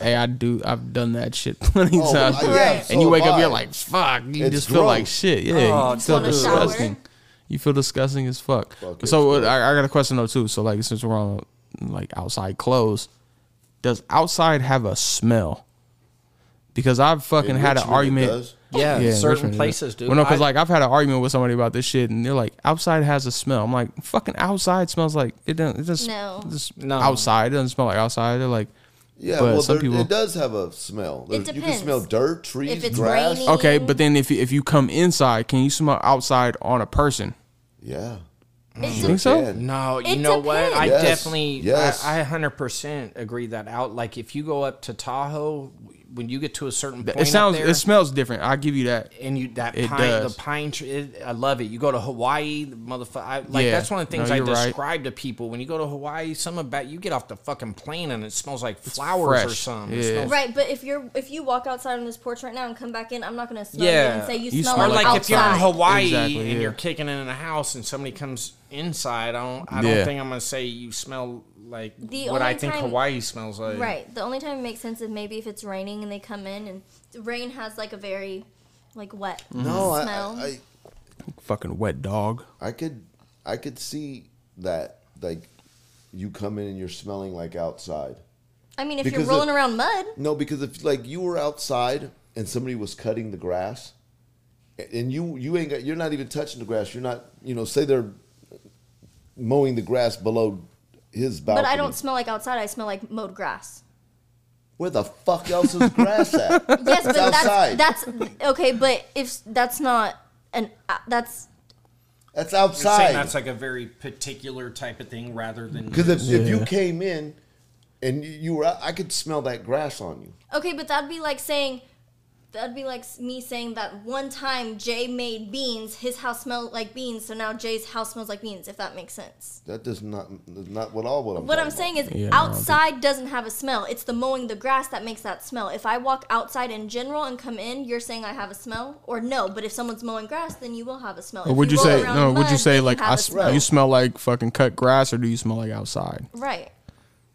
Hey, I do. I've done that shit [laughs] plenty Oh, times. I- yeah, and so you wake have up, you're I. like, fuck. You It's just feel like gross. shit. Yeah, Oh, you it's feel wanna shower. disgusting. You feel disgusting as fuck. uh, Fuck, it's so what- I, I got a question though too. So like, since we're on like outside clothes. Does outside have a smell? Because I've fucking had an Richmond, it argument. does. Yeah, certain Richmond, yeah. places do. Well, no, because I- like I've had an argument with somebody about this shit, and they're like, "Outside has a smell." I'm like, "Fucking outside smells like it doesn't. It doesn't. No. just No. outside it doesn't smell like outside." They're like, Yeah, But well, some there, people- it does have a smell. There- You can depends. smell dirt, trees, If it's grass. Oh, rainy- "Okay, but then if you, if you come inside, can you smell outside on a person? Yeah. It's Think so? Yeah. No, you It know what? I depends. Yes, definitely, yes. I, I 100% agree that out. Like, if you go up to Tahoe, when you get to a certain point, It sounds. up there, It smells different. I give you that. and you that it pine, does. the pine tree. It, I love it. You go to Hawaii, the motherfucker. I, like Yeah. that's one of the things No, I you're right. describe to people. When you go to Hawaii, some about you get off the fucking plane and it smells like flowers or fresh. something. Yeah. It smells Right, but if you're if you walk outside on this porch right now and come back in, I'm not gonna smell Yeah. you and say you, You smell, Or smell like, like if you're in outside. Hawaii Exactly, and yeah. you're kicking it in a house and somebody comes inside, I don't, I don't Yeah. think I'm gonna say you smell like The what I only think time- Hawaii smells like. Right. The only time it makes sense is maybe if it's raining and they come in and the rain has like a very like wet Mm-hmm. No, I, smell. I, I, Fucking wet dog. I could, I could see that. Like, you come in and you're smelling like outside. I mean, if you're because rolling the- around mud, No, because if like you were outside and somebody was cutting the grass, a- and you you ain't got, you're not even touching the grass. You're not you know say they're mowing the grass below his balcony. but I don't smell like outside. I smell like mowed [laughs] grass. Where the fuck else is grass at? [laughs] Yes, but It's outside. that's that's okay. But if that's not an uh, that's That's You're saying outside. that's like a very particular type of thing rather than Because if, if you came in and you, you were, out, I could smell that grass on you. okay. But that'd be like saying that'd be like me saying that one time Jay made beans. His house smelled like beans, so now Jay's house smells like beans. If that makes sense. That does not is not what all what I'm. What talking I'm saying is, Yeah, I don't outside doesn't have a smell. It's the mowing the grass that makes that smell. If I walk outside in general and come in, you're saying I have a smell, or no? But if someone's mowing grass, then you will have a smell. Or If would you, roll say around no? Would you mud, say then like have I a s- smell. you smell like fucking cut grass, or do you smell like outside? right?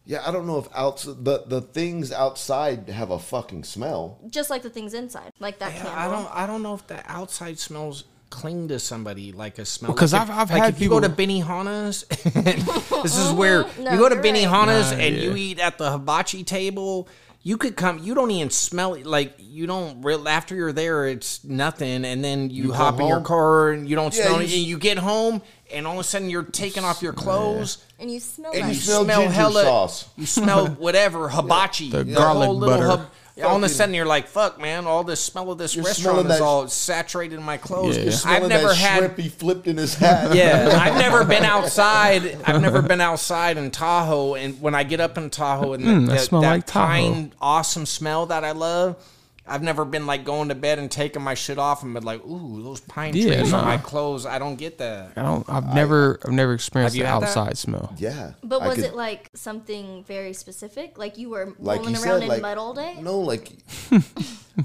Yeah, I don't know if outs the the things outside have a fucking smell. Just like the things inside, like that Yeah, candle. I don't. I don't know if the outside smells cling to somebody like a smell. 'cause Like I've- if, I've like had if you go to people- Benihana's. [laughs] this is where Mhm. [laughs] No, you go to you're right. Benihana's Nah, and yeah. you eat at the hibachi table. You could come. You don't even smell it. Like you don't. Real, after you're there, it's nothing. And then you, come hop in your home. car and you don't Yeah, smell you it. s- And you get home, and all of a sudden you're taking off your clothes. And you smell And like you smell, ginger sauce. You smell whatever hibachi, The the garlic whole little butter. hub- Yeah, all of a fucking- sudden, you're like, "Fuck, man! All this smell of this You're restaurant smelling is that- all saturated in my clothes." You're You're I've smelling never that had. shrimp he flipped in his hat. Yeah, I've never been outside. I've never been outside in Tahoe, and when I get up in Tahoe and Mm, that that, smell that like Tahoe. pine awesome smell that I love. I've never been like going to bed and taking my shit off and been like, "Ooh, those pine Yeah, trees nah. on my clothes." I don't get that. I don't. I've never. I've never experienced Have you the had that? outside smell. [laughs] yeah. But I was could- it like something very specific? Like you were like rolling he around said, in like, mud all day? [laughs] No, like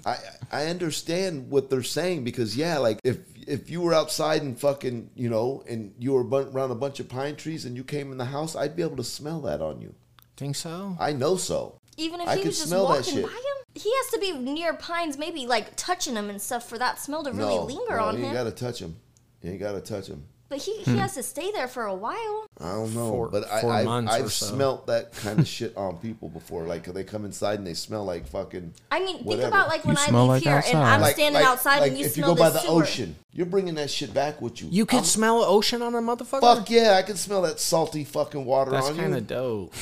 I I understand what they're saying because yeah, like if if you were outside and fucking you know and you were bun- around a bunch of pine trees and you came in the house, I'd be able to smell that on you. Think so? I know so. Even if I he could was just smell that walking shit. by him? He has to be near pines, maybe like touching them and stuff for that smell to really no, linger no, on you him. ain't gotta touch him. You ain't gotta touch him. But he, he has to stay there for a while. I don't know, Four- but I, four I, months I've or so. smelt that kind of shit on people before. Like they come inside and they smell like fucking. I mean, Whatever. think about like when You I smell leave like here and outside. I'm Like- standing like- outside like and you if smell you go by this the sewer. ocean, you're bringing that shit back with you. You could I'm- smell ocean on a motherfucker. Fuck yeah, I can smell that salty fucking water That's on you. kind of dope.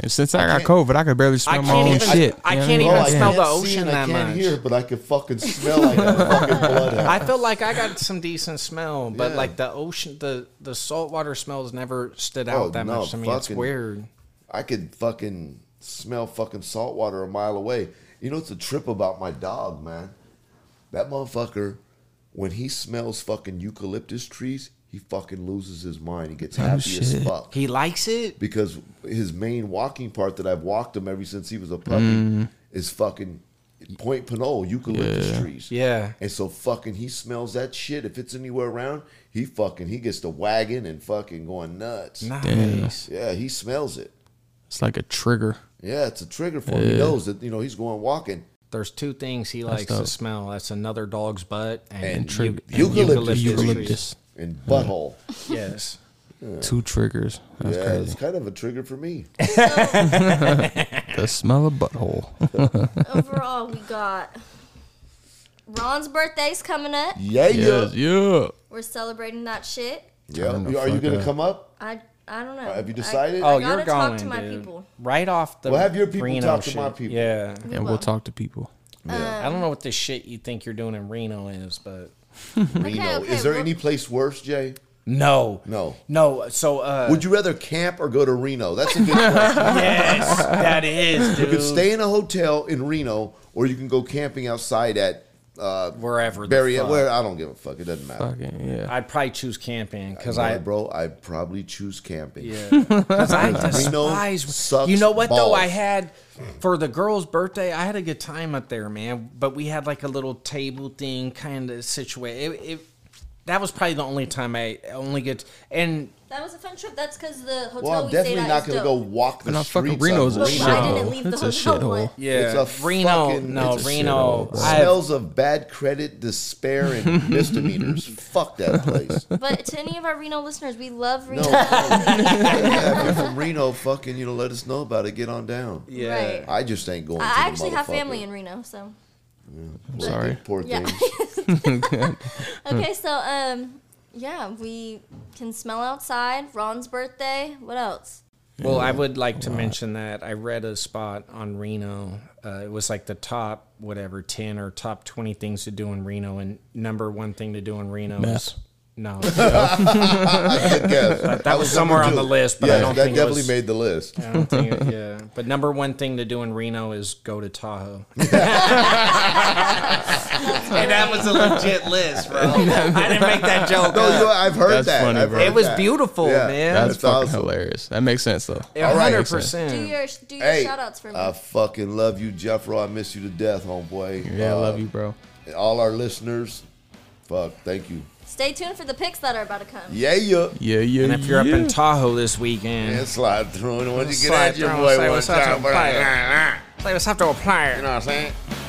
And since I, got COVID, I could barely smell my own can't even- shit. I You know can't what mean? even Bro, I Yeah. smell can't the see ocean and I that can't much. hear, but I can fucking smell like a [laughs] fucking bloodhound. I feel like I got some decent smell, but Yeah. like the ocean, the the saltwater smells never stood out Oh, that no, much to me. It's fucking- weird. I could fucking smell fucking salt water a mile away. You know, it's a trip about my dog, man. That motherfucker, when he smells fucking eucalyptus trees, he fucking loses his mind. He gets Oh, happy as shit. fuck. He likes it. because his main walking part that I've walked him ever since he was a puppy Mm-hmm. is fucking Point Pinole, eucalyptus trees. Yeah. And so fucking he smells that shit. If it's anywhere around, he fucking he gets to wagging and fucking going nuts. Nice. Yeah, he smells it. It's like a trigger. Yeah, it's a trigger for him. He knows that you know he's going walking. There's two things he likes to dope. smell. That's another dog's butt and, And eu- eucalyptus eucalyptus trees. Eucalyptus. And butthole. trees. Yes. Two triggers. That's yeah, crazy. it's kind of a trigger [laughs] for me. The smell of butthole. [laughs] Overall, we got Ron's birthday's coming up. Yeah, yeah, yeah. We're celebrating that shit. yeah. Turn the Are you fuck gonna up. come up? I I don't know. Have you I- decided? I, Oh, gotta you're talk going, to my dude. people. Right off the. Well, have your people Reno talk to my shit. people. Yeah. And will. we'll talk to people. Uh, I don't know what this shit you think you're doing in Reno is, but Reno. okay, Is there well- any place worse, Jay? no, No. no. So, uh, Would you rather camp or go to Reno? That's [laughs] a good question. yes, that is, dude. you can stay in a hotel in Reno, or you can go camping outside at uh, wherever. the Barry. fuck. Where I don't give a fuck. It doesn't matter. Fucking yeah. I'd probably choose camping because Nah, I, [laughs] bro, I probably choose camping. yeah, because [laughs] I Reno despise. sucks You know what though? balls. I had for the girl's birthday, I had a good time up there, man. But we had like a little table thing kind of situation. It, it, that was probably the only time I only get and That was a fun trip. That's because the hotel Well, I'm we stayed definitely at not is going to go dope. walk the But not streets. fucking of Reno's a But why didn't shithole. leave the It's a hotel shithole. one? yeah, It's a Reno. fucking- no, it's a Reno. shithole, bro. I have- Smells of bad credit, despair, [laughs] and misdemeanors. Fuck [laughs] that place. But to any of our Reno listeners, we love No, Reno. no. Yeah, if you're from Reno, fucking, you know, let us know about it. Get on down. yeah. Right. I just ain't going. to I the actually have motherfucker. family in Reno, so I'm sorry. Poor yeah. [laughs] things. Hmm. okay, so um, yeah, we can smell outside. Ron's birthday. What else? Well, I would like to mention that I read a spot on Reno. Uh, it was like the top whatever ten or top twenty things to do in Reno, and number one thing to do in Reno is Meth. no. Good guess. That, was somewhere on number the list, but I yeah, don't that think it definitely was- made the list. I don't think [laughs] it- yeah, but number one thing to do in Reno is go to [laughs] Tahoe. [laughs] and that was a legit list, [laughs] bro. I didn't make that joke. No, you know, up. I've heard That's that. funny, I've bro. heard It was that. beautiful, Yeah. man. That's, That's fucking awesome. hilarious. That makes sense though. All right. hundred Do percent. your do your Hey, uh, shout outs for me. I fucking love you, Jeffro. I miss you to death, homeboy. Yeah, I Uh, love you, bro. All our listeners, fuck, thank you. Stay tuned for the pics that are about to come. Yeah, yeah. Yeah, yeah. And if you're up yeah. in Tahoe this weekend, And slide through, and once you get slide at your through, boy say one what's up to time, the bro, player. you Play us have to apply. know what I'm saying?